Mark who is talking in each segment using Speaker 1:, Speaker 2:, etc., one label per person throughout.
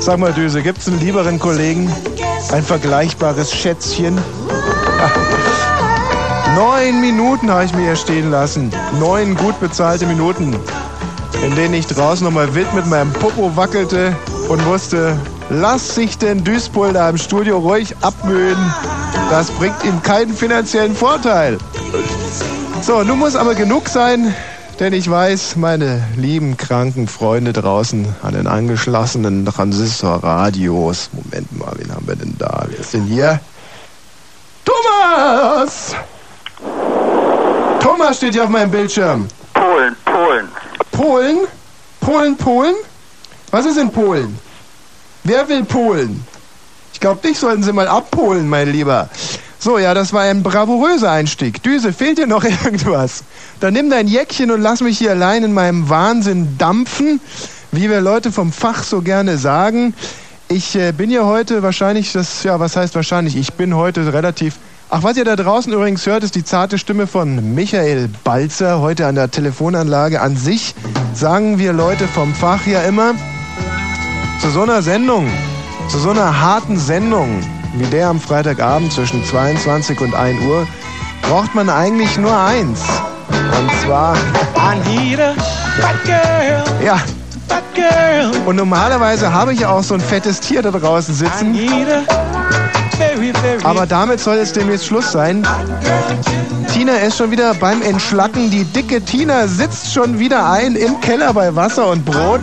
Speaker 1: Sag mal, Düse, gibt's einen lieberen Kollegen? Ein vergleichbares Schätzchen? Ja. Neun Minuten habe ich mir hier stehen lassen. Neun gut bezahlte Minuten, in denen ich draußen nochmal wild mit meinem Popo wackelte und wusste, lass sich denn Duisburg da im Studio ruhig abmühen. Das bringt ihm keinen finanziellen Vorteil. So, nun muss aber genug sein. Denn ich weiß, meine lieben kranken Freunde draußen an den angeschlossenen Transistorradios. Moment mal, wen haben wir denn da? Wer ist denn hier? Thomas! Thomas steht hier auf meinem Bildschirm.
Speaker 2: Polen, Polen.
Speaker 1: Polen? Polen, Polen? Was ist in Polen? Wer will Polen? Ich glaube, dich sollten sie mal abpolen, mein Lieber. So, ja, das war ein bravouröser Einstieg. Düse, fehlt dir noch irgendwas? Dann nimm dein Jäckchen und lass mich hier allein in meinem Wahnsinn dampfen, wie wir Leute vom Fach so gerne sagen. Ich äh, bin ja heute wahrscheinlich, das, ja, was heißt wahrscheinlich? Ich bin heute relativ. Ach, was ihr da draußen übrigens hört, ist die zarte Stimme von Michael Balzer heute an der Telefonanlage. An sich sagen wir Leute vom Fach ja immer zu so einer Sendung, zu so einer harten Sendung, wie der am Freitagabend zwischen 22 und 1 Uhr, braucht man eigentlich nur eins. Und zwar. Ja. Und normalerweise habe ich ja auch so ein fettes Tier da draußen sitzen. Aber damit soll jetzt demnächst Schluss sein. Tina ist schon wieder beim Entschlacken. Die dicke Tina sitzt schon wieder ein im Keller bei Wasser und Brot.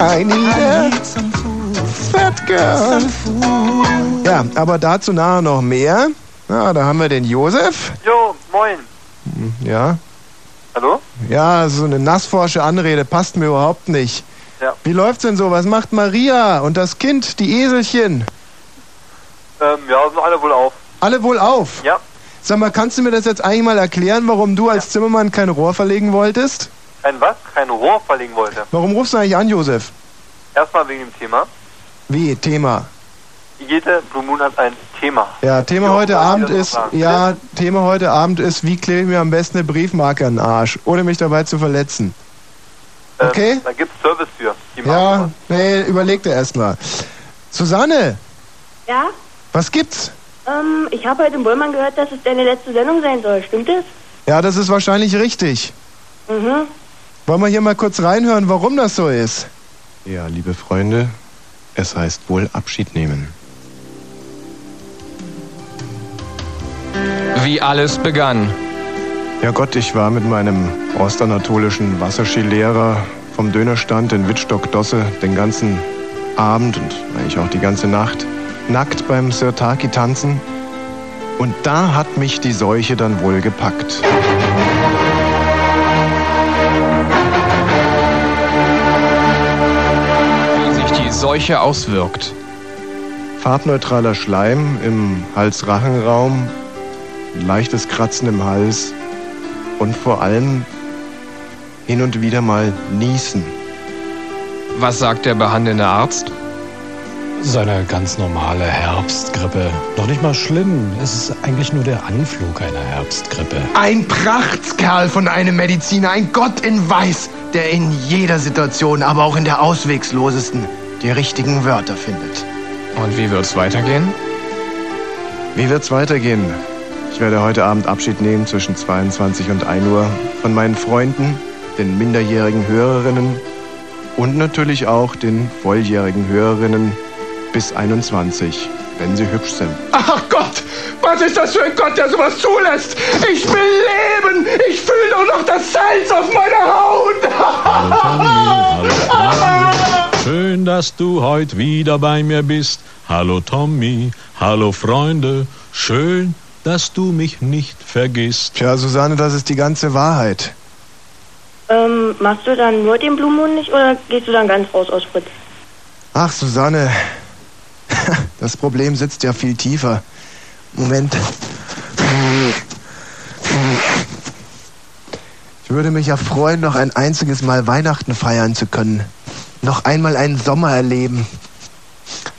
Speaker 1: I need a fat girl. Ja, aber dazu nachher noch mehr. Ja, da haben wir den Josef.
Speaker 2: Jo, moin.
Speaker 1: Ja.
Speaker 2: Hallo?
Speaker 1: Ja, so eine nassforsche Anrede passt mir überhaupt nicht.
Speaker 2: Ja.
Speaker 1: Wie läuft's denn so? Was macht Maria und das Kind, die Eselchen?
Speaker 2: Ähm, ja, sind alle wohl auf.
Speaker 1: Alle wohl auf.
Speaker 2: Ja.
Speaker 1: Sag mal, kannst du mir das jetzt eigentlich mal erklären, warum du als Zimmermann kein Rohr verlegen wolltest?
Speaker 2: Ein was? Kein Rohr verlegen wollte.
Speaker 1: Warum rufst du eigentlich an, Josef?
Speaker 2: Erstmal wegen dem Thema.
Speaker 1: Wie? Thema.
Speaker 2: Jede Blue Moon hat ein Thema.
Speaker 1: Ja, Thema
Speaker 2: Ja,
Speaker 1: heute
Speaker 2: kann ich
Speaker 1: Abend
Speaker 2: das noch
Speaker 1: ist,
Speaker 2: sagen?
Speaker 1: ja, Thema heute Abend ist, wie klebe ich mir am besten eine Briefmarke an den Arsch, ohne mich dabei zu verletzen.
Speaker 2: Ähm,
Speaker 1: Okay.
Speaker 2: Da gibt's Service für. Die machen
Speaker 1: Ja, nee, überleg dir erstmal. Susanne,
Speaker 3: Ja,
Speaker 1: was gibt's?
Speaker 3: ähm, ich habe heute im Bullmann gehört, dass es deine letzte Sendung sein soll. Stimmt das?
Speaker 1: Ja, das ist wahrscheinlich richtig.
Speaker 3: Mhm.
Speaker 1: Wollen wir hier mal kurz reinhören, warum das so ist?
Speaker 4: Ja, liebe Freunde, es heißt wohl Abschied nehmen.
Speaker 5: Wie alles begann.
Speaker 4: Ja Gott, ich war mit meinem ostanatolischen Wasserskilehrer vom Dönerstand in Wittstock-Dosse den ganzen Abend und eigentlich auch die ganze Nacht nackt beim Sirtaki tanzen. Und da hat mich die Seuche dann wohl gepackt.
Speaker 5: Wie sich die Seuche auswirkt.
Speaker 4: Farbneutraler Schleim im Hals-Rachenraum, leichtes Kratzen im Hals und vor allem hin und wieder mal niesen.
Speaker 5: Was sagt der behandelnde Arzt?
Speaker 6: Seine ganz normale Herbstgrippe. Noch nicht mal schlimm. Es ist eigentlich nur der Anflug einer Herbstgrippe.
Speaker 7: Ein Prachtskerl von einem Mediziner, ein Gott in Weiß, der in jeder Situation, aber auch in der auswegslosesten, die richtigen Wörter findet.
Speaker 5: Und wie wird's weitergehen?
Speaker 4: Wie wird's weitergehen? Ich werde heute Abend Abschied nehmen zwischen 22 und 1 Uhr von meinen Freunden, den minderjährigen Hörerinnen und natürlich auch den volljährigen Hörerinnen bis 21, wenn sie hübsch sind.
Speaker 7: Ach Gott, was ist das für ein Gott, der sowas zulässt? Ich will leben! Ich fühle nur noch das Salz auf meiner Haut!
Speaker 6: Hallo Tommy, hallo Tommy. Schön, dass du heute wieder bei mir bist. Hallo Tommy, hallo Freunde. Schön, dass du mich nicht vergisst.
Speaker 1: Tja, Susanne, das ist die ganze Wahrheit.
Speaker 3: Ähm, machst du dann nur den Blue Moon nicht oder gehst du dann ganz raus aus Fritz?
Speaker 1: Ach, Susanne, das Problem sitzt ja viel tiefer. Moment. Ich würde mich ja freuen, noch ein einziges Mal Weihnachten feiern zu können. Noch einmal einen Sommer erleben.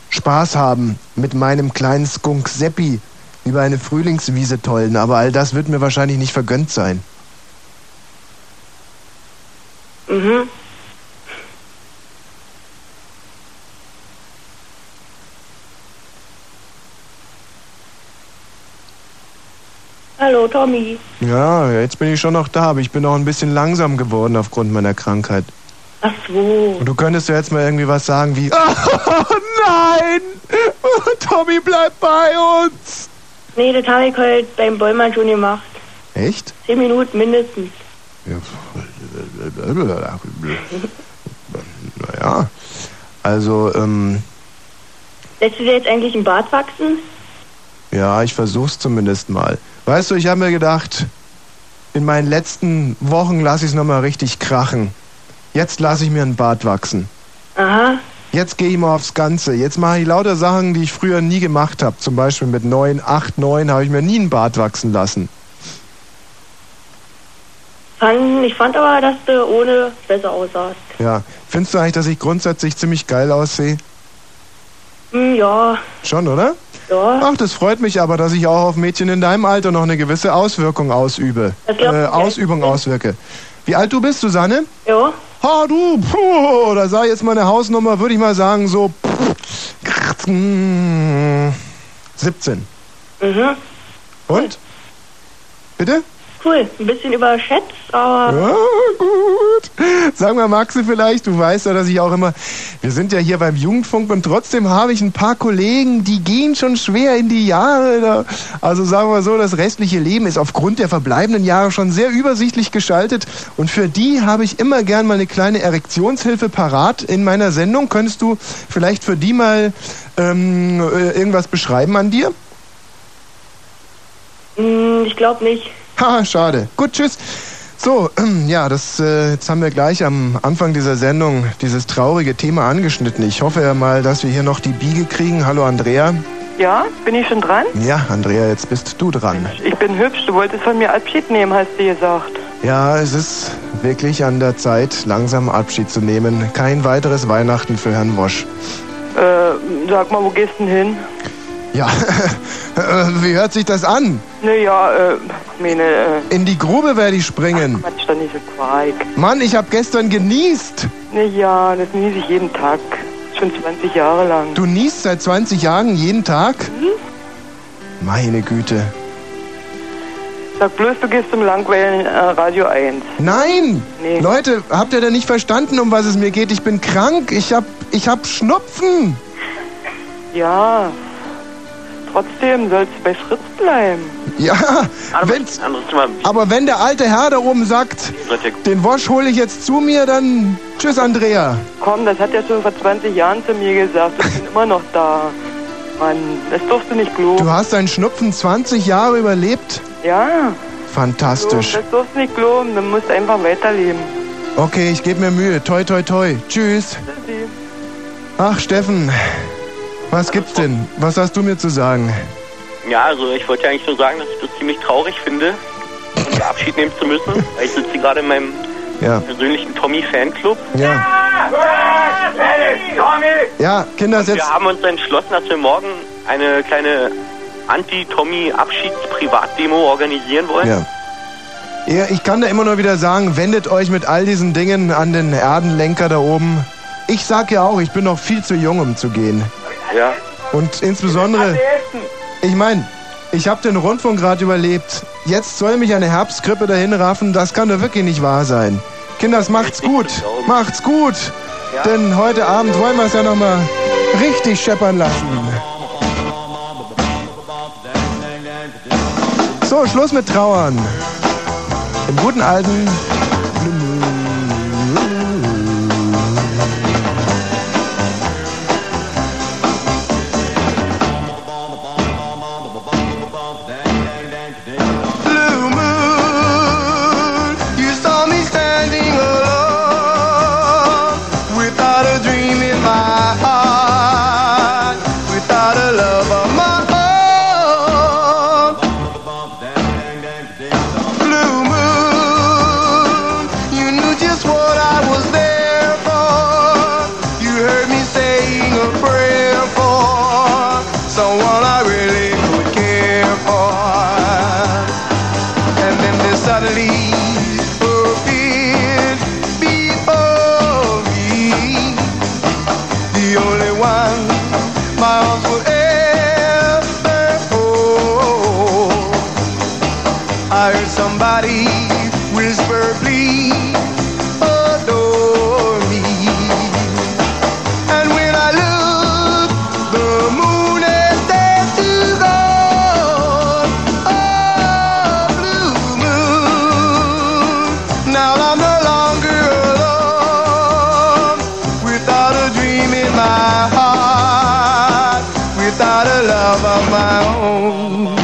Speaker 1: Spaß haben mit meinem kleinen Skunk Seppi über eine Frühlingswiese tollen, aber all das wird mir wahrscheinlich nicht vergönnt sein.
Speaker 4: Mhm. Hallo, Tommy.
Speaker 1: Ja, jetzt bin ich schon noch da, aber ich bin auch ein bisschen langsam geworden aufgrund meiner Krankheit.
Speaker 4: Ach so.
Speaker 1: Und du könntest ja jetzt mal irgendwie was sagen wie...
Speaker 4: Ah!
Speaker 1: nein! Tommy bleibt bei uns!
Speaker 4: Nee, das habe ich heute beim Bollmann schon gemacht.
Speaker 1: Echt?
Speaker 4: Zehn Minuten mindestens.
Speaker 1: Naja. Also, ähm,
Speaker 4: Lässt du dir jetzt eigentlich im Bart wachsen?
Speaker 1: ja, ich versuch's zumindest mal. Weißt du, ich habe mir gedacht, in meinen letzten Wochen lasse ich's nochmal richtig krachen. Jetzt lasse ich mir ein Bart wachsen.
Speaker 4: Aha.
Speaker 1: Jetzt gehe ich mal aufs Ganze. Jetzt mache ich lauter Sachen, die ich früher nie gemacht habe. Zum Beispiel mit 9, 8, 9 habe ich mir nie einen Bart wachsen lassen.
Speaker 4: Fand, ich fand aber, dass du ohne besser aussahst.
Speaker 1: Ja. Findest du eigentlich, dass ich grundsätzlich ziemlich geil aussehe?
Speaker 4: Hm, ja,
Speaker 1: Schon, oder?
Speaker 4: ja.
Speaker 1: Ach, das freut mich aber, dass ich auch auf Mädchen in deinem Alter noch eine gewisse Auswirkung ausübe.
Speaker 4: Das glaub ich
Speaker 1: Äh,
Speaker 4: nicht.
Speaker 1: Ausübung auswirke. Wie alt du bist, Susanne?
Speaker 4: Ja.
Speaker 1: Ha, du, puh, da sei jetzt meine Hausnummer, würde ich mal sagen, so pff, mm, 17.
Speaker 4: Mhm.
Speaker 1: Und? Bitte?
Speaker 4: Cool. Ein bisschen überschätzt, aber
Speaker 1: Ja, gut. Sag mal, Maxi, vielleicht, du weißt ja, dass ich auch immer. Wir sind ja hier beim Jugendfunk und trotzdem habe ich ein paar Kollegen, die gehen schon schwer in die Jahre. Da. Also sagen wir so, das restliche Leben ist aufgrund der verbleibenden Jahre schon sehr übersichtlich gestaltet und für die habe ich immer gern mal eine kleine Erektionshilfe parat in meiner Sendung. Könntest du vielleicht für die mal ähm, äh, irgendwas beschreiben an dir?
Speaker 4: hm, ich glaube nicht.
Speaker 1: Haha, schade. Gut, tschüss. So, ja, das äh, jetzt haben wir gleich am Anfang dieser Sendung dieses traurige Thema angeschnitten. Ich hoffe ja mal, dass wir hier noch die Biege kriegen. Hallo Andrea.
Speaker 5: Ja, bin ich schon dran?
Speaker 1: Ja, Andrea, jetzt bist du dran.
Speaker 5: Ich bin hübsch. Du wolltest von mir Abschied nehmen, hast du gesagt.
Speaker 1: Ja, es ist wirklich an der Zeit, langsam Abschied zu nehmen. Kein weiteres Weihnachten für Herrn Wosch.
Speaker 5: Äh, sag mal, wo gehst denn hin?
Speaker 1: Ja, äh, wie hört sich das an?
Speaker 5: Naja, äh, meine, äh,
Speaker 1: In die Grube werde ich springen.
Speaker 5: Quatsch, doch nicht so Quark.
Speaker 1: Mann, ich habe gestern genießt.
Speaker 5: Naja, Ne, das genieße ich jeden Tag. Schon 20 Jahre lang.
Speaker 1: Du niest seit 20 Jahren jeden Tag?
Speaker 5: Hm?
Speaker 1: Meine Güte.
Speaker 5: Sag bloß, du gehst zum Langwellen äh, Radio 1.
Speaker 1: Nein!
Speaker 5: Nee.
Speaker 1: Leute, habt ihr denn nicht verstanden, um was es mir geht? Ich bin krank, ich hab, ich hab Schnupfen.
Speaker 5: Ja. Trotzdem sollst du bei Fritz bleiben.
Speaker 1: Ja, wenn's,
Speaker 8: Anderes Thema.
Speaker 1: aber wenn der alte Herr da oben sagt, den Wosch hole ich jetzt zu mir, dann tschüss, Andrea.
Speaker 5: Komm, das hat er schon vor 20 Jahren zu mir gesagt. Ich bin immer noch da. Mann, das durfst du nicht
Speaker 1: Du
Speaker 5: globen.
Speaker 1: hast deinen Schnupfen 20 Jahre überlebt?
Speaker 5: Ja.
Speaker 1: Fantastisch.
Speaker 5: Das darfst du nicht glauben, du musst einfach weiterleben.
Speaker 1: Okay, ich gebe mir Mühe. Toi, toi, toi. Tschüss.
Speaker 5: Tschüssi.
Speaker 1: Ach, Steffen, was gibt's denn? Was hast du mir zu sagen?
Speaker 9: Ja, also ich wollte ja eigentlich nur sagen, dass ich das ziemlich traurig finde, uns Abschied nehmen zu müssen. Weil ich sitze gerade in meinem
Speaker 1: Ja,
Speaker 9: persönlichen Tommy-Fanclub.
Speaker 1: ja. Ja, Kinder, jetzt.
Speaker 9: Wir haben uns entschlossen, dass wir morgen eine kleine Anti-Tommy-Abschieds-Privatdemo organisieren wollen.
Speaker 1: Ja. Ja, ich kann da immer nur wieder sagen, wendet euch mit all diesen Dingen an den Erdenlenker da oben. Ich sag ja auch, ich bin noch viel zu jung, um zu gehen.
Speaker 9: Ja.
Speaker 1: Und insbesondere, ich meine, ich habe den Rundfunkrat überlebt. Jetzt soll mich eine Herbstkrippe dahin raffen, das kann doch wirklich nicht wahr sein. Kinders, macht's gut. Macht's gut. Denn heute Abend wollen wir es ja nochmal richtig scheppern lassen. So, Schluss mit Trauern. Im guten alten.
Speaker 10: blue moon. You saw me standing alone, without a dream in my heart, without a love of my own. Blue moon, you knew Father, please adore me. And when I look, the moon is there to gone. Oh, blue moon. Now I'm no longer alone. Without a dream in my heart. Without a love of my own.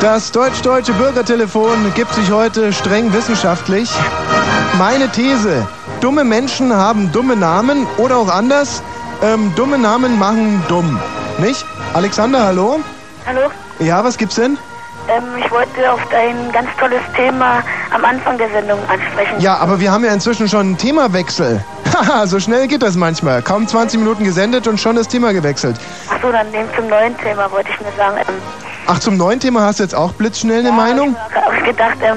Speaker 1: Das deutsch-deutsche Bürgertelefon gibt sich heute streng wissenschaftlich. Meine These, dumme Menschen haben dumme Namen oder auch anders, ähm, dumme Namen machen dumm. Nicht? Alexander, hallo?
Speaker 11: Hallo,
Speaker 1: Ja, was gibt's denn?
Speaker 11: ähm, ich wollte auf dein ganz tolles Thema am Anfang der Sendung ansprechen.
Speaker 1: Ja, aber wir haben ja inzwischen schon einen Themawechsel. Haha, so schnell geht das manchmal. Kaum 20 Minuten gesendet und schon das Thema gewechselt.
Speaker 11: Achso, dann nehmen zum neuen Thema, wollte ich nur sagen. Ähm,
Speaker 1: Ach, zum neuen Thema hast du jetzt auch blitzschnell eine Meinung?
Speaker 11: habe ich gedacht, ähm,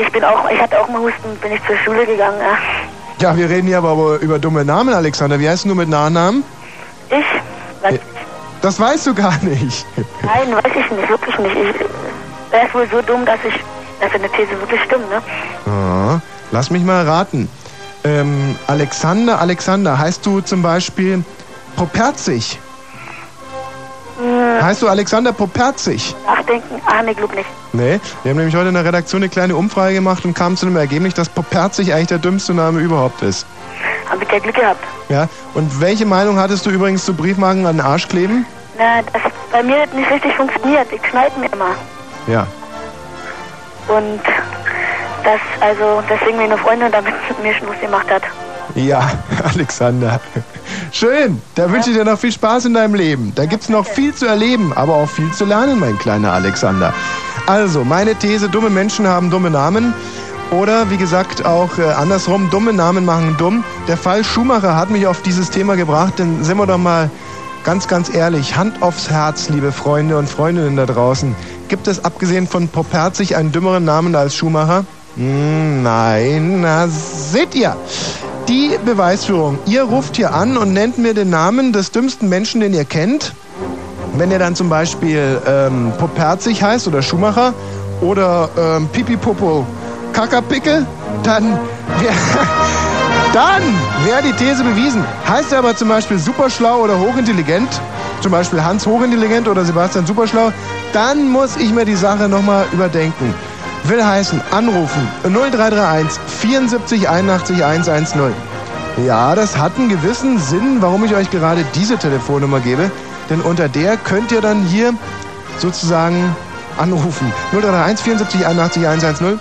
Speaker 11: ich bin auch, ich hatte auch mal Husten, bin ich zur Schule gegangen. Ja.
Speaker 1: Ja, wir reden hier aber über- über dumme Namen, Alexander. Wie heißt du mit Nachnamen?
Speaker 11: Ich? Weiß
Speaker 1: Das weißt du gar nicht.
Speaker 11: Nein, weiß ich nicht, wirklich nicht. Ich wäre es wohl so dumm, dass ich, dass deine These wirklich stimmt, ne?
Speaker 1: Ah, lass mich mal raten. Ähm, Alexander, Alexander, heißt du zum Beispiel Poperzig? Heißt du Alexander Poperzig?
Speaker 11: Hm, Nachdenken, ah, nee, glaub nicht.
Speaker 1: Nee, wir haben nämlich heute in der Redaktion eine kleine Umfrage gemacht und kamen zu dem Ergebnis, dass Poperzig eigentlich der dümmste Name überhaupt ist.
Speaker 11: Hab ich ja Glück gehabt.
Speaker 1: Ja, und welche Meinung hattest du übrigens zu Briefmarken an den Arsch kleben?
Speaker 11: Na, das bei mir hat nicht richtig funktioniert. Ich schneide mir immer.
Speaker 1: Ja.
Speaker 11: Und das, also, deswegen meine Freundin damit mit mir Schluss gemacht hat.
Speaker 1: Ja, Alexander. Schön, da wünsche ich dir noch viel Spaß in deinem Leben. Da gibt's noch viel zu erleben, aber auch viel zu lernen, mein kleiner Alexander. Also, meine These, dumme Menschen haben dumme Namen. Oder wie gesagt, auch äh, andersrum, dumme Namen machen dumm. Der Fall Schumacher hat mich auf dieses Thema gebracht, denn sind wir doch mal ganz, ganz ehrlich, Hand aufs Herz, liebe Freunde und Freundinnen da draußen. Gibt es abgesehen von Poperzig einen dümmeren Namen als Schumacher? Hm, Nein, na seht ihr. Die Beweisführung. Ihr ruft hier an und nennt mir den Namen des dümmsten Menschen, den ihr kennt. Wenn ihr dann zum Beispiel ähm, Poperzig heißt oder Schumacher oder ähm, Pipipopo Kakapickel, dann wär, dann wäre die These bewiesen. Heißt er aber zum Beispiel superschlau oder hochintelligent, zum Beispiel Hans hochintelligent oder Sebastian superschlau, dann muss ich mir die Sache nochmal überdenken. Will heißen, anrufen 0331 74 81 110. Ja, das hat einen gewissen Sinn, warum ich euch gerade diese Telefonnummer gebe. Denn unter der könnt ihr dann hier sozusagen anrufen. 0331 74 81 110.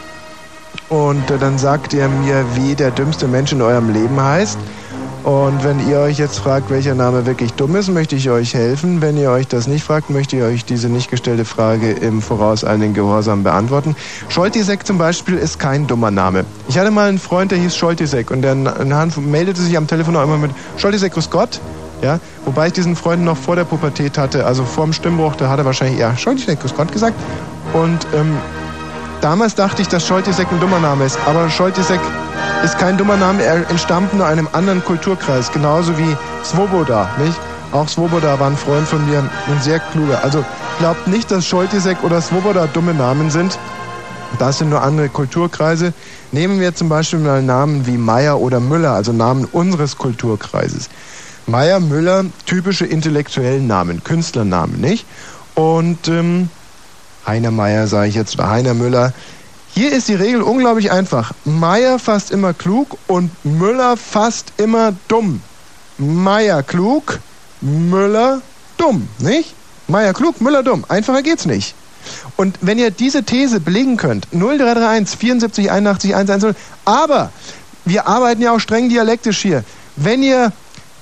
Speaker 1: Und äh, dann sagt ihr mir, wie der dümmste Mensch in eurem Leben heißt. Und wenn ihr euch jetzt fragt, welcher Name wirklich dumm ist, möchte ich euch helfen. Wenn ihr euch das nicht fragt, möchte ich euch diese nicht gestellte Frage im Voraus allen Gehorsam beantworten. Scholtisek zum Beispiel ist kein dummer Name. Ich hatte mal einen Freund, der hieß Scholtisek und der in Hand meldete sich am Telefon auch immer mit Scholtisek, grüß Gott. Ja, wobei ich diesen Freund noch vor der Pubertät hatte, also vor dem Stimmbruch, da hat er wahrscheinlich eher Scholtisek, grüß Gott gesagt. Und ähm, Damals dachte ich, dass Scholtisek ein dummer Name ist, aber Scholtisek ist kein dummer Name, er entstammt nur einem anderen Kulturkreis, genauso wie Svoboda, nicht? Auch Svoboda war ein Freund von mir, ein sehr kluger. Also glaubt nicht, dass Scholtisek oder Svoboda dumme Namen sind. Das sind nur andere Kulturkreise. Nehmen wir zum Beispiel mal Namen wie Meier oder Müller, also Namen unseres Kulturkreises. Meier, Müller, typische intellektuellen Namen, Künstlernamen, nicht? Und ähm, Heiner Meier, sage ich jetzt, oder Heiner Müller. Hier ist die Regel unglaublich einfach. Meier fast immer klug und Müller fast immer dumm. Meier klug, Müller dumm, nicht? Meier klug, Müller dumm. Einfacher geht's nicht. Und wenn ihr diese These belegen könnt, 0331 74 81 110, aber wir arbeiten ja auch streng dialektisch hier. Wenn ihr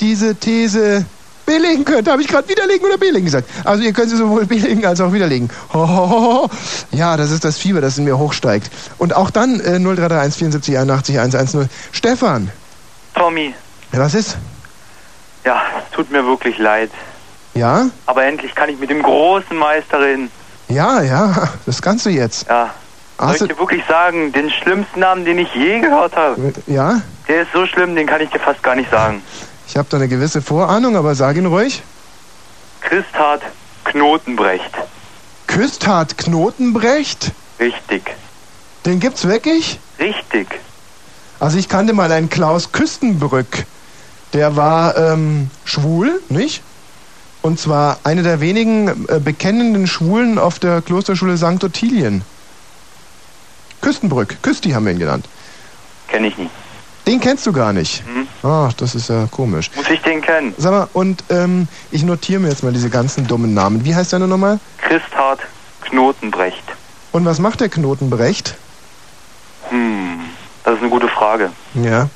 Speaker 1: diese These belegen könnt. Habe ich gerade widerlegen oder belegen gesagt? Also ihr könnt sie sowohl belegen als auch widerlegen. Hohoho. Ja, das ist das Fieber, das in mir hochsteigt. Und auch dann äh, 0331 74 81 110. Stefan,
Speaker 9: Tommy,
Speaker 1: ja, was ist?
Speaker 9: ja, es tut mir wirklich leid.
Speaker 1: Ja?
Speaker 9: Aber endlich kann ich mit dem großen Meister reden.
Speaker 1: Ja, ja, das kannst du jetzt.
Speaker 9: Ja. Soll
Speaker 1: Hast
Speaker 9: ich dir wirklich sagen, den schlimmsten Namen, den ich je gehört habe,
Speaker 1: Ja?
Speaker 9: der ist so schlimm, den kann ich dir fast gar nicht sagen.
Speaker 1: Ich habe da eine gewisse Vorahnung, aber sag ihn ruhig.
Speaker 9: Christart Knotenbrecht.
Speaker 1: Küsthard Knotenbrecht,
Speaker 9: Richtig,
Speaker 1: den gibt's wirklich?
Speaker 9: richtig.
Speaker 1: Also ich kannte mal einen Klaus Küstenbrück. Der war ähm, schwul, nicht? Und zwar einer der wenigen äh, bekennenden Schwulen auf der Klosterschule St. Ottilien. Küstenbrück, Küsti haben wir ihn genannt.
Speaker 9: Kenne ich nicht.
Speaker 1: Den kennst du gar nicht.
Speaker 9: Hm?
Speaker 1: Ach, das ist ja komisch.
Speaker 9: Muss ich den kennen?
Speaker 1: Sag mal, und ähm, ich notiere mir jetzt mal diese ganzen dummen Namen. Wie heißt der nur nochmal?
Speaker 9: Christart Knotenbrecht.
Speaker 1: Und was macht der Knotenbrecht?
Speaker 9: Hm, das ist eine gute Frage.
Speaker 1: Ja.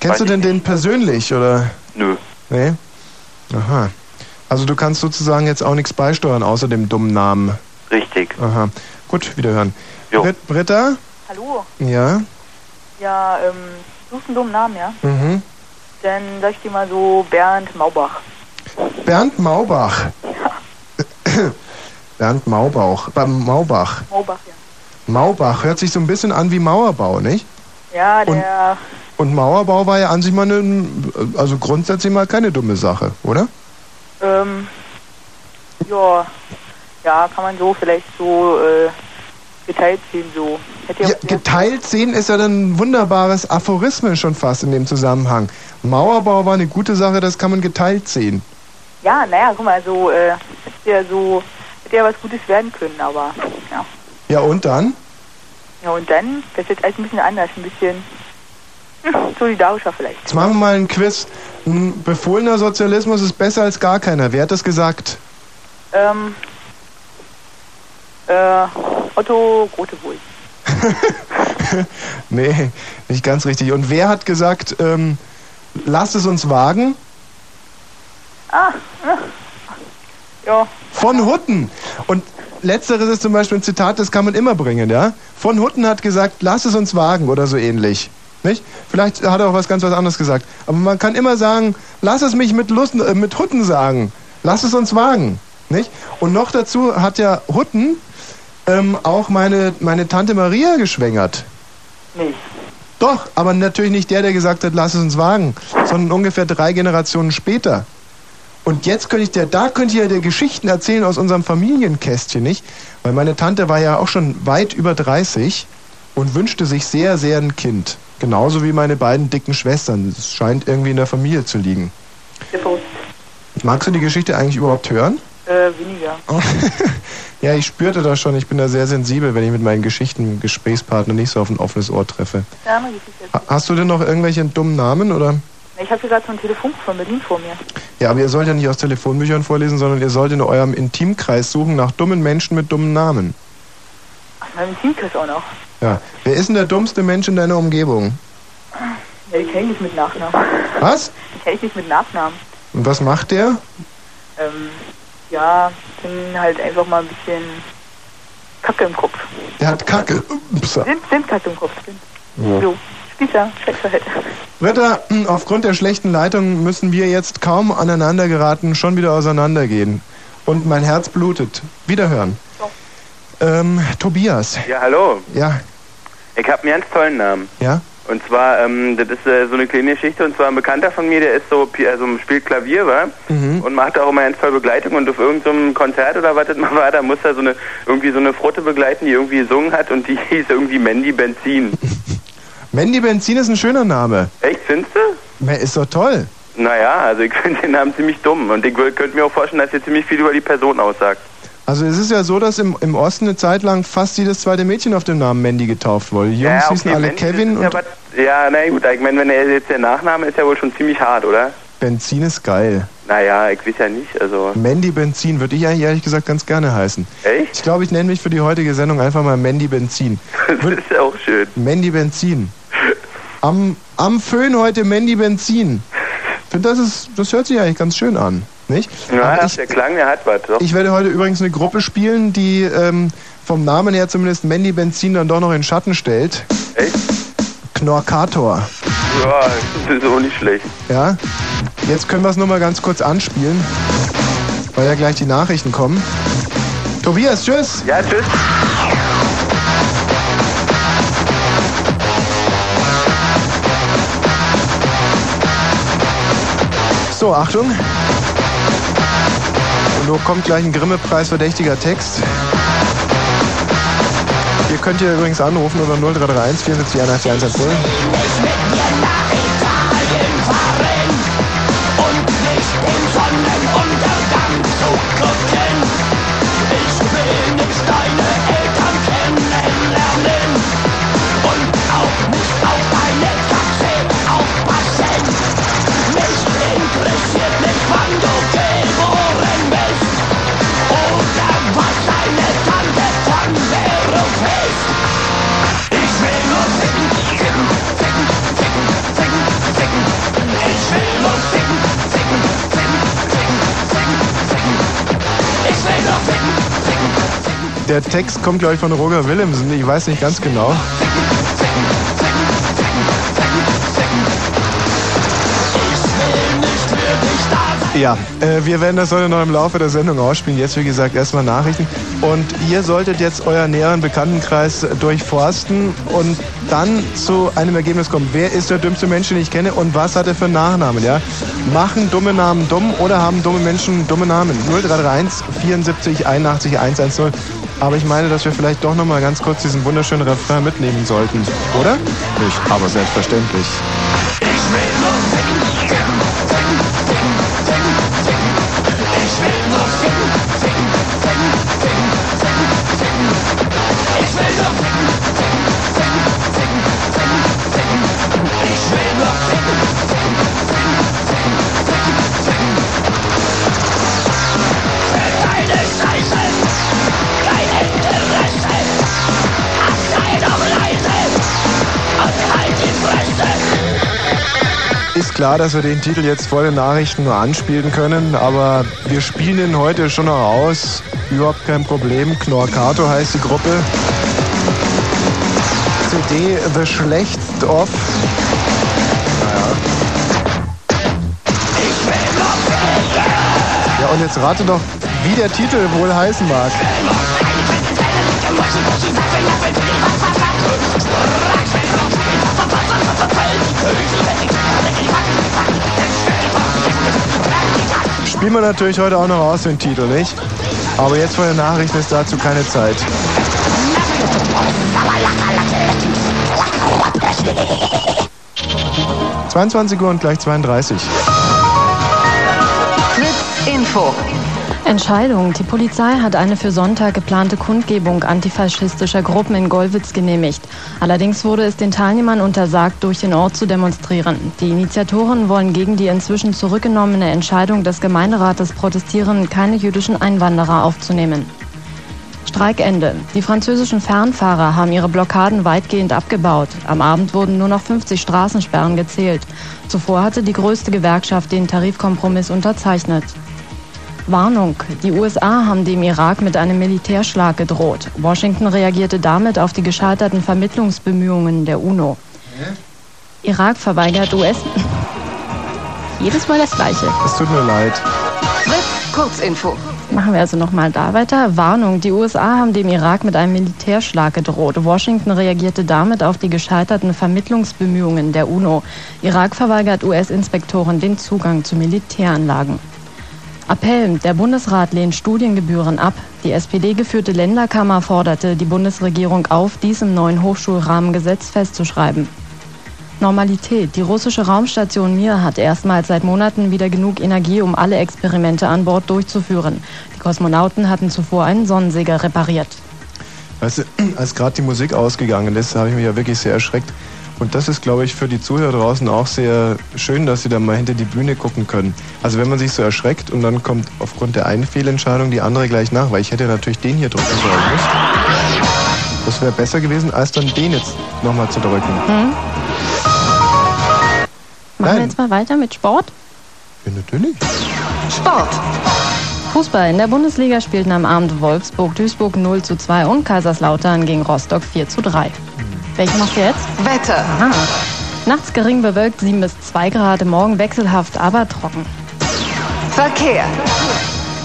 Speaker 1: Kennst du denn den persönlich, oder?
Speaker 9: Nö.
Speaker 1: Nee? Aha. Also du kannst sozusagen jetzt auch nichts beisteuern, außer dem dummen Namen.
Speaker 9: Richtig.
Speaker 1: Aha. Gut, wiederhören. Brit Britta?
Speaker 12: Hallo.
Speaker 1: Ja?
Speaker 12: Ja, ähm, du hast einen dummen Namen, ja?
Speaker 1: Mhm.
Speaker 12: Dann sag ich dir mal so Bernd Maubach.
Speaker 1: Bernd Maubach. Bernd Maubach. Ba- Maubach.
Speaker 12: Maubach, ja.
Speaker 1: Maubach hört sich so ein bisschen an wie Mauerbau, nicht?
Speaker 12: Ja, der.
Speaker 1: Und Mauerbau war ja an sich mal eine, also grundsätzlich mal keine dumme Sache, oder?
Speaker 12: Ähm, ja, ja, kann man so vielleicht so äh, geteilt sehen, so. Hätte ja,
Speaker 1: Ja, geteilt sehen ist ja dann ein wunderbares Aphorismen schon fast in dem Zusammenhang. Mauerbau war eine gute Sache, das kann man geteilt sehen.
Speaker 12: ja, naja, guck mal, so, äh, hätte ja so, hätte ja was Gutes werden können, aber ja.
Speaker 1: Ja, und dann?
Speaker 12: Ja, und dann, das ist jetzt alles ein bisschen anders, ein bisschen hm, solidarischer vielleicht.
Speaker 1: Jetzt machen wir mal ein Quiz. Ein befohlener Sozialismus ist besser als gar keiner. Wer hat das gesagt?
Speaker 12: Ähm, äh, Otto Grotewohl.
Speaker 1: nee, nicht ganz richtig. Und wer hat gesagt, ähm, lasst es uns wagen?
Speaker 12: Ah, ah, ja.
Speaker 1: Von Hutten. Und letzteres ist zum Beispiel ein Zitat, das kann man immer bringen, ja? Von Hutten hat gesagt, lass es uns wagen oder so ähnlich. Nicht? Vielleicht hat er auch was ganz was anderes gesagt. Aber man kann immer sagen, lass es mich mit, Lust, äh, mit Hutten sagen. Lass es uns wagen. Nicht? Und noch dazu hat ja Hutten ähm, auch meine, meine Tante Maria geschwängert.
Speaker 12: Nicht.
Speaker 1: Doch, aber natürlich nicht der, der gesagt hat, lass es uns wagen, sondern ungefähr drei Generationen später. Und jetzt könnte ich dir, da könnte ich ja dir Geschichten erzählen aus unserem Familienkästchen, nicht? Weil meine Tante war ja auch schon weit über 30 und wünschte sich sehr, sehr ein Kind. Genauso wie meine beiden dicken Schwestern. Das scheint irgendwie in der Familie zu liegen.
Speaker 12: Diffus.
Speaker 1: Magst du die Geschichte eigentlich überhaupt hören?
Speaker 12: Äh, weniger.
Speaker 1: Ja, ich spürte das schon. Ich bin da sehr sensibel, wenn ich mit meinen Geschichten Gesprächspartner nicht so auf ein offenes Ohr treffe.
Speaker 12: Keine Ahnung, wie viel jetzt.
Speaker 1: Ha- Hast du denn noch irgendwelche dummen Namen oder?
Speaker 12: Ich habe hier gerade so einen Telefonbuch von Berlin vor mir.
Speaker 1: Ja, aber ihr sollt ja nicht aus Telefonbüchern vorlesen, sondern ihr sollt in eurem Intimkreis suchen nach dummen Menschen mit dummen Namen.
Speaker 12: Aus meinem Teamkreis auch noch.
Speaker 1: Ja. Wer ist denn der dummste Mensch in deiner Umgebung?
Speaker 12: Ja, die kenne ich nicht mit Nachnamen.
Speaker 1: Was?
Speaker 12: Die kenne ich nicht mit Nachnamen.
Speaker 1: Und was macht der?
Speaker 12: Ähm, ja, sind halt einfach mal ein bisschen Kacke im Kopf.
Speaker 1: Der hat Kacke. Ups.
Speaker 12: Sind, sind Kacke im Kopf. Sind.
Speaker 1: Ja.
Speaker 12: So, Spießer, Schlechtverhält.
Speaker 1: Ritter, hm, aufgrund der schlechten Leitung müssen wir jetzt kaum aneinander geraten, schon wieder auseinandergehen. Und mein Herz blutet. Wiederhören. Ähm, Tobias.
Speaker 13: Ja, hallo.
Speaker 1: Ja,
Speaker 13: Ich habe einen ganz tollen Namen.
Speaker 1: ja.
Speaker 13: Und zwar, ähm, das ist äh, so eine kleine Geschichte. Und zwar ein Bekannter von mir, der ist so, Pi- also spielt Klavier, war
Speaker 1: Mhm.
Speaker 13: und macht auch immer ganz toll Begleitung. Und auf irgendeinem Konzert oder was das mal war, da muss er so eine irgendwie so eine Frotte begleiten, die irgendwie gesungen hat und die hieß irgendwie Mandy Benzin.
Speaker 1: Mandy Benzin ist ein schöner Name.
Speaker 13: Echt, findest du?
Speaker 1: Mer- Ist doch toll.
Speaker 13: Naja, also ich finde den Namen ziemlich dumm und ich wür- könnte mir auch vorstellen, dass ihr ziemlich viel über die Person aussagt.
Speaker 1: Also es ist ja so, dass im, im Osten eine Zeit lang fast jedes zweite Mädchen auf dem Namen Mandy getauft wurde. Die Jungs
Speaker 13: Ja,
Speaker 1: hießen
Speaker 13: okay,
Speaker 1: alle
Speaker 13: Mandy, das
Speaker 1: Kevin
Speaker 13: ist
Speaker 1: und
Speaker 13: ja, was, ja, na gut, ich meine, wenn er jetzt der Nachname ist, ja wohl schon ziemlich hart, oder?
Speaker 1: Benzin ist geil.
Speaker 13: Naja, ich weiß ja nicht, also.
Speaker 1: Mandy Benzin würde ich eigentlich ehrlich gesagt ganz gerne heißen.
Speaker 13: Echt?
Speaker 1: Ich glaube, ich nenne mich für die heutige Sendung einfach mal Mandy Benzin.
Speaker 13: Das ist ja auch schön.
Speaker 1: Mandy Benzin. Am, am Föhn heute Mandy Benzin. finde, das, ist, das hört sich eigentlich ganz schön an, nicht?
Speaker 13: Na, der Klang, der hat was. Doch.
Speaker 1: Ich werde heute übrigens eine Gruppe spielen, die ähm, vom Namen her zumindest Mandy Benzin dann doch noch in Schatten stellt.
Speaker 13: Echt?
Speaker 1: Knorkator.
Speaker 13: Ja, das ist auch nicht schlecht.
Speaker 1: Ja? Jetzt können wir es nur mal ganz kurz anspielen, weil ja gleich die Nachrichten kommen. Tobias, tschüss.
Speaker 13: Ja, tschüss.
Speaker 1: So, Achtung. Und da kommt gleich ein Grimme-Preis verdächtiger Text. Ihr könnt hier übrigens anrufen unter 0331 74 81 110. Der Text kommt, glaube ich, von Roger Willemsen. Ich weiß nicht ganz genau. Ja, äh, wir werden das heute noch im Laufe der Sendung ausspielen. Jetzt, wie gesagt, erstmal Nachrichten. Und ihr solltet jetzt euren näheren Bekanntenkreis äh, durchforsten und dann zu einem Ergebnis kommen. Wer ist der dümmste Mensch, den ich kenne und was hat er für einen Nachnamen? Ja? Machen dumme Namen dumm oder haben dumme Menschen dumme Namen? 0331 74 81 110. Aber ich meine, dass wir vielleicht doch nochmal ganz kurz diesen wunderschönen Refrain mitnehmen sollten, oder? Nicht, aber selbstverständlich. Ist klar, dass wir den Titel jetzt vor den Nachrichten nur anspielen können, aber wir spielen ihn heute schon noch aus. Überhaupt kein Problem. Knorkato heißt die Gruppe. CD The Schlecht Off. Naja. Ja, und jetzt rate doch, wie der Titel wohl heißen mag. Spielen wir natürlich heute auch noch aus den Titel, nicht? Aber jetzt vor den Nachrichten ist dazu keine Zeit.
Speaker 14: Thank
Speaker 1: 22 Uhr und gleich 32.
Speaker 15: Mit Info. Entscheidung. Die Polizei hat eine für Sonntag geplante Kundgebung antifaschistischer Gruppen in Gollwitz genehmigt. Allerdings wurde es den Teilnehmern untersagt, durch den Ort zu demonstrieren. Die Initiatoren wollen gegen die inzwischen zurückgenommene Entscheidung des Gemeinderates protestieren, keine jüdischen Einwanderer aufzunehmen. Streikende. Die französischen Fernfahrer haben ihre Blockaden weitgehend abgebaut. Am Abend wurden nur noch 50 Straßensperren gezählt. Zuvor hatte die größte Gewerkschaft den Tarifkompromiss unterzeichnet. Warnung. Die USA haben dem Irak mit einem Militärschlag gedroht. Washington reagierte damit auf die gescheiterten Vermittlungsbemühungen der UNO. Irak verweigert US. Jedes Mal das Gleiche.
Speaker 1: Es tut mir leid.
Speaker 15: Fritz, Kurzinfo. Machen wir also nochmal da weiter. Warnung, die USA haben dem Irak mit einem Militärschlag gedroht. Washington reagierte damit auf die gescheiterten Vermittlungsbemühungen der UNO. Irak verweigert US-Inspektoren den Zugang zu Militäranlagen. Appell, der Bundesrat lehnt Studiengebühren ab. Die SPD-geführte Länderkammer forderte die Bundesregierung auf, dies im neuen Hochschulrahmengesetz festzuschreiben. Normalität. Die russische Raumstation Mir hat erstmals seit Monaten wieder genug Energie, um alle Experimente an Bord durchzuführen. Die Kosmonauten hatten zuvor einen Sonnensäger repariert.
Speaker 1: Weißt du, als gerade die Musik ausgegangen ist, habe ich mich ja wirklich sehr erschreckt. Und das ist, glaube ich, für die Zuhörer draußen auch sehr schön, dass sie da mal hinter die Bühne gucken können. Also wenn man sich so erschreckt und dann kommt aufgrund der einen Fehlentscheidung die andere gleich nach, weil ich hätte natürlich den hier drücken sollen. Nicht? Das wäre besser gewesen, als dann den jetzt nochmal zu drücken.
Speaker 15: Hm? Machen wir
Speaker 1: Nein.
Speaker 15: jetzt mal weiter mit Sport.
Speaker 1: Ja, natürlich.
Speaker 15: Sport. Fußball. In der Bundesliga spielten am Abend Wolfsburg, Duisburg 0 zu 2 und Kaiserslautern gegen Rostock 4 zu 3. Welche macht ihr jetzt? Wetter. Aha. Nachts gering bewölkt 7 bis 2 Grad, morgen wechselhaft, aber trocken. Verkehr.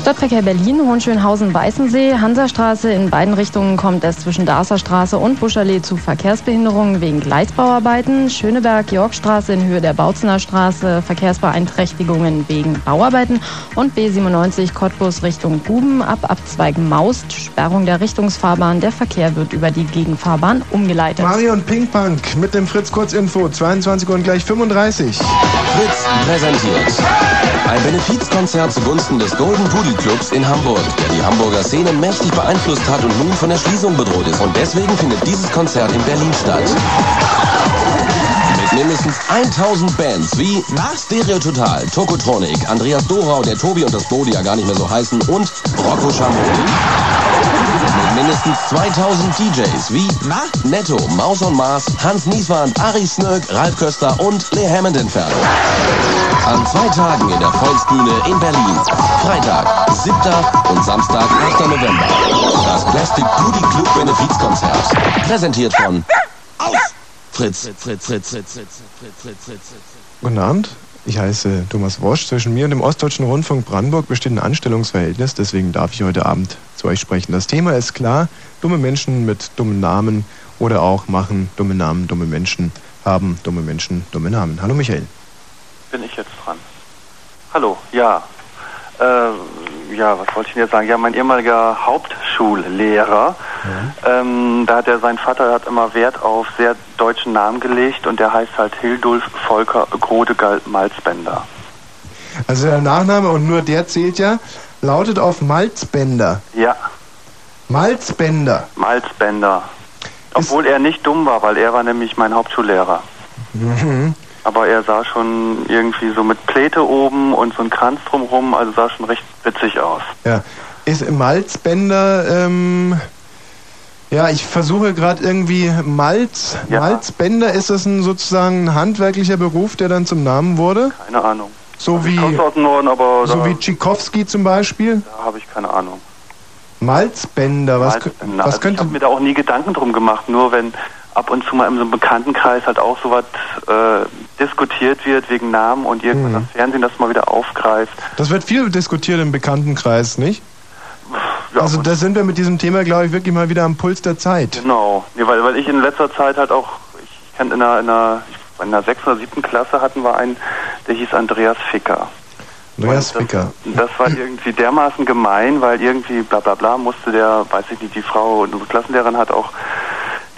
Speaker 15: Stadtverkehr Berlin, Hohenschönhausen-Weißensee, Hansastraße. In beiden Richtungen kommt es zwischen Darßer Straße und Buscherlee zu Verkehrsbehinderungen wegen Gleisbauarbeiten. Schöneberg, Yorkstraße in Höhe der Bautzener Straße, Verkehrsbeeinträchtigungen wegen Bauarbeiten. Und B97 Cottbus Richtung Guben ab Abzweig Maust, Sperrung der Richtungsfahrbahn. Der Verkehr wird über die Gegenfahrbahn umgeleitet.
Speaker 1: Marion Pinkpunk mit dem Fritz Kurz Info, 22 und gleich 35.
Speaker 16: Fritz präsentiert ein Benefizkonzert zugunsten des Golden Pudel Clubs in Hamburg, der die Hamburger Szene mächtig beeinflusst hat und nun von der Schließung bedroht ist. Und deswegen findet dieses Konzert in Berlin statt. Mit mindestens 1000 Bands wie Stereo Total, Tokotronic, Andreas Dorau, der Tobi und das Bodi ja gar nicht mehr so heißen und Rocco Schamoni. Mit mindestens 2000 DJs wie Netto, Maus und Mars, Hans Nieswand, Ari Snöck, Ralf Köster und Lee Hammond Inferno. An zwei Tagen in der Volksbühne in Berlin. Freitag, 7. und Samstag, 8. November. Das Plastic Beauty Club Benefizkonzert. Präsentiert von Fritz. Fritz, Fritz, Fritz, Fritz, Fritz, Fritz, Fritz, Fritz.
Speaker 17: Guten Abend. Ich heiße Thomas Worsch. Zwischen mir und dem Ostdeutschen Rundfunk Brandenburg besteht ein Anstellungsverhältnis, deswegen darf ich heute Abend zu euch sprechen. Das Thema ist klar, dumme Menschen mit dummen Namen oder auch machen dumme Namen, dumme Menschen haben dumme Menschen, dumme Namen. Hallo Michael.
Speaker 18: Bin ich jetzt dran? Hallo, ja. Äh, ja, was wollte ich denn jetzt sagen? Ja, mein ehemaliger Hauptschullehrer, ähm, da hat er, sein Vater hat immer Wert auf sehr deutschen Namen gelegt und der heißt halt Hildulf Volker Grodegald Malzbender.
Speaker 1: Also der Nachname und nur der zählt ja, lautet auf Malzbänder.
Speaker 18: Ja,
Speaker 1: Malzbänder.
Speaker 18: Malzbender. Obwohl er nicht dumm war, weil er war nämlich mein Hauptschullehrer.
Speaker 1: Mhm.
Speaker 18: Aber er sah schon irgendwie so mit Pläte oben und so ein Kranz drumrum, also sah schon recht witzig aus.
Speaker 1: Ja. Ist Malzbänder, ähm, ja, ich versuche gerade irgendwie Malz. Malzbänder, ist das ein, sozusagen ein handwerklicher Beruf, der dann zum Namen wurde?
Speaker 18: Keine Ahnung.
Speaker 1: So wie,
Speaker 18: Kommt aus dem Norden, aber
Speaker 1: so
Speaker 18: da,
Speaker 1: wie Tschikowski zum Beispiel?
Speaker 18: da habe ich keine Ahnung.
Speaker 1: Malzbänder, was, kö-
Speaker 18: Na,
Speaker 1: was
Speaker 18: also ich
Speaker 1: könnte
Speaker 18: habe mir da auch nie Gedanken drum gemacht, nur wenn ab und zu mal in so einem Bekanntenkreis halt auch sowas äh, diskutiert wird wegen Namen und
Speaker 1: Mhm.
Speaker 18: irgendwann das Fernsehen das mal wieder aufgreift.
Speaker 1: Das wird viel diskutiert im Bekanntenkreis, nicht? also da sind wir mit diesem Thema, glaube ich, wirklich mal wieder am Puls der Zeit.
Speaker 18: Genau, nee, weil, weil ich in letzter Zeit halt auch, ich kann in einer, in einer, in einer 6. oder 7. Klasse hatten wir einen, der hieß Andreas Ficker.
Speaker 1: Andreas Ficker.
Speaker 18: Und Das war irgendwie dermaßen gemein, weil irgendwie bla bla bla musste der, weiß ich nicht, die Frau, eine Klassenlehrerin hat auch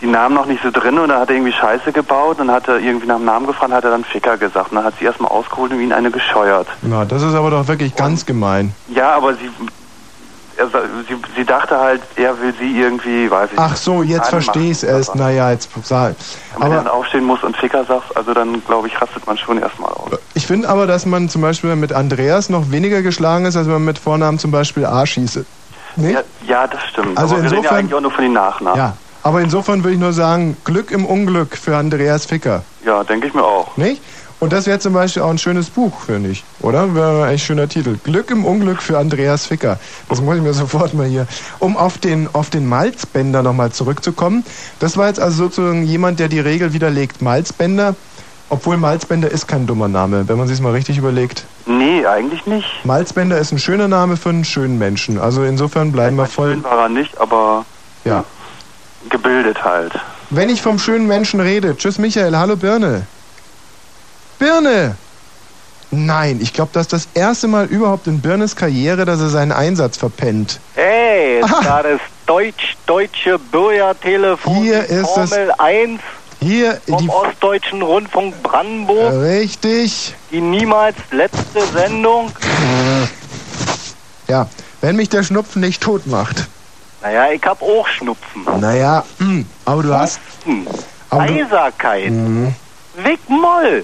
Speaker 18: die Namen noch nicht so drin und da hat er irgendwie Scheiße gebaut und hat er irgendwie nach dem Namen gefragt, hat er dann Ficker gesagt und dann hat sie erstmal ausgeholt und ihn eine gescheuert.
Speaker 1: Na, das ist aber doch wirklich ganz gemein.
Speaker 18: Ja, aber sie, er, sa- sie, sie dachte halt, er will sie irgendwie, weiß ich
Speaker 1: Ach so, jetzt
Speaker 18: anmachen.
Speaker 1: verstehe ich es erst. Naja, jetzt. sah-
Speaker 18: Wenn man
Speaker 1: Aber
Speaker 18: dann aufstehen muss und Ficker sagt, also dann glaube ich, rastet man schon erstmal aus.
Speaker 1: ich finde aber, dass man zum Beispiel mit Andreas noch weniger geschlagen ist, als wenn man mit Vornamen zum Beispiel A schieße.
Speaker 18: Ja, Ah. ja, das stimmt.
Speaker 1: Also
Speaker 18: Aber wir reden ja
Speaker 1: insofern-
Speaker 18: eigentlich auch nur von den Nachnamen.
Speaker 1: Ja. Aber insofern würde ich nur sagen, Glück im Unglück für Andreas Ficker.
Speaker 18: ja denke ich mir auch.
Speaker 1: Nicht? Und das wäre zum Beispiel auch ein schönes Buch, finde ich. Oder? Wäre eigentlich ein schöner Titel. Glück im Unglück für Andreas Ficker. Das muss ich mir sofort mal hier. Um auf den, auf den Malzbänder nochmal zurückzukommen. Das war jetzt also sozusagen jemand, der die Regel widerlegt. Malzbänder, obwohl Malzbänder ist kein dummer Name, wenn man sich mal richtig überlegt.
Speaker 18: Nee, eigentlich nicht.
Speaker 1: Malzbänder ist ein schöner Name für einen schönen Menschen. Also insofern bleiben wir voll.
Speaker 18: Schön war er nicht, aber
Speaker 1: Ja.
Speaker 18: gebildet halt.
Speaker 1: Wenn ich vom schönen Menschen rede. Tschüss Michael, hallo Birne. Birne! Nein, ich glaube, das ist das erste Mal überhaupt in Birnes Karriere, dass er seinen Einsatz verpennt.
Speaker 19: Hey, es war das deutsch-deutsche Bürgertelefon
Speaker 1: Hier ist es-
Speaker 19: Formel 1
Speaker 1: Hier
Speaker 19: vom Ostdeutschen Rundfunk Brandenburg.
Speaker 1: Richtig.
Speaker 19: Die niemals letzte Sendung.
Speaker 1: Ja, wenn mich der Schnupfen nicht tot macht.
Speaker 19: Naja, ich hab auch Schnupfen. Hm.
Speaker 1: Naja, hm, aber du hast. Aber du,
Speaker 19: Eiserkeit.
Speaker 1: Mhm.
Speaker 19: Wick Moll.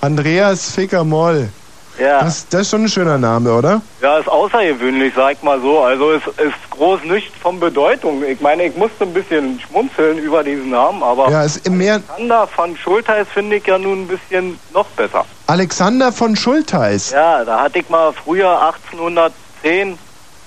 Speaker 1: Andreas Ficker Moll.
Speaker 19: Ja.
Speaker 1: Das, das ist schon ein schöner Name, oder?
Speaker 19: Ja, ist außergewöhnlich, sag ich mal so. Also es ist groß nichts von Bedeutung. Ich meine, ich musste ein bisschen schmunzeln über diesen Namen, aber
Speaker 1: Ja, ist im Meer
Speaker 19: Alexander van Schulteis finde ich ja nun ein bisschen noch besser.
Speaker 1: Alexander von Schulteis.
Speaker 19: Ja, da hatte ich mal früher 1810,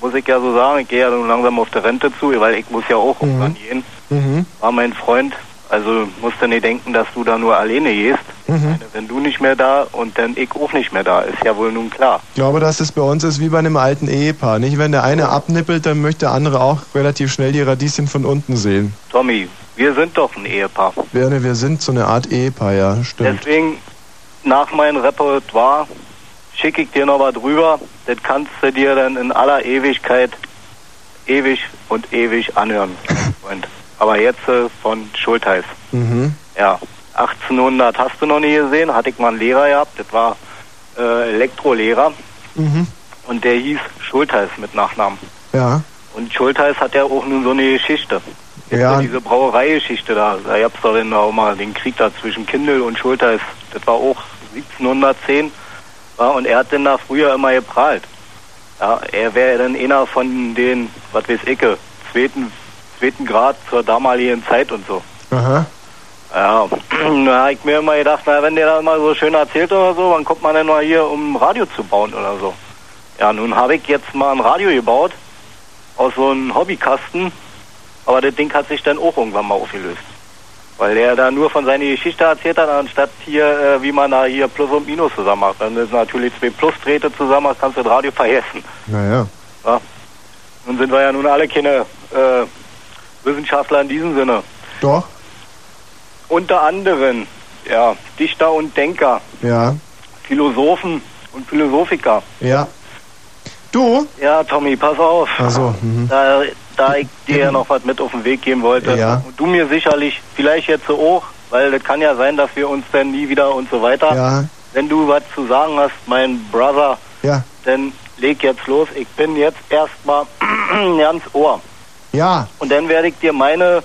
Speaker 19: muss ich ja so sagen, ich gehe ja nun langsam auf die Rente zu, weil ich muss ja auch
Speaker 1: Mhm.
Speaker 19: irgendwann gehen,
Speaker 1: Mhm.
Speaker 19: war mein Freund. Also musst du nicht denken, dass du da nur alleine gehst,
Speaker 1: Mhm.
Speaker 19: wenn du nicht mehr da und dann ich auch nicht mehr da, ist ja wohl nun klar.
Speaker 1: Ich glaube, dass es bei uns ist wie bei einem alten Ehepaar. Nicht, wenn der eine abnippelt, dann möchte der andere auch relativ schnell die Radieschen von unten sehen.
Speaker 19: Tommy, wir sind doch ein Ehepaar.
Speaker 1: Berne, wir sind so eine Art Ehepaar, ja, stimmt.
Speaker 19: Deswegen, nach meinem Repertoire schicke ich dir noch was drüber. Das kannst du dir dann in aller Ewigkeit ewig und ewig anhören. mein Freund. Aber jetzt äh, von Schultheiß.
Speaker 1: Mhm.
Speaker 19: Ja, 1800 hast du noch nie gesehen, hatte ich mal einen Lehrer gehabt, das war äh, Elektrolehrer
Speaker 1: Mhm.
Speaker 19: und der hieß Schultheiß mit Nachnamen.
Speaker 1: Ja.
Speaker 19: Und Schultheiß hat ja auch nun so eine Geschichte.
Speaker 1: Ja.
Speaker 19: Diese Brauereigeschichte da, da gab's doch dann auch mal den Krieg da zwischen Kindel und Schulteis. Das war auch 1710. Ja, und er hat denn da früher immer geprahlt. Ja, er wäre dann einer von den, was weiß ich, äh, zweiten, zweiten Grad zur damaligen Zeit und so.
Speaker 20: Uh-huh.
Speaker 1: Aha.
Speaker 19: Ja, da hab ich mir immer gedacht, na, wenn der da mal so schön erzählt oder so, wann kommt man denn mal hier, um ein Radio zu bauen oder so? Ja, nun habe ich jetzt mal ein Radio gebaut aus so einem Hobbykasten, aber das Ding hat sich dann auch irgendwann mal aufgelöst. Weil der da nur von seiner Geschichte erzählt hat, anstatt hier, äh, wie man da hier Plus und Minus zusammen macht. Wenn du natürlich zwei Plus-Drähte zusammen machst, kannst du das Radio vergessen.
Speaker 1: Naja.
Speaker 19: Ja. Nun sind wir ja nun alle keine äh, Wissenschaftler in diesem Sinne.
Speaker 1: Doch.
Speaker 19: Unter anderem, ja, Dichter und Denker,
Speaker 1: Ja.
Speaker 19: Philosophen und Philosophiker.
Speaker 1: Ja. Du?
Speaker 19: Ja, Tommy, pass auf.
Speaker 1: Also, mhm.
Speaker 19: Da, da ich dir ja noch was mit auf den Weg geben wollte.
Speaker 1: Ja.
Speaker 19: Und du mir sicherlich, vielleicht jetzt so auch, weil das kann ja sein, dass wir uns dann nie wieder und so weiter.
Speaker 1: Ja.
Speaker 19: Wenn du was zu sagen hast, mein Brother,
Speaker 1: Ja.
Speaker 19: dann leg jetzt los. Ich bin jetzt erstmal ganz Ohr.
Speaker 1: Ja.
Speaker 19: Und dann werde ich dir meine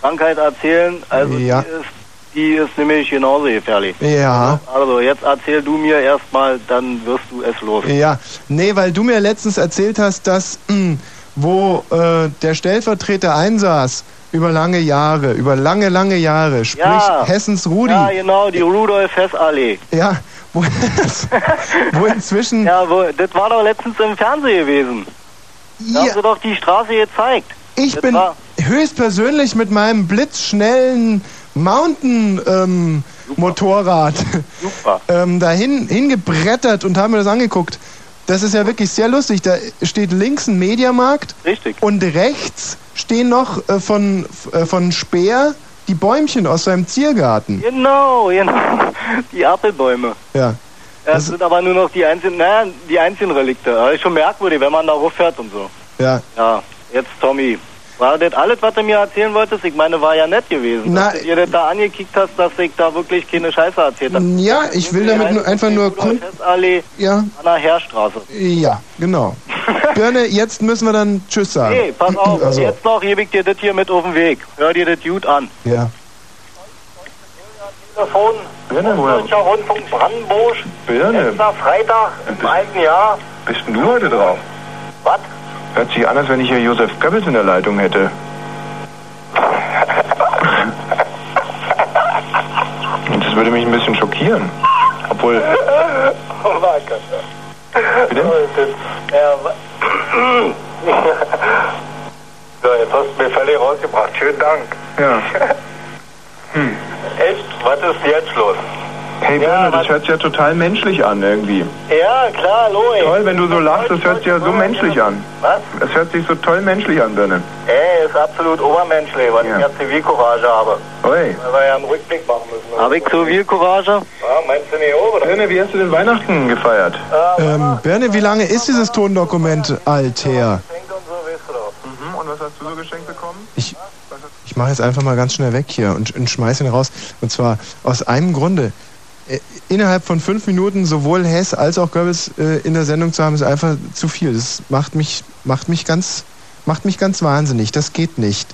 Speaker 19: Krankheit erzählen. Also
Speaker 1: Ja.
Speaker 19: die, ist, die ist nämlich genauso gefährlich.
Speaker 1: Ja.
Speaker 19: Also jetzt erzähl du mir erstmal, dann wirst du es los.
Speaker 1: Ja, nee, weil du mir letztens erzählt hast, dass mh, wo äh, der Stellvertreter einsaß über lange Jahre, über lange, lange Jahre, sprich
Speaker 19: Ja.
Speaker 1: Hessens Rudi,
Speaker 19: Ja, genau, die Rudolf Hess Allee.
Speaker 1: Ja, wo, wo inzwischen.
Speaker 19: Ja, wo, das war doch letztens im Fernsehen gewesen. Da haben sie doch die Straße gezeigt.
Speaker 1: Ich
Speaker 19: das
Speaker 1: bin
Speaker 19: War,
Speaker 1: höchstpersönlich mit meinem blitzschnellen Mountain-Motorrad ähm, dahin hingebrettert und haben mir das angeguckt. Das ist ja wirklich sehr lustig. Da steht links ein Mediamarkt
Speaker 19: Richtig.
Speaker 1: und rechts stehen noch äh, von, f- äh, von Speer die Bäumchen aus seinem Ziergarten.
Speaker 19: genau, genau. Die Apfelbäume.
Speaker 1: Ja.
Speaker 19: Ja, Das sind aber nur noch die einzigen, naja, die einzigen Relikte. Aber ist schon merkwürdig, wenn man da rauffährt und so.
Speaker 1: Ja.
Speaker 19: Ja, jetzt Tommy. War das alles, was du mir erzählen wolltest? Ich meine, war ja nett gewesen.
Speaker 1: Na,
Speaker 19: dass du dir das da angekickt hast, dass ich da wirklich keine Scheiße erzählt habe.
Speaker 1: Ja, ich will
Speaker 19: also
Speaker 1: damit nur einfach nur kund-
Speaker 19: Allee
Speaker 1: Ja.
Speaker 19: an der Heerstraße.
Speaker 1: Ja, genau. Birne, jetzt müssen wir dann Tschüss sagen.
Speaker 19: Hey, pass auf,
Speaker 1: Also,
Speaker 19: jetzt noch gebe ich dir das hier mit auf den Weg. Hör dir das gut an.
Speaker 1: Ja.
Speaker 19: Telefon, Ostdeutscher Rundfunk Brandenburg,
Speaker 16: Birne.
Speaker 19: letzter Freitag im alten Jahr.
Speaker 16: Bist denn du heute drauf?
Speaker 19: Was?
Speaker 16: Hört sich an, als wenn ich hier Josef Goebbels in der Leitung hätte. Und das würde mich ein bisschen schockieren. Obwohl,
Speaker 19: Oh mein Gott. Bitte? Ja, wa- so, jetzt hast du mir völlig rausgebracht. Schönen Dank.
Speaker 16: ja.
Speaker 19: Echt? Was ist jetzt los?
Speaker 16: Hey Birne, das hört sich ja total menschlich an irgendwie.
Speaker 19: Ja, klar, Louis.
Speaker 16: Toll, wenn du so lachst, das hört sich ja so menschlich an.
Speaker 19: Was?
Speaker 16: Es hört sich so toll menschlich an, Birne.
Speaker 19: Ey, ist absolut obermenschlich, was ich ja Zivilcourage habe. Weil
Speaker 16: Oi.
Speaker 19: wir ja einen Rückblick machen müssen. Habe ich Zivilcourage? Ja, meinst du nicht auch, oder?
Speaker 16: Birne, wie hast du denn Weihnachten gefeiert?
Speaker 1: Ähm, Birne, wie lange ist dieses Tondokument alt her?
Speaker 16: Mhm, und was hast du so geschenkt bekommen?
Speaker 1: Ich, ich mache jetzt einfach mal ganz schnell weg hier und, und schmeiße ihn raus. Und zwar aus einem Grunde. Äh, Innerhalb von fünf Minuten sowohl Hess als auch Goebbels äh, in der Sendung zu haben, ist einfach zu viel. Das macht mich, macht mich, ganz, macht mich ganz wahnsinnig. Das geht nicht.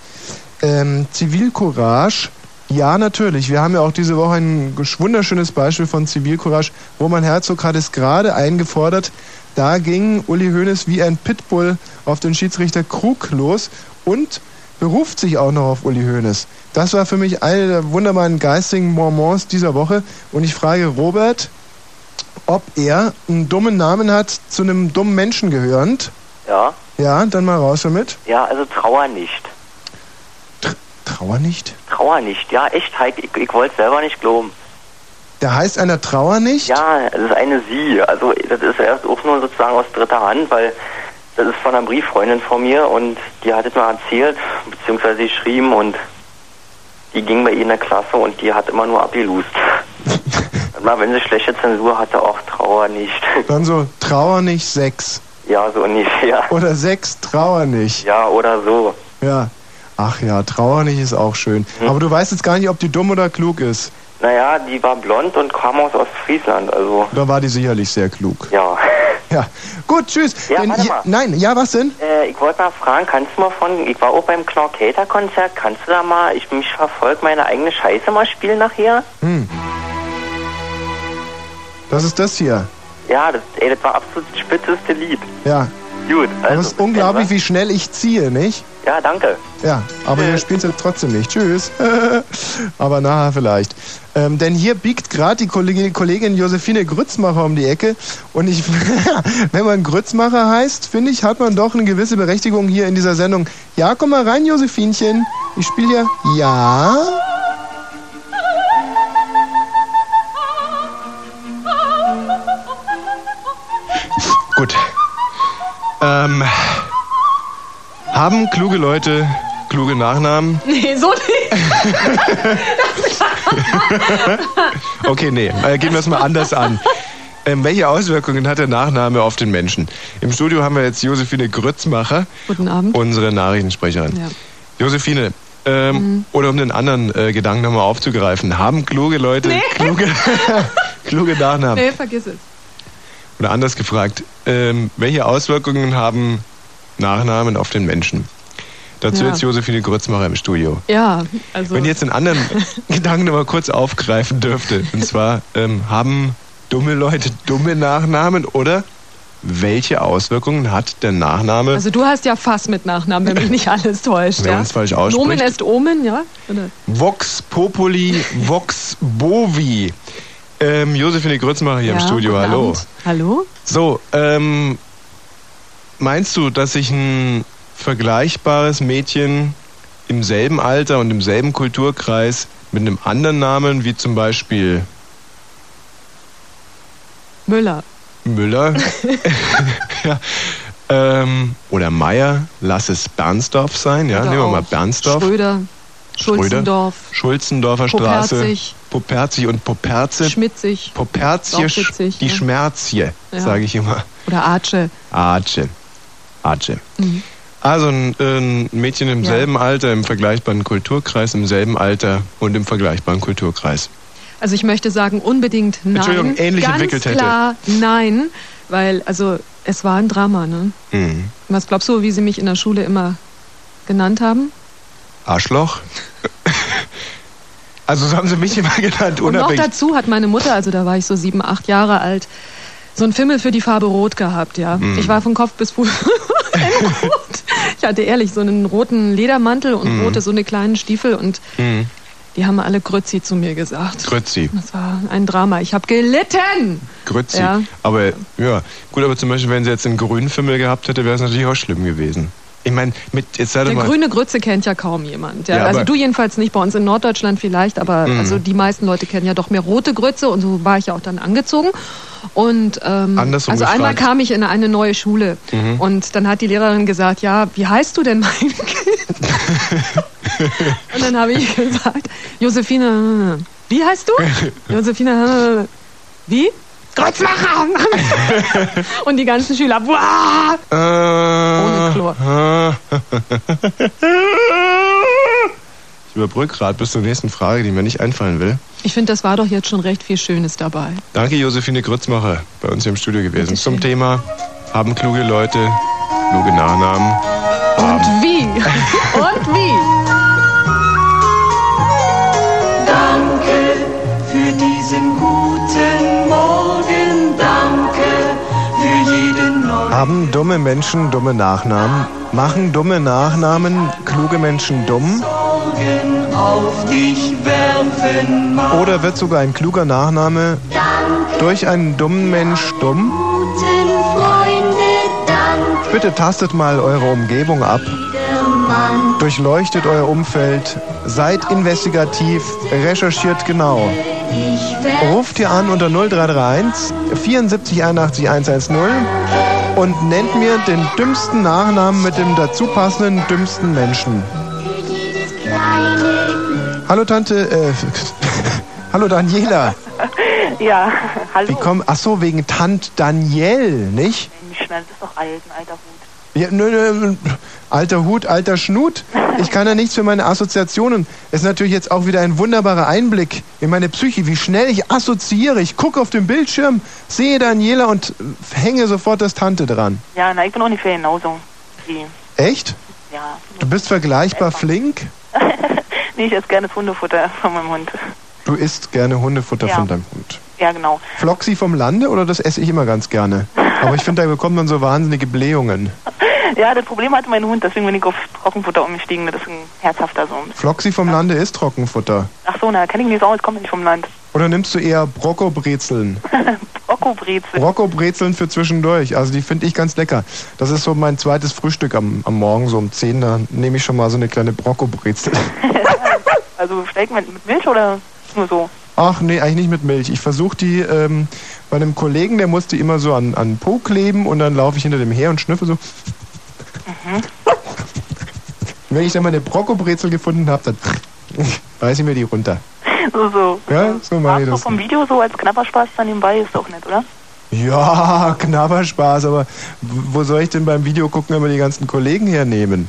Speaker 1: Ähm, Zivilcourage
Speaker 21: Ja, natürlich. Wir haben ja auch diese Woche ein gesch- wunderschönes Beispiel von Zivilcourage. Roman Herzog hat es gerade eingefordert. Da ging Uli Hoeneß wie ein Pitbull auf den Schiedsrichter Krug los und beruft sich auch noch auf Uli Hoeneß. Das war für mich eine der wunderbaren geistigen Mormons dieser Woche. Und ich frage Robert, ob er einen dummen Namen hat, zu einem dummen Menschen gehörend.
Speaker 9: Ja,
Speaker 21: Ja, dann mal raus damit.
Speaker 9: ja, also Trauer nicht.
Speaker 21: Trauer nicht?
Speaker 9: Trauer nicht, ja, echt, Heike, ich, ich wollte es selber nicht glauben.
Speaker 21: Da heißt einer Trauer nicht?
Speaker 9: Ja, das ist eine Sie. Also das ist erst auch nur sozusagen aus dritter Hand, weil das ist von einer Brieffreundin von mir und die hat es mal erzählt, beziehungsweise geschrieben und die ging bei ihr in der Klasse und die hat immer nur abgelust. Immer wenn sie schlechte Zensur hatte, auch Trauer nicht.
Speaker 21: Dann so, Trauer nicht sechs.
Speaker 9: Ja, so ungefähr.
Speaker 21: Oder sechs, Trauer nicht.
Speaker 9: Ja, oder so.
Speaker 21: Ja. Ach ja, Trauer nicht ist auch schön.
Speaker 9: Hm.
Speaker 21: Aber du weißt jetzt gar nicht, ob die dumm oder klug ist.
Speaker 9: Naja, die war blond und kam aus Ostfriesland, also
Speaker 21: Da war die sicherlich sehr klug.
Speaker 9: ja.
Speaker 21: Ja. Gut, tschüss.
Speaker 9: Ja,
Speaker 21: Denn
Speaker 9: warte
Speaker 21: hier-
Speaker 9: mal.
Speaker 21: nein, ja, was denn?
Speaker 9: Äh, ich wollte mal fragen, kannst du mal von, ich war auch beim Knorr-Kater-Konzert, kannst du da mal, ich mich verfolgt, meine eigene Scheiße mal spielen nachher?
Speaker 21: Hm. Das ist das hier.
Speaker 9: Ja, das, ey, das war absolut das spitzeste Lied.
Speaker 21: Ja.
Speaker 9: Gut, also,
Speaker 21: das ist unglaublich, wie schnell ich ziehe, nicht?
Speaker 9: Ja, danke.
Speaker 21: Ja, aber wir spielen es jetzt trotzdem nicht. Tschüss. aber nachher vielleicht. Ähm, denn hier biegt gerade die Kollegin, Kollegin Josephine Grützmacher um die Ecke. Und ich, wenn man Grützmacher heißt, finde ich, hat man doch eine gewisse Berechtigung hier in dieser Sendung. Ja, komm mal rein, Josephinchen. Ich spiele hier. Ja.
Speaker 1: Gut. Ähm, haben kluge Leute kluge Nachnamen?
Speaker 22: Nee, so nicht.
Speaker 1: Okay, nee, äh, gehen wir es mal anders an. Ähm, welche Auswirkungen hat der Nachname auf den Menschen? Im Studio haben wir jetzt Josephine Grützmacher,
Speaker 22: Guten Abend.
Speaker 1: unsere Nachrichtensprecherin.
Speaker 22: Ja. Mhm.
Speaker 1: Josephine, ähm, oder um den anderen äh, Gedanken nochmal aufzugreifen, haben kluge Leute
Speaker 22: Nee.
Speaker 1: kluge, kluge Nachnamen?
Speaker 22: Nee, vergiss es.
Speaker 1: Oder anders gefragt, ähm, welche Auswirkungen haben Nachnamen auf den Menschen? Dazu
Speaker 22: Ja.
Speaker 1: jetzt Josephine Grützmacher im Studio.
Speaker 22: Ja, also.
Speaker 1: Wenn ihr jetzt den anderen Gedanken nochmal kurz aufgreifen dürfte, und zwar, ähm, haben dumme Leute dumme Nachnamen oder welche Auswirkungen hat der Nachname,
Speaker 22: also du hast ja Fass mit Nachnamen, wenn mich nicht alles täuscht.
Speaker 1: äh, Wenn
Speaker 22: ja?
Speaker 1: man es falsch ausspricht.
Speaker 22: Nomen ist Omen, ja? Oder?
Speaker 1: Vox Populi, Vox Bovi? Ähm, Josephine Grützmacher hier im
Speaker 22: Ja,
Speaker 1: Studio,
Speaker 22: guten
Speaker 1: hallo.
Speaker 22: Abend. Hallo?
Speaker 1: So, ähm, meinst du, dass sich ein vergleichbares Mädchen im selben Alter und im selben Kulturkreis mit einem anderen Namen, wie zum Beispiel
Speaker 22: Müller.
Speaker 1: Müller ja, ähm, oder Meier, lass es Bernsdorf sein, ja,
Speaker 22: Oder
Speaker 1: nehmen wir
Speaker 22: auch
Speaker 1: mal Bernsdorf.
Speaker 22: Schröder.
Speaker 1: Schröder,
Speaker 22: Schulzendorf.
Speaker 1: Schulzendorfer Straße.
Speaker 22: Poperzig.
Speaker 1: Poperzig und Poperze.
Speaker 22: Schmitzig.
Speaker 1: Poperzie,
Speaker 22: Ist auch witzig,
Speaker 1: die
Speaker 22: ja.
Speaker 1: Schmerzie,
Speaker 22: Ja.
Speaker 1: sage ich immer.
Speaker 22: Oder Arce.
Speaker 1: Arce. Arce.
Speaker 22: Mhm.
Speaker 1: Also ein, ein Mädchen im
Speaker 22: Ja.
Speaker 1: selben Alter, im vergleichbaren Kulturkreis, im selben Alter und im vergleichbaren Kulturkreis.
Speaker 22: Also ich möchte sagen, unbedingt nein.
Speaker 1: Entschuldigung, ähnlich
Speaker 22: Ganz
Speaker 1: entwickelt hätte.
Speaker 22: klar nein, weil, also, es war ein Drama, ne?
Speaker 1: Mhm.
Speaker 22: Was glaubst du, wie sie mich in der Schule immer genannt haben?
Speaker 1: Arschloch. also so haben sie mich immer genannt,
Speaker 22: Und noch
Speaker 1: unabhängig.
Speaker 22: dazu hat meine Mutter, also da war ich so sieben, acht Jahre alt, so einen Fimmel für die Farbe Rot gehabt, ja.
Speaker 1: Mhm.
Speaker 22: Ich war von Kopf bis Fuß in Rot. Ich hatte ehrlich so einen roten Ledermantel und
Speaker 1: Mhm.
Speaker 22: rote so eine kleinen Stiefel und
Speaker 1: Mhm.
Speaker 22: die haben alle Grützi zu mir gesagt.
Speaker 1: Grützi.
Speaker 22: Das war ein Drama. Ich habe gelitten.
Speaker 1: Grützi.
Speaker 22: Ja.
Speaker 1: Aber ja, gut, aber zum Beispiel, wenn sie jetzt einen grünen Fimmel gehabt hätte, wäre es natürlich auch schlimm gewesen. Ich meine, mit jetzt sei doch
Speaker 22: Der
Speaker 1: mal.
Speaker 22: grüne Grütze kennt ja kaum jemand. Ja?
Speaker 1: Ja,
Speaker 22: also
Speaker 1: aber-
Speaker 22: du jedenfalls nicht, bei uns in Norddeutschland vielleicht, aber
Speaker 1: Mhm.
Speaker 22: also die meisten Leute kennen ja doch mehr rote Grütze und so war ich ja auch dann angezogen. Und ähm,
Speaker 1: Andersrum
Speaker 22: also einmal
Speaker 1: gefragt.
Speaker 22: kam ich in eine neue Schule
Speaker 1: Mhm.
Speaker 22: und dann hat die Lehrerin gesagt, ja, wie heißt du denn mein Kind? und dann habe ich gesagt, Josephine, wie heißt du? Josephine, wie? Grützmacher! und die ganzen Schüler, wow!
Speaker 1: Äh, Ohne
Speaker 22: Chlor.
Speaker 1: Ich überbrücke gerade bis zur nächsten Frage, die mir nicht einfallen will.
Speaker 22: Ich finde, das war doch jetzt schon recht viel Schönes dabei.
Speaker 1: Danke, Josephine Grützmacher, bei uns hier im Studio gewesen. Zum Thema haben kluge Leute kluge Nachnamen.
Speaker 22: Und wie? Und wie?
Speaker 23: diesem guten Morgen danke für jeden neuen.
Speaker 1: Haben dumme Menschen dumme Nachnamen? Machen dumme Nachnamen kluge Menschen dumm?
Speaker 23: Morgen auf dich werfen mag.
Speaker 1: Oder wird sogar ein kluger Nachname durch einen dummen Mensch dumm?
Speaker 23: Guten Freunde, danke
Speaker 1: Bitte tastet mal eure Umgebung ab.
Speaker 23: Mann.
Speaker 1: Durchleuchtet euer Umfeld. Seid investigativ. Recherchiert genau. Ruft hier an unter 0331 74 81 110 und nennt mir den dümmsten Nachnamen mit dem dazu passenden dümmsten Menschen. Hallo Tante, äh, hallo Daniela.
Speaker 24: ja,
Speaker 1: Wie
Speaker 24: hallo.
Speaker 1: komm, ach so, wegen Tant Danielle, nicht?
Speaker 24: Mensch, das ist doch alt, ein alter Hut.
Speaker 1: Ja, nö, nö, alter Hut, alter Schnut. Ich kann ja nichts für meine Assoziationen. Ist natürlich jetzt auch wieder ein wunderbarer Einblick in meine Psyche, wie schnell ich assoziiere. Ich gucke auf den Bildschirm, sehe Daniela und hänge sofort das Tante dran.
Speaker 24: Ja, na, ich bin ungefähr genauso. Wie,
Speaker 1: Echt?
Speaker 24: ja.
Speaker 1: Du bist vergleichbar flink?
Speaker 24: Nee, ich esse gerne das Hundefutter von meinem Hund.
Speaker 1: Du isst gerne Hundefutter
Speaker 24: Ja.
Speaker 1: von deinem Hund.
Speaker 24: Ja, genau.
Speaker 1: Floxy vom Lande oder das esse ich immer ganz gerne? Aber ich finde, da bekommt man so wahnsinnige Blähungen.
Speaker 24: Ja, das Problem hatte mein Hund, deswegen bin ich auf Trockenfutter umgestiegen. Das ist ein herzhafter Sohn.
Speaker 1: Floxy vom Lande ist Trockenfutter.
Speaker 24: Ach so, na, kenne ich nicht so aus, komme nicht vom Land.
Speaker 1: Oder nimmst du eher Brokkobrezeln?
Speaker 24: Brokkobrezel.
Speaker 1: Brokkobrezeln für zwischendurch. Also die finde ich ganz lecker. Das ist so mein zweites Frühstück am, am Morgen, so um 10. Da nehme ich schon mal so eine kleine Brokkobrezel.
Speaker 24: Also Steak mit, mit Milch oder nur so?
Speaker 1: Ach nee, eigentlich nicht mit Milch. Ich versuche die ähm, bei einem Kollegen, der musste immer so an, an Po kleben und dann laufe ich hinter dem her und schnüffe so.
Speaker 19: Hm?
Speaker 1: Wenn ich dann mal eine Brokkobrezel gefunden habe, dann reiße ich mir die runter.
Speaker 24: So, so.
Speaker 1: Ja, so mache ich
Speaker 24: So
Speaker 1: das.
Speaker 24: vom Video so als knapper Spaß dann nebenbei ist doch nett, oder?
Speaker 1: Ja, knapper Spaß, aber w- wo soll ich denn beim Video gucken, wenn wir die ganzen Kollegen hernehmen?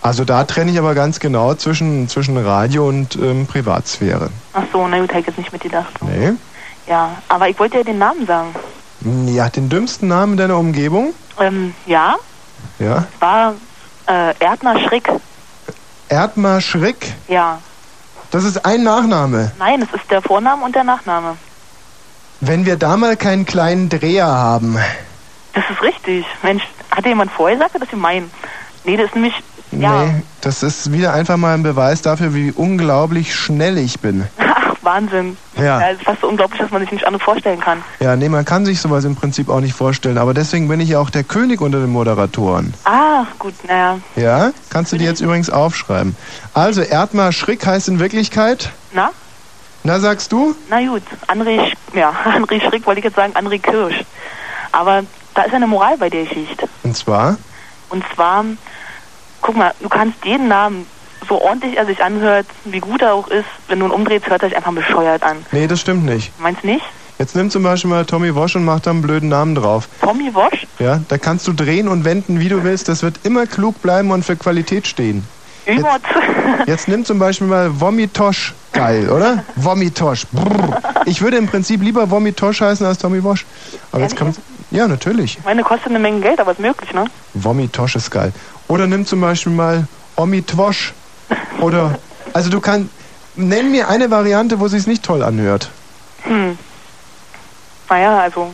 Speaker 1: Also da trenne ich aber ganz genau zwischen, zwischen Radio und ähm, Privatsphäre.
Speaker 24: Ach so, na gut, hätte ich jetzt nicht mitgedacht.
Speaker 1: Nee? Hm,
Speaker 24: Ja, aber ich wollte ja den Namen sagen.
Speaker 1: Ja, den dümmsten Namen deiner Umgebung?
Speaker 24: Ähm, ja,
Speaker 1: Ja.
Speaker 24: war äh, Erdner Schrick.
Speaker 1: Erdmar Schrick,
Speaker 24: Ja.
Speaker 1: das ist ein Nachname.
Speaker 24: Nein, es ist der Vorname und der Nachname.
Speaker 1: Wenn wir da mal keinen kleinen Dreher haben.
Speaker 24: Das ist richtig. Mensch, hat dir jemand vorher gesagt, dass sie meinen? Nee, das ist nämlich. Ja,
Speaker 1: Nee, das ist wieder einfach mal ein Beweis dafür, wie unglaublich schnell ich bin.
Speaker 24: ach, Wahnsinn.
Speaker 1: Ja.
Speaker 24: Es ist fast so unglaublich, dass man sich nicht anders vorstellen kann.
Speaker 1: Ja, nee, man kann sich sowas im Prinzip auch nicht vorstellen, aber deswegen bin ich ja auch der König unter den Moderatoren.
Speaker 24: Ah, gut, naja.
Speaker 1: Ja, kannst du dir jetzt übrigens aufschreiben. Also, Erdmar Schrick heißt in Wirklichkeit,
Speaker 24: Na?
Speaker 1: na sagst du?
Speaker 24: Na gut, André, Sch ja, André Schrick wollte ich jetzt sagen, André Kirsch. Aber da ist ja eine Moral bei der Geschichte.
Speaker 1: Und zwar,
Speaker 24: Und zwar, guck mal, du kannst jeden Namen, so ordentlich er sich anhört, wie gut er auch ist, wenn du ihn umdrehst, hört er sich einfach bescheuert an.
Speaker 1: nee, das stimmt nicht.
Speaker 24: Meinst du nicht?
Speaker 1: Jetzt nimm zum Beispiel mal Tommy Walsh und mach da einen blöden Namen drauf.
Speaker 24: Tommy Walsh?
Speaker 1: Ja, da kannst du drehen und wenden, wie du willst. Das wird immer klug bleiben und für Qualität stehen.
Speaker 24: Übert.
Speaker 1: Jetzt nimm zum Beispiel mal Vomitosch. Geil, oder? Vomitosch. Brrr. Ich würde im Prinzip lieber Vomitosch heißen als Tommy Walsh. Aber jetzt kommt. Ja, natürlich.
Speaker 24: Ich meine, kostet eine Menge Geld, aber ist möglich, ne?
Speaker 1: Vomitosch ist geil. Oder nimm zum Beispiel mal Omitwosch. Oder. Also du kannst. Nenn mir eine Variante, wo sich's nicht toll anhört.
Speaker 24: Hm. Naja, also.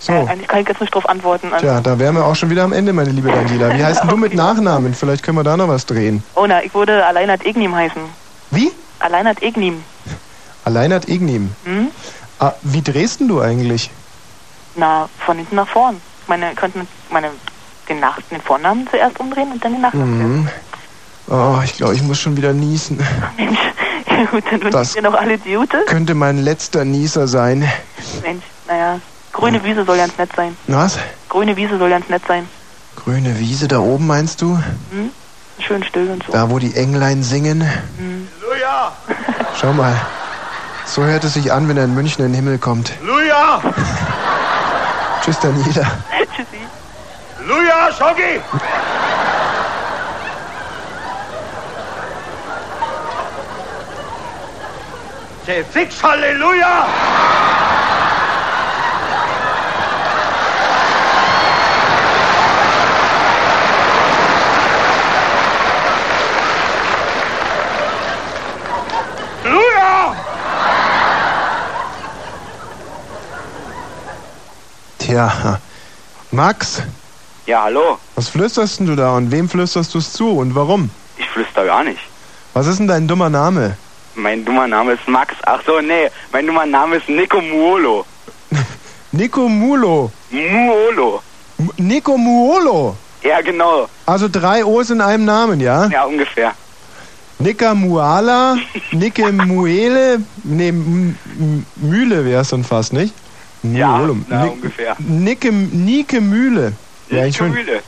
Speaker 1: So.
Speaker 24: Äh, eigentlich kann ich jetzt nicht drauf antworten. Also.
Speaker 1: Tja, da wären wir auch schon wieder am Ende, meine liebe Daniela. Wie heißt denn du mit Nachnamen? Vielleicht können wir da noch was drehen.
Speaker 24: Oh, na, ich würde Alleinert Ignim heißen.
Speaker 1: Wie?
Speaker 24: Alleinert Ignim.
Speaker 1: Alleinert Ignim.
Speaker 24: Hm?
Speaker 1: Ah, wie drehst denn du eigentlich?
Speaker 24: Na, von hinten nach vorn. Ich meine, ihr könnt mit, meine, den, nach den Vornamen zuerst umdrehen und dann den Nachnamen.
Speaker 1: Mhm. Oh, ich glaube, ich muss schon wieder niesen.
Speaker 24: Mensch, gut, dann wünsche
Speaker 1: Das-
Speaker 24: ich dir noch alle die Jute.
Speaker 1: Könnte mein letzter Nieser sein.
Speaker 24: Mensch, naja, grüne Wiese soll ganz nett sein.
Speaker 1: Was?
Speaker 24: Grüne Wiese soll ganz nett sein.
Speaker 1: Grüne Wiese da oben, meinst du?
Speaker 24: Hm? Schön still und so.
Speaker 1: Da, wo die Englein singen?
Speaker 24: Hm.
Speaker 1: Schau mal. So hört es sich an, wenn er in München in den Himmel kommt.
Speaker 23: Luja!
Speaker 1: Tschüss, Daniela.
Speaker 23: Tschüssi. Luja, Schoggi! Der Fix, Halleluja! Luja!
Speaker 1: ja. Max,
Speaker 13: Ja, hallo.
Speaker 1: was flüsterst denn du da und wem flüsterst du es zu und warum?
Speaker 13: Ich flüster gar nicht.
Speaker 1: Was ist denn dein dummer Name?
Speaker 13: Mein dummer Name ist Max. Ach so, nee. Mein dummer Name ist Nico Muolo.
Speaker 1: Nico Mulo.
Speaker 13: Muolo.
Speaker 1: M Nico Muolo.
Speaker 13: Ja, genau.
Speaker 1: Also drei O's in einem Namen, ja?
Speaker 13: Ja, ungefähr.
Speaker 1: Nika Muala, Nike Muele, nee, M- M- Mühle wäre es dann fast, nicht? Ja,
Speaker 13: na, ungefähr.
Speaker 1: Nike, Nike Mühle. Wär eigentlich schön.
Speaker 13: Mühle.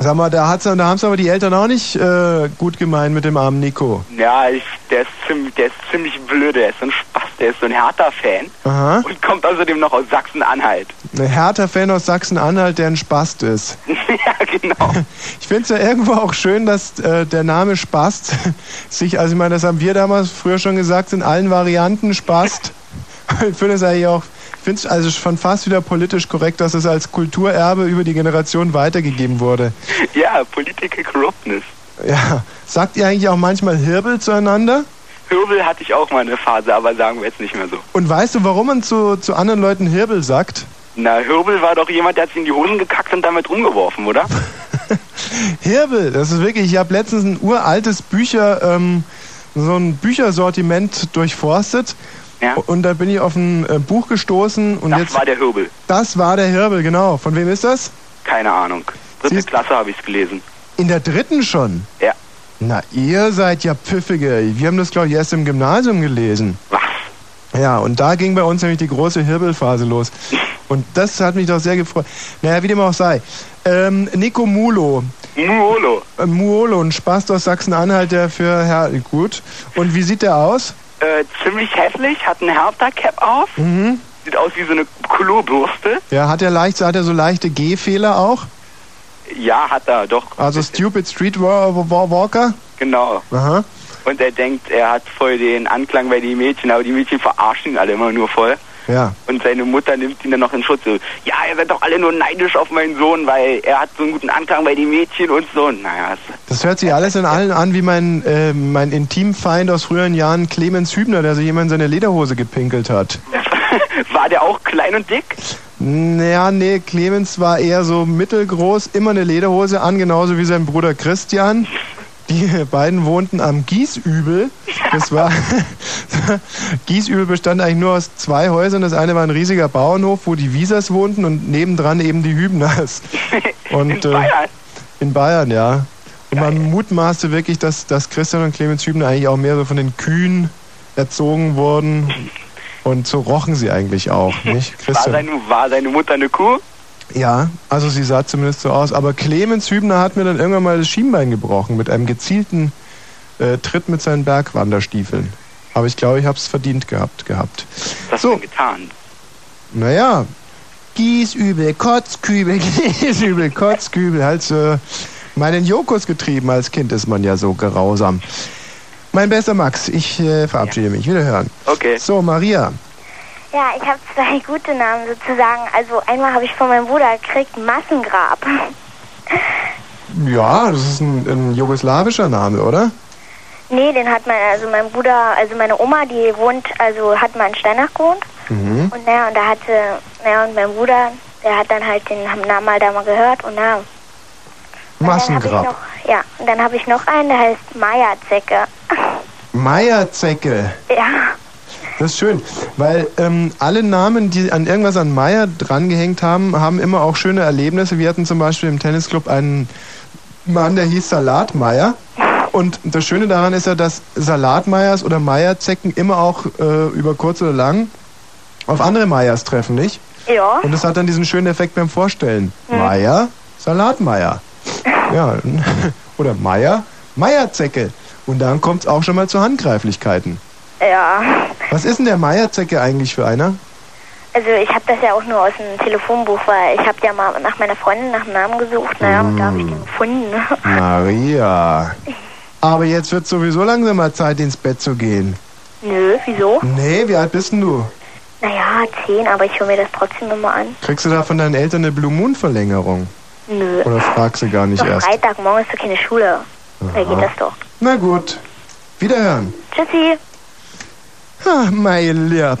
Speaker 1: Sag mal, da, hat's, da haben es aber die Eltern auch nicht äh, gut gemeint mit dem armen Nico.
Speaker 13: Ja, ich, der, ist ziemlich, der ist ziemlich blöd. Der ist so ein Spaß. Der ist so ein Hertha-Fan.
Speaker 1: Aha.
Speaker 13: Und kommt außerdem noch aus Sachsen-Anhalt.
Speaker 1: Ein härter Fan aus Sachsen-Anhalt, der ein Spast ist.
Speaker 13: ja, genau.
Speaker 1: Ich finde es ja irgendwo auch schön, dass äh, der Name Spast sich, also ich meine, das haben wir damals früher schon gesagt, in allen Varianten Spast. Ich finde es eigentlich auch, ich finde es also schon fast wieder politisch korrekt, dass es als Kulturerbe über die Generation weitergegeben wurde.
Speaker 13: Ja, Political Corruptness.
Speaker 1: Ja, sagt ihr eigentlich auch manchmal Hirbel zueinander?
Speaker 13: Hirbel hatte ich auch mal eine Phase, aber sagen wir jetzt nicht mehr so.
Speaker 1: Und weißt du, warum man zu, zu anderen Leuten Hirbel sagt?
Speaker 13: Na, Hirbel war doch jemand, der hat sich in die Hosen gekackt und damit rumgeworfen, oder?
Speaker 1: Hirbel, das ist wirklich, ich habe letztens ein uraltes Bücher, ähm, so ein Büchersortiment durchforstet. Und da bin ich auf ein äh, Buch gestoßen und
Speaker 13: das
Speaker 1: jetzt.
Speaker 13: war der Hirbel.
Speaker 1: das war der Hirbel, genau. Von wem ist das?
Speaker 13: Keine Ahnung. Dritte Klasse habe ich es gelesen.
Speaker 1: In der dritten schon.
Speaker 13: Ja.
Speaker 1: Na, ihr seid ja Pfiffige. Wir haben das, glaube ich, erst im Gymnasium gelesen. Was? Ja, und da ging bei uns nämlich die große Hirbelphase los. Und das hat mich doch sehr gefreut. Naja, wie dem auch sei. Ähm, Nico Mulo.
Speaker 13: Muolo.
Speaker 1: Äh, Muolo, ein Spaß aus Sachsen-Anhalt, der für Herr. Gut. Und wie sieht der aus?
Speaker 13: Äh, ziemlich hässlich, hat einen Hertha-Cap auf.
Speaker 1: Mhm.
Speaker 13: Sieht aus wie so eine Klobürste.
Speaker 1: Ja, hat er leicht, hat er so leichte Gehfehler auch?
Speaker 13: Ja, hat er, doch.
Speaker 1: Also Stupid Street Wa- Wa- Walker?
Speaker 13: Genau.
Speaker 1: Aha.
Speaker 13: Und er denkt, er hat voll den Anklang bei den Mädchen, aber die Mädchen verarschen ihn alle immer nur voll.
Speaker 1: Ja.
Speaker 13: Und seine Mutter nimmt ihn dann noch in Schutz. So, ja, ihr seid doch alle nur neidisch auf meinen Sohn, weil er hat so einen guten Anklang bei den Mädchen und so. Naja, es-
Speaker 1: Das hört sich alles in allen an wie mein, äh, mein Intimfeind aus früheren Jahren, Clemens Hübner, der sich jemand in seine Lederhose gepinkelt hat.
Speaker 13: war der auch klein und dick?
Speaker 1: Naja, nee, Clemens war eher so mittelgroß, immer eine Lederhose an, genauso wie sein Bruder Christian. Die beiden wohnten am Gießübel. Das war. Gießübel bestand eigentlich nur aus zwei Häusern. Das eine war ein riesiger Bauernhof, wo die Wiesers wohnten und nebendran eben die Hübners. Und, in
Speaker 13: Bayern?
Speaker 1: in Bayern, ja. Und man mutmaßte wirklich, dass, dass Christian und Clemens Hübner eigentlich auch mehr so von den Kühen erzogen wurden. Und so rochen sie eigentlich auch, nicht?
Speaker 13: War seine, war seine Mutter eine Kuh?
Speaker 1: Ja, also sie sah zumindest so aus. Aber Clemens Hübner hat mir dann irgendwann mal das Schienbein gebrochen mit einem gezielten äh, Tritt mit seinen Bergwanderstiefeln. Aber ich glaube, ich habe es verdient gehabt. gehabt.
Speaker 13: Was hast du denn getan?
Speaker 1: Naja, Gießübel, Kotzkübel, Gießübel, Kotzkübel. Halt äh, meinen Jokus getrieben. Als Kind ist man ja so grausam. Mein bester Max, ich äh, verabschiede mich. Wiederhören.
Speaker 13: Okay.
Speaker 1: So, Maria.
Speaker 25: Ja, ich habe zwei gute Namen sozusagen. Also einmal habe ich von meinem Bruder gekriegt Massengrab.
Speaker 1: Ja, das ist ein, ein jugoslawischer Name, oder?
Speaker 25: Nee, den hat mein, also mein Bruder, also meine Oma, die wohnt, also hat mal in Steinach gewohnt.
Speaker 1: Mhm.
Speaker 25: Und naja, und da hatte, naja, und mein Bruder, der hat dann halt den Namen mal da mal gehört und na, dann habe Äh, ich
Speaker 1: Massengrab.
Speaker 25: noch, ja, und dann habe ich noch einen, der heißt Meierzecke.
Speaker 1: Meierzecke.
Speaker 25: Ja,
Speaker 1: Das ist schön, weil ähm, alle Namen, die an irgendwas an Meier drangehängt haben, haben immer auch schöne Erlebnisse. Wir hatten zum Beispiel im Tennisclub einen Mann, der hieß Salatmeier. Und das Schöne daran ist ja, dass Salatmeiers oder Meierzecken immer auch äh, über kurz oder lang auf andere Meiers treffen, nicht?
Speaker 25: ja.
Speaker 1: Und das hat dann diesen schönen Effekt beim Vorstellen.
Speaker 25: Mhm.
Speaker 1: Meier, Salatmeier. Ja, oder Meier, Meierzecke. Und dann kommt es auch schon mal zu Handgreiflichkeiten.
Speaker 25: Ja.
Speaker 1: Was ist denn der Meierzecke eigentlich für einer?
Speaker 25: Also ich habe das ja auch nur aus dem Telefonbuch, weil ich habe ja mal nach meiner Freundin nach dem Namen gesucht, naja,
Speaker 1: Mhm.
Speaker 25: und da habe ich den gefunden.
Speaker 1: Hm, Maria. Aber jetzt wird sowieso langsam mal Zeit, ins Bett zu gehen.
Speaker 25: Nö, wieso?
Speaker 1: Nee, wie alt bist denn du?
Speaker 25: Naja, zehn, aber ich höre mir das trotzdem immer an.
Speaker 1: Kriegst du da von deinen Eltern eine Blue Moon Verlängerung?
Speaker 25: Nö.
Speaker 1: Oder fragst du gar nicht
Speaker 25: doch
Speaker 1: erst?
Speaker 25: Freitagmorgen ist doch keine Schule. Da geht das doch.
Speaker 1: Na gut. Wiederhören.
Speaker 25: Tschüssi.
Speaker 1: Ah, mein Lieb.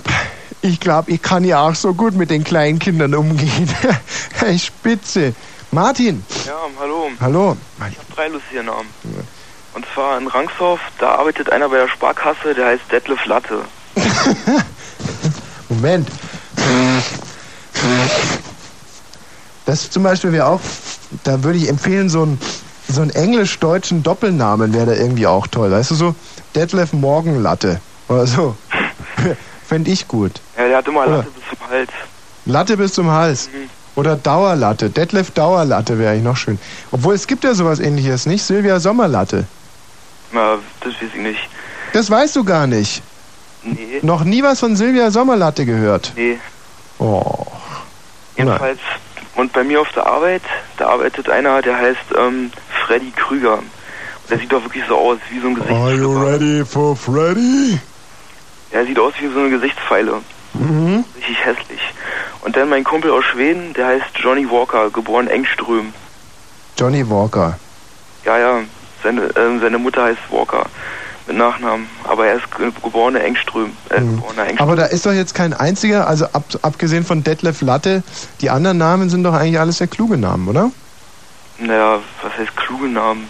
Speaker 1: Ich glaube, ich kann ja auch so gut mit den kleinen Kindern umgehen. hey, Spitze. Martin.
Speaker 26: Ja, hallo.
Speaker 1: Hallo.
Speaker 26: Ich habe drei lustigen Namen. Und zwar in Rangsdorf, da arbeitet einer bei der Sparkasse, der heißt Detlef Latte.
Speaker 1: Moment. Das zum Beispiel wäre auch, da würde ich empfehlen, so einen so einen englisch-deutschen Doppelnamen wäre da irgendwie auch toll. Weißt du, so Detlef Morgenlatte oder so. Fände ich gut.
Speaker 26: Ja, der hat immer
Speaker 1: Oder-
Speaker 26: Latte bis zum Hals.
Speaker 1: Latte bis zum Hals. Oder Dauerlatte. Detlef Dauerlatte wäre eigentlich noch schön. Obwohl es gibt ja sowas ähnliches, nicht? Silvia Sommerlatte.
Speaker 26: Na, das weiß ich nicht.
Speaker 1: Das weißt du gar nicht.
Speaker 26: Nee.
Speaker 1: Noch nie was von Silvia Sommerlatte gehört.
Speaker 26: Nee.
Speaker 1: Oh.
Speaker 26: Jedenfalls, und bei mir auf der Arbeit, da arbeitet einer, der heißt ähm, Freddy Krüger. Und der sieht doch wirklich so aus wie so ein Gesicht.
Speaker 1: Are you ready for Freddy?
Speaker 26: Der sieht aus wie so eine Gesichtsfeile.
Speaker 1: Mhm.
Speaker 26: Richtig hässlich. Und dann mein Kumpel aus Schweden, der heißt Johnny Walker, geboren Engström.
Speaker 1: Johnny Walker.
Speaker 26: Ja, ja, seine, ähm, seine Mutter heißt Walker mit Nachnamen, aber er ist ge- geborener Engström. Äh, geborener Engström.
Speaker 1: Mhm. Aber da ist doch jetzt kein einziger, also ab, abgesehen von Detlef Latte, die anderen Namen sind doch eigentlich alles sehr kluge Namen, oder?
Speaker 26: Naja, was heißt kluge Namen?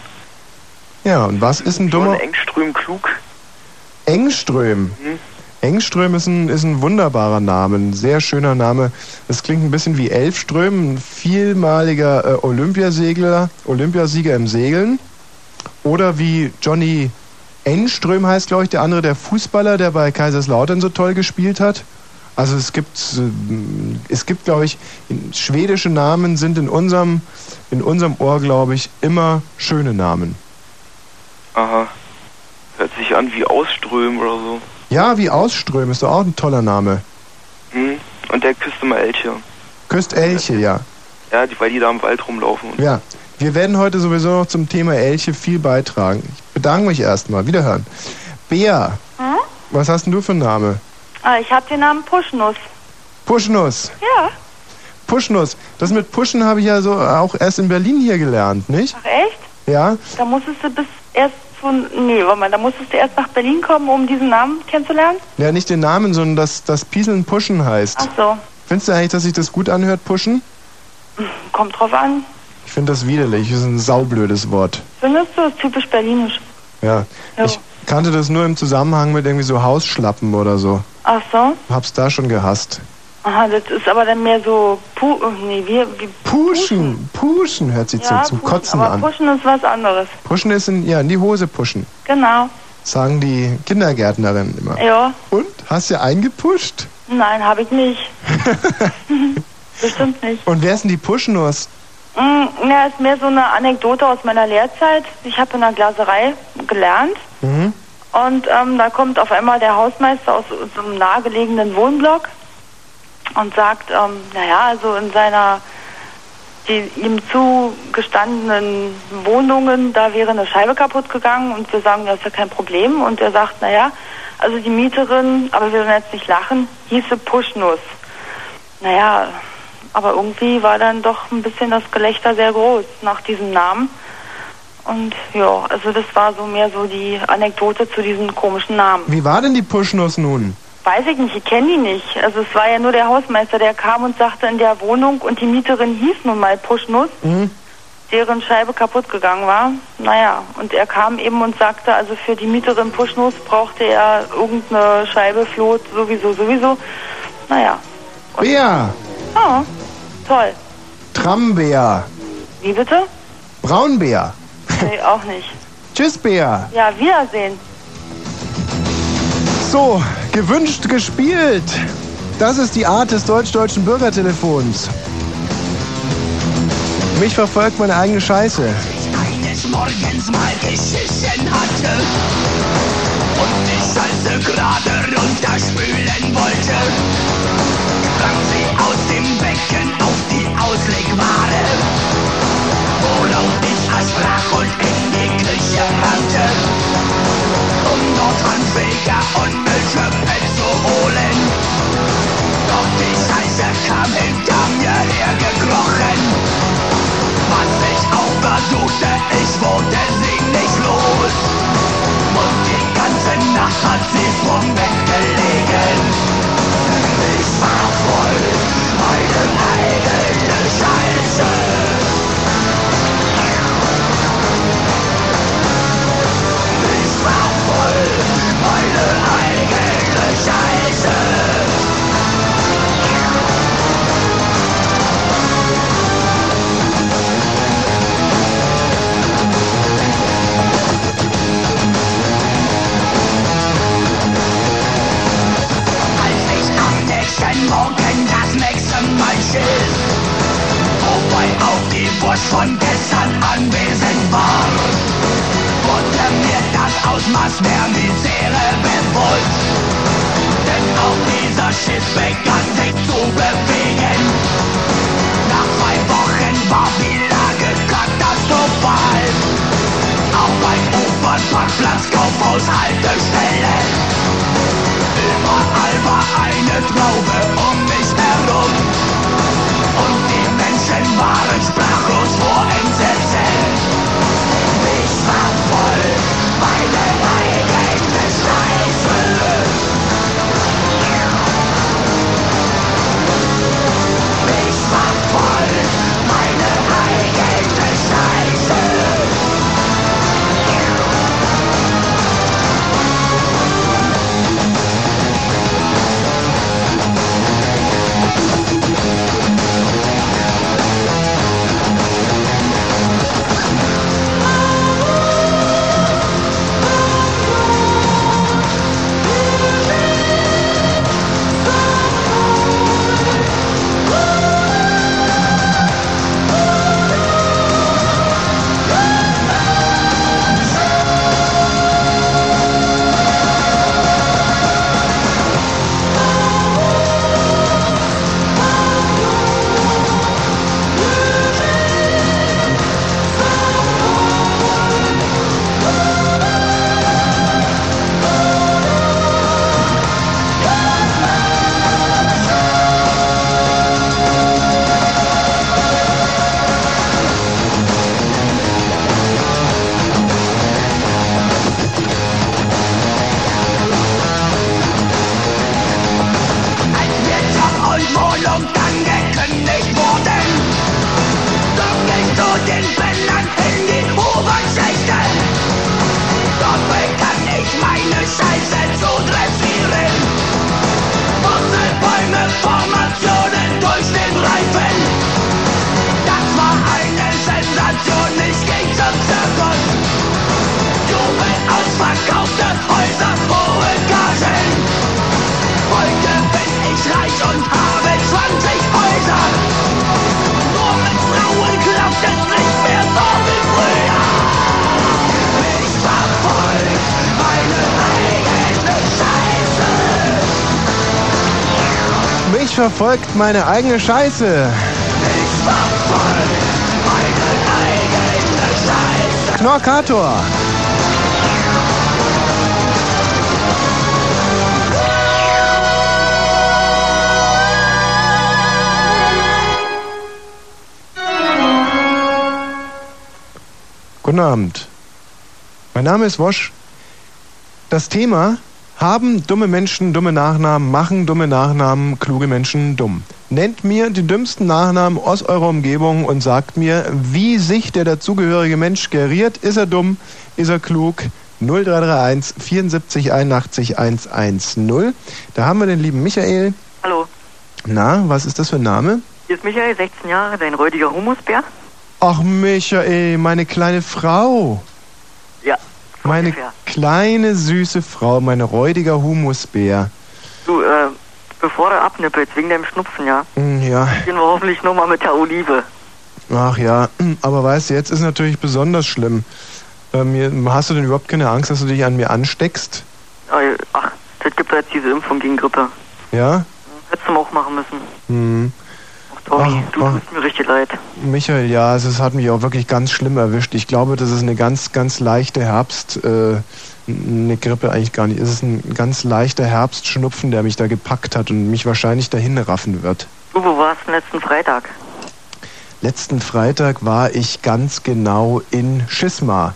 Speaker 1: Ja, und was ist ein dummer...
Speaker 26: John Engström klug?
Speaker 1: Engström.
Speaker 26: Mhm.
Speaker 1: Engström ist ein, ist ein wunderbarer Name, ein sehr schöner Name. Das klingt ein bisschen wie Elfström, ein vielmaliger äh, Olympiasegler, Olympiasieger im Segeln. Oder wie Johnny Engström heißt, glaube ich, der andere, der Fußballer, der bei Kaiserslautern so toll gespielt hat. Also es gibt, äh, es gibt, glaube ich, in- schwedische Namen sind in unserem, in unserem Ohr, glaube ich, immer schöne Namen.
Speaker 26: Aha. Hört sich an wie Ausström oder so.
Speaker 1: Ja, wie Ausström ist doch auch ein toller Name.
Speaker 26: Hm? Und der küsst immer Elche.
Speaker 1: Küsst Elche, ja.
Speaker 26: Ja, die, weil die da im Wald rumlaufen. Und
Speaker 1: Ja. Wir werden heute sowieso noch zum Thema Elche viel beitragen. Ich bedanke mich erstmal. Wiederhören. Bea,
Speaker 27: Hm?
Speaker 1: was hast denn du für einen Name?
Speaker 27: Ah, ich habe den Namen Puschnuss.
Speaker 1: Puschnuss.
Speaker 27: Ja,
Speaker 1: Puschnuss. Das mit Pushen habe ich ja so auch erst in Berlin hier gelernt, nicht?
Speaker 27: ach echt?
Speaker 1: Ja?
Speaker 27: Da musstest du bis erst zu. Nee, warte mal, da musstest du erst nach Berlin kommen, um diesen Namen kennenzulernen?
Speaker 1: Ja, nicht den Namen, sondern dass das Pieseln Pushen heißt.
Speaker 27: Ach so,
Speaker 1: Findest du eigentlich, dass sich das gut anhört, Pushen?
Speaker 27: kommt drauf an.
Speaker 1: Ich finde das widerlich. Das ist ein saublödes Wort.
Speaker 27: Findest du, ist typisch berlinisch.
Speaker 1: Ja.
Speaker 27: Ja.
Speaker 1: Ich kannte das nur im Zusammenhang mit irgendwie so Hausschlappen oder so.
Speaker 27: Ach so,
Speaker 1: Hab's da schon gehasst.
Speaker 27: aha, das ist aber dann mehr so. Pu nee, wie. wie
Speaker 1: Pushen, pushen hört sich
Speaker 27: ja,
Speaker 1: so zum
Speaker 27: Puschen,
Speaker 1: Kotzen
Speaker 27: aber
Speaker 1: an.
Speaker 27: Pushen ist was anderes.
Speaker 1: Pushen ist in, ja, in die Hose pushen,
Speaker 27: Genau.
Speaker 1: sagen die Kindergärtnerinnen immer.
Speaker 27: Ja.
Speaker 1: Und? Hast du eingepusht?
Speaker 27: Nein, habe ich nicht. Bestimmt nicht.
Speaker 1: Und wer ist denn die Puschnuss?
Speaker 27: Mm, Ja, ist mehr so eine Anekdote aus meiner Lehrzeit. Ich habe in einer Glaserei gelernt
Speaker 1: Mhm.
Speaker 27: und ähm, da kommt auf einmal der Hausmeister aus so einem nahegelegenen Wohnblock und sagt, ähm, naja, also in seiner die ihm zugestandenen Wohnungen, da wäre eine Scheibe kaputt gegangen und wir sagen, das ist ja kein Problem. Und er sagt, naja, also die Mieterin, aber wir werden jetzt nicht lachen, hieße Puschnuss. Naja, aber irgendwie war dann doch ein bisschen das Gelächter sehr groß nach diesem Namen. Und ja, also das war so mehr so die Anekdote zu diesem komischen Namen.
Speaker 1: Wie war denn die Puschnuss nun?
Speaker 27: Weiß ich nicht, ich kenne die nicht. Also es war ja nur der Hausmeister, der kam und sagte in der Wohnung und die Mieterin hieß nun mal Puschnuss,
Speaker 1: Mhm.
Speaker 27: deren Scheibe kaputt gegangen war. Naja, und er kam eben und sagte, also für die Mieterin Puschnuss brauchte er irgendeine Scheibe, Flot, sowieso, sowieso. Naja,
Speaker 1: Bea,
Speaker 27: ah, toll.
Speaker 1: Trambea,
Speaker 27: Wie bitte?
Speaker 1: Braunbea.
Speaker 27: Nee, auch nicht.
Speaker 1: Tschüss, Bea.
Speaker 27: Ja, Wiedersehen.
Speaker 1: So, gewünscht gespielt. Das ist die Art des deutsch-deutschen Bürgertelefons. Mich verfolgt meine eigene Scheiße.
Speaker 23: eines Morgens mal geschissen hatte und die Scheiße gerade runterspülen wollte, sprang sie aus dem Becken auf die Auslegware, worauf ich erschrak und in die Küche rannte, um dort Handfeger und Müllschöpfe zu holen. Doch die Scheiße kam hinter mir hergekrochen, was ich auch versuchte, ich wurde sie nicht los. Und die ganze Nacht hat sie vom Bett gelegen. von gestern anwesend war, wurde mir das Ausmaß der Misere bewusst. Denn auch dieser Schiff begann sich zu bewegen. Nach zwei Wochen war die Lage katastrophal. Auf ein U-Bahn-Parkplatz, Kaufhaus, Haltestelle. Überall war eine Traube um mich herum. Und die Menschen waren sprachlos vor Entsetzen. Ich war voll meiner eigenen Scheiße. Ich war voll meine eigene Scheiße. als Wirtschaft und Wohnung dann gekündigt wurden. Zog ich zu den Bändern in die U-Bahn-Schächte. Dort begann ich meine Scheiße zu dressieren. Wurzelbäume, Formationen durch den Reifen. Das war eine Sensation, ich ging zum Zirkus. Jubel ausverkaufte Häuser, hohe Gagen. Heute bin ich reich und habe 20 Häuser. Nur mit Frauen klappt es nicht mehr so wie früher. Ich war voll meine eigene Scheiße.
Speaker 1: Mich verfolgt meine eigene Scheiße.
Speaker 23: Ich war voll meine eigene Scheiße.
Speaker 1: Knorkator. Guten Abend. Mein Name ist Wosch. Das Thema haben dumme Menschen dumme Nachnamen, machen dumme Nachnamen, kluge Menschen dumm. Nennt mir die dümmsten Nachnamen aus eurer Umgebung und sagt mir, wie sich der dazugehörige Mensch geriert. Ist er dumm? Ist er klug? 0331 74 81 110. Da haben wir den lieben Michael.
Speaker 3: Hallo,
Speaker 1: Na, was ist das für ein Name?
Speaker 3: hier ist Michael, 16 Jahre, dein räudiger Humusbär.
Speaker 1: Ach, Michael, meine kleine Frau.
Speaker 3: Ja,
Speaker 1: Meine
Speaker 3: ungefähr.
Speaker 1: kleine süße Frau, meine räudiger Humusbär.
Speaker 3: Du, äh, bevor du abnippelst, wegen deinem Schnupfen, ja,
Speaker 1: Hm, Ja,
Speaker 3: gehen wir hoffentlich nochmal mit der Olive.
Speaker 1: ach ja. Aber weißt du, jetzt ist natürlich besonders schlimm. Ähm, hier- hast du denn überhaupt keine Angst, dass du dich an mir ansteckst?
Speaker 3: Äh, Ach, das gibt ja jetzt diese Impfung gegen Grippe.
Speaker 1: Ja?
Speaker 3: Hättest du mal auch machen müssen.
Speaker 1: Hm.
Speaker 3: Tommy,
Speaker 1: Ach,
Speaker 3: du
Speaker 1: ach.
Speaker 3: tust mir richtig leid.
Speaker 1: Michael, ja, es ist, hat mich auch wirklich ganz schlimm erwischt. Ich glaube, das ist eine ganz, ganz leichte Herbst, äh, eine Grippe eigentlich gar nicht. Es ist ein ganz leichter Herbstschnupfen, der mich da gepackt hat und mich wahrscheinlich dahin raffen wird.
Speaker 3: Du, wo warst du letzten Freitag?
Speaker 1: Letzten Freitag war ich ganz genau in Schismar.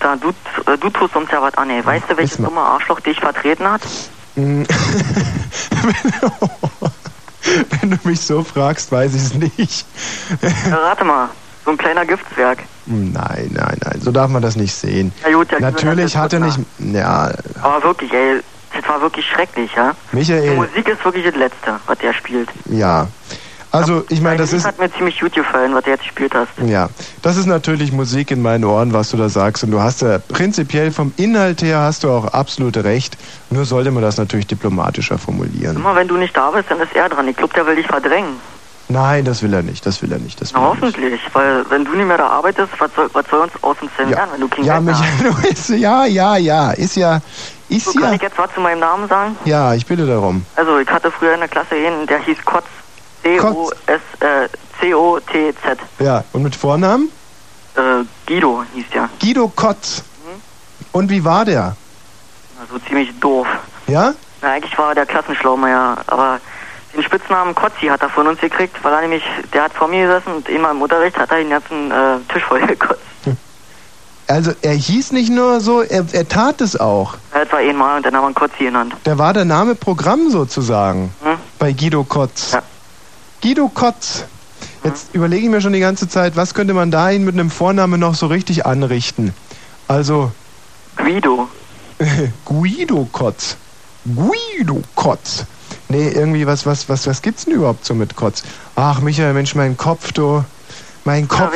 Speaker 3: Da, du, äh, du tust uns ja was an, ey. Weißt du, welches dumme Arschloch dich vertreten hat?
Speaker 1: Hm. Wenn du mich so fragst, weiß ich es nicht.
Speaker 3: Äh, Rate mal, so ein kleiner Giftzwerg.
Speaker 1: Nein, nein, nein, so darf man das nicht sehen.
Speaker 3: Ja, gut, ja,
Speaker 1: Natürlich hat er nicht. Ja,
Speaker 3: Aber wirklich, ey, das war wirklich schrecklich, ja? Die
Speaker 1: Michael,
Speaker 3: Musik ist wirklich das Letzte, was der spielt.
Speaker 1: ja. Also, ich meine, das
Speaker 3: Das
Speaker 1: ist.
Speaker 3: hat mir ziemlich gut gefallen, was du jetzt gespielt hast.
Speaker 1: Ja, das ist natürlich Musik in meinen Ohren, was du da sagst. Und du hast ja prinzipiell vom Inhalt her hast du auch absolut recht. Nur sollte man das natürlich diplomatischer formulieren.
Speaker 3: Immer wenn du nicht da bist, dann ist er dran. Ich glaube, der will dich verdrängen.
Speaker 1: Nein, das will er nicht, das will er nicht. Das will
Speaker 3: Na,
Speaker 1: er nicht.
Speaker 3: hoffentlich, weil wenn du nicht mehr da arbeitest, was soll, was soll uns aus dem Film werden, wenn du kein
Speaker 1: Ja,
Speaker 3: Geld mehr
Speaker 1: mich-
Speaker 3: hast?
Speaker 1: du bist- ja, ja, ja, ist ja, ist
Speaker 3: So, kann
Speaker 1: ja.
Speaker 3: ich jetzt was zu meinem Namen sagen?
Speaker 1: Ja, ich bitte darum.
Speaker 3: Also ich hatte früher in der Klasse jeden, der hieß Kotz. C-O-S, äh, C-O-T-Z.
Speaker 1: Ja, und mit Vornamen?
Speaker 3: Äh, Guido hieß der.
Speaker 1: Guido Kotz. Und wie war der?
Speaker 3: Also ziemlich doof.
Speaker 1: Ja?
Speaker 3: Na, eigentlich war er der Klassenschlaumeier, aber den Spitznamen Kotzi hat er von uns gekriegt, weil er nämlich, der hat vor mir gesessen und immer im Unterricht hat er den ganzen äh, Tisch voll gekotzt.
Speaker 1: Also er hieß nicht nur so, er, er tat es auch.
Speaker 3: Etwa einmal eh und dann haben wir ihn Kotzi genannt.
Speaker 1: Da war der Name Programm sozusagen
Speaker 3: Hm?
Speaker 1: bei Guido Kotz. Guido Kotz. Jetzt überlege ich mir schon die ganze Zeit, was könnte man da ihn mit einem Vornamen noch so richtig anrichten? Also
Speaker 3: Guido.
Speaker 1: Guido Kotz. Guido Kotz. Nee, irgendwie was was was was gibt's denn überhaupt so mit Kotz? Ach Michael, Mensch, mein Kopf, du. Mein Kopf.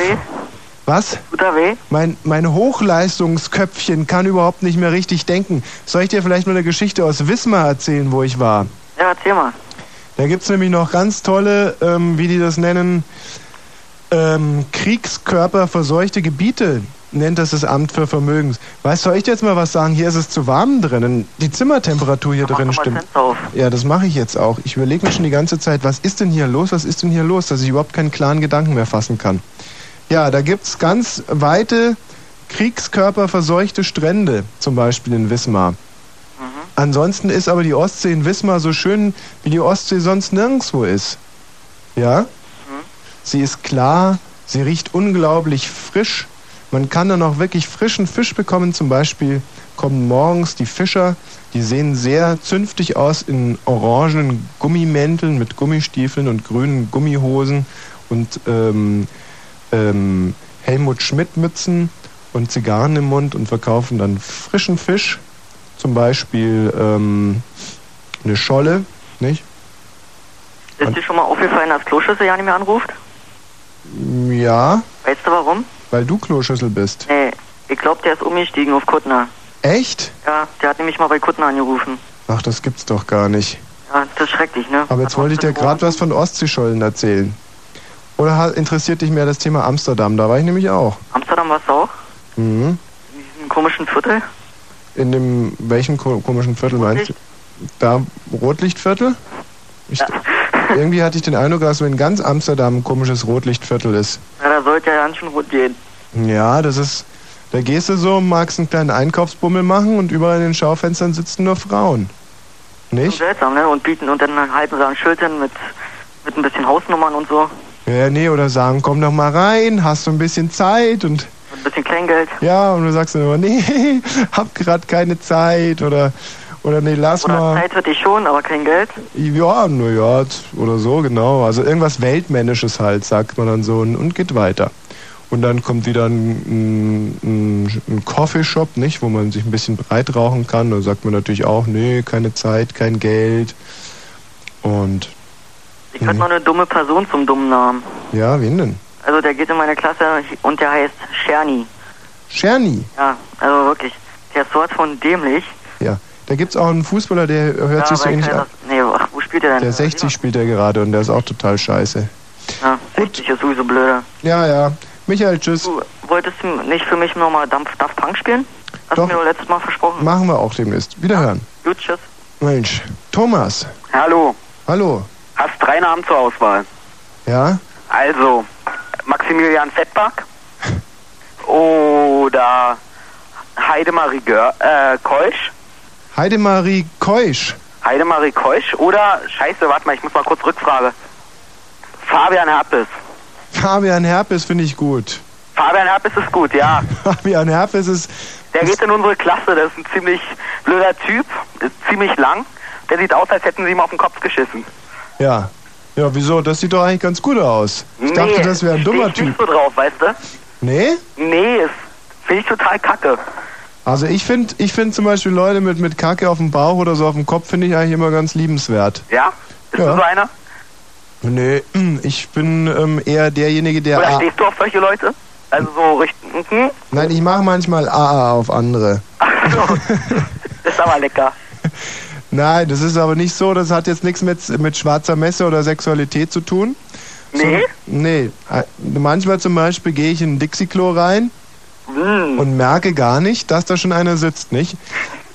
Speaker 1: Was?
Speaker 3: Guter Weh?
Speaker 1: Mein, mein Hochleistungsköpfchen kann überhaupt nicht mehr richtig denken. Soll ich dir vielleicht mal eine Geschichte aus Wismar erzählen, wo ich war?
Speaker 3: Ja, erzähl mal.
Speaker 1: Da gibt es nämlich noch ganz tolle, ähm, wie die das nennen, ähm, Kriegskörper verseuchte Gebiete, nennt das das Amt für Vermögens. Weißt du, soll ich dir jetzt mal was sagen? Hier ist es zu warm drinnen. Die Zimmertemperatur hier drin stimmt. Ja, das mache ich jetzt auch. Ich überlege mir schon die ganze Zeit, was ist denn hier los, was ist denn hier los, dass ich überhaupt keinen klaren Gedanken mehr fassen kann. Ja, da gibt es ganz weite, kriegskörperverseuchte Strände, zum Beispiel in Wismar. Ansonsten ist aber die Ostsee in Wismar so schön, wie die Ostsee sonst nirgendwo ist. Ja? Sie ist klar, sie riecht unglaublich frisch. Man kann dann auch wirklich frischen Fisch bekommen. Zum Beispiel kommen morgens die Fischer, die sehen sehr zünftig aus in orangenen Gummimänteln mit Gummistiefeln und grünen Gummihosen und ähm, ähm, Helmut Schmidt-Mützen und Zigarren im Mund und verkaufen dann frischen Fisch. Zum Beispiel ähm, eine Scholle, nicht?
Speaker 3: Ist dir schon mal aufgefallen, dass Kloschüssel ja nicht mehr anruft?
Speaker 1: Ja,
Speaker 3: Weißt du warum?
Speaker 1: weil du Kloschüssel bist.
Speaker 3: Nee, ich glaube, der ist umgestiegen auf Kuttner.
Speaker 1: Echt?
Speaker 3: Ja, der hat nämlich mal bei Kuttner angerufen.
Speaker 1: Ach, das gibt's doch gar nicht.
Speaker 3: Ja, das ist schrecklich, ne?
Speaker 1: Aber jetzt wollte ich dir gerade was von Ostseeschollen erzählen. Oder ha- interessiert dich mehr das Thema Amsterdam? Da war ich nämlich auch.
Speaker 3: Amsterdam warst du auch?
Speaker 1: Mhm.
Speaker 3: In diesem komischen Viertel?
Speaker 1: In dem, welchem ko komischen Viertel meinst du? Da, Rotlichtviertel? Ich, Irgendwie hatte ich den Eindruck, dass so in ganz Amsterdam ein komisches Rotlichtviertel ist.
Speaker 3: Ja, da sollte ja ganz schön rot gehen.
Speaker 1: Ja, das ist, da gehst du so, magst einen kleinen Einkaufsbummel machen und überall in den Schaufenstern sitzen nur Frauen. Nicht?
Speaker 3: Seltsam, ne? Und bieten und dann halten sie ein Schild hin mit, mit ein bisschen Hausnummern und so.
Speaker 1: Ja, nee, oder sagen, komm doch mal rein, hast du ein bisschen Zeit und.
Speaker 3: Ein bisschen Kleingeld.
Speaker 1: Ja, und du sagst dann immer, nee, hab grad keine Zeit oder, oder nee, lass mal.
Speaker 3: Zeit hätte ich schon, aber kein Geld.
Speaker 1: Ja, naja, oder so, genau. Also irgendwas Weltmännisches halt, sagt man dann so und, und geht weiter. Und dann kommt wieder ein, ein, ein- ein Coffeeshop, nicht, wo man sich ein bisschen breit rauchen kann. Da sagt man natürlich auch, nee, keine Zeit, kein Geld. Und
Speaker 3: Ich hatte noch eine dumme Person zum dummen Namen.
Speaker 1: ja, wen denn?
Speaker 3: Also der geht in meine Klasse und der heißt Scherni.
Speaker 1: Czerny.
Speaker 3: Ja, also wirklich. Der ist sowas von dämlich.
Speaker 1: Ja, da gibt's auch einen Fußballer, der hört
Speaker 3: ja,
Speaker 1: sich so
Speaker 3: weil
Speaker 1: ähnlich
Speaker 3: keiner-
Speaker 1: an.
Speaker 3: Nee, wo spielt der denn?
Speaker 1: Der 60 spielt er gerade und der ist auch total scheiße.
Speaker 3: Ja, 60 ist sowieso blöder.
Speaker 1: Ja, ja. Michael, tschüss.
Speaker 3: Du wolltest du nicht für mich nochmal Dampf Daft Punk spielen? Hast
Speaker 1: Doch.
Speaker 3: du mir letztes Mal versprochen.
Speaker 1: Machen wir auch demnächst. Wiederhören.
Speaker 3: Gut, tschüss.
Speaker 1: Mensch, Thomas.
Speaker 28: Hallo,
Speaker 1: Hallo.
Speaker 28: hast drei Namen zur Auswahl.
Speaker 1: Ja?
Speaker 28: Also, Maximilian Fettback oder Heidemarie Gör äh, Keusch.
Speaker 1: Heidemarie Keusch.
Speaker 28: Heidemarie Keusch oder, scheiße, warte mal, ich muss mal kurz Rückfrage. Fabian Herpes.
Speaker 1: Fabian Herpes finde ich gut.
Speaker 28: Fabian Herpes ist gut, ja.
Speaker 1: Fabian Herpes ist.
Speaker 28: Der geht in unsere Klasse, das ist ein ziemlich blöder Typ, ist ziemlich lang. Der sieht aus, als hätten sie ihm auf den Kopf geschissen.
Speaker 1: Ja. Ja, wieso? Das sieht doch eigentlich ganz gut aus. Ich dachte, das wäre ein
Speaker 28: steh
Speaker 1: dummer
Speaker 28: ich
Speaker 1: Typ.
Speaker 28: nicht so drauf, weißt du?
Speaker 1: Nee?
Speaker 28: Nee, ist- finde ich total kacke.
Speaker 1: Also ich finde ich find zum Beispiel Leute mit, mit Kacke auf dem Bauch oder so auf dem Kopf finde ich eigentlich immer ganz liebenswert.
Speaker 28: Ja? Bist
Speaker 1: Ja.
Speaker 28: du so einer?
Speaker 1: Nee, ich bin ähm, eher derjenige, der...
Speaker 28: Oder
Speaker 1: A-
Speaker 28: stehst du auf solche Leute? Also so richtig, mhm,
Speaker 1: Nein, ich mache manchmal AA auf andere.
Speaker 28: ist aber lecker.
Speaker 1: Nein, das ist aber nicht so, das hat jetzt nichts mit, mit schwarzer Messe oder Sexualität zu tun, Nee? Nee. Äh, Manchmal zum Beispiel gehe ich in ein Dixie-Klo rein und merke gar nicht, dass da schon einer sitzt, nicht?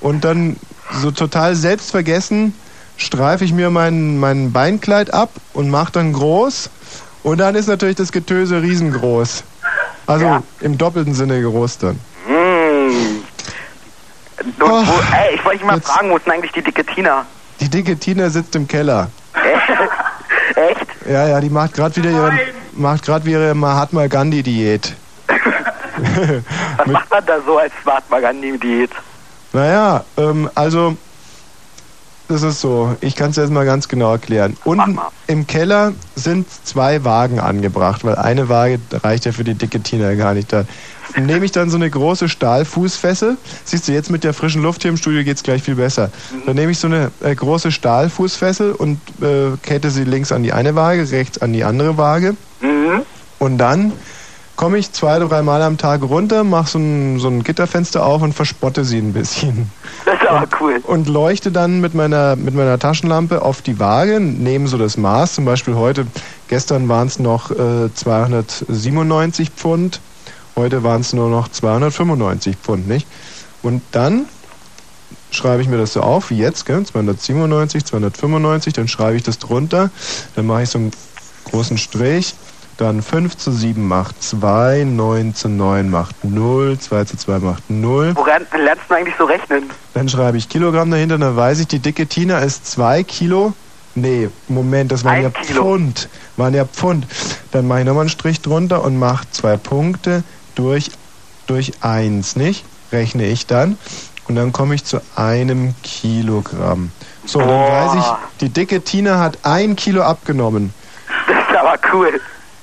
Speaker 1: Und dann so total selbstvergessen streife ich mir mein, mein Beinkleid ab und mache dann groß. Und dann ist natürlich das Getöse riesengroß. Also im doppelten Sinne groß dann.
Speaker 28: Hm. Und wo, ey, ich wollte dich mal fragen, wo ist denn eigentlich die dicke Tina?
Speaker 1: Die dicke Tina sitzt im Keller.
Speaker 28: Echt?
Speaker 1: Ja, ja, die macht gerade wieder ihre, macht grad wieder ihre Mahatma Gandhi-Diät.
Speaker 28: Was macht man da so als Mahatma Gandhi-Diät?
Speaker 1: Naja, ähm, also das ist so. Ich kann es jetzt mal ganz genau erklären. Unten im Keller sind zwei Wagen angebracht, weil eine Waage reicht ja für die dicke Tina gar nicht. Da nehme ich dann so eine große Stahlfußfessel. Siehst du, jetzt mit der frischen Luft hier im Studio geht es gleich viel besser. Dann nehme ich so eine äh, große Stahlfußfessel und äh, kette sie links an die eine Waage, rechts an die andere Waage. Und dann komme ich zwei, drei Mal am Tag runter, mache so ein, so ein Gitterfenster auf und verspotte sie ein bisschen.
Speaker 28: Das ist aber cool.
Speaker 1: Und leuchte dann mit meiner, mit meiner Taschenlampe auf die Waage, nehme so das Maß. Zum Beispiel heute, gestern waren es noch äh, 297 Pfund, heute waren es nur noch 295 Pfund, nicht? Und dann schreibe ich mir das so auf, wie jetzt, gell? 297, 295, dann schreibe ich das drunter, dann mache ich so einen großen Strich, dann 5 zu 7 macht 2, 9 zu 9 macht 0, 2 zu 2 macht 0.
Speaker 28: Woran lernst du eigentlich so rechnen?
Speaker 1: Dann schreibe ich Kilogramm dahinter, dann weiß ich, die dicke Tina ist 2 Kilo. Nee, Moment, das waren ja Pfund. Waren ja Pfund. Dann mache ich nochmal einen Strich drunter und mache zwei Punkte durch, durch 1, nicht? Rechne ich dann. Und dann komme ich zu einem Kilogramm. So, dann weiß ich, die dicke Tina hat ein Kilo abgenommen.
Speaker 28: Das ist aber cool.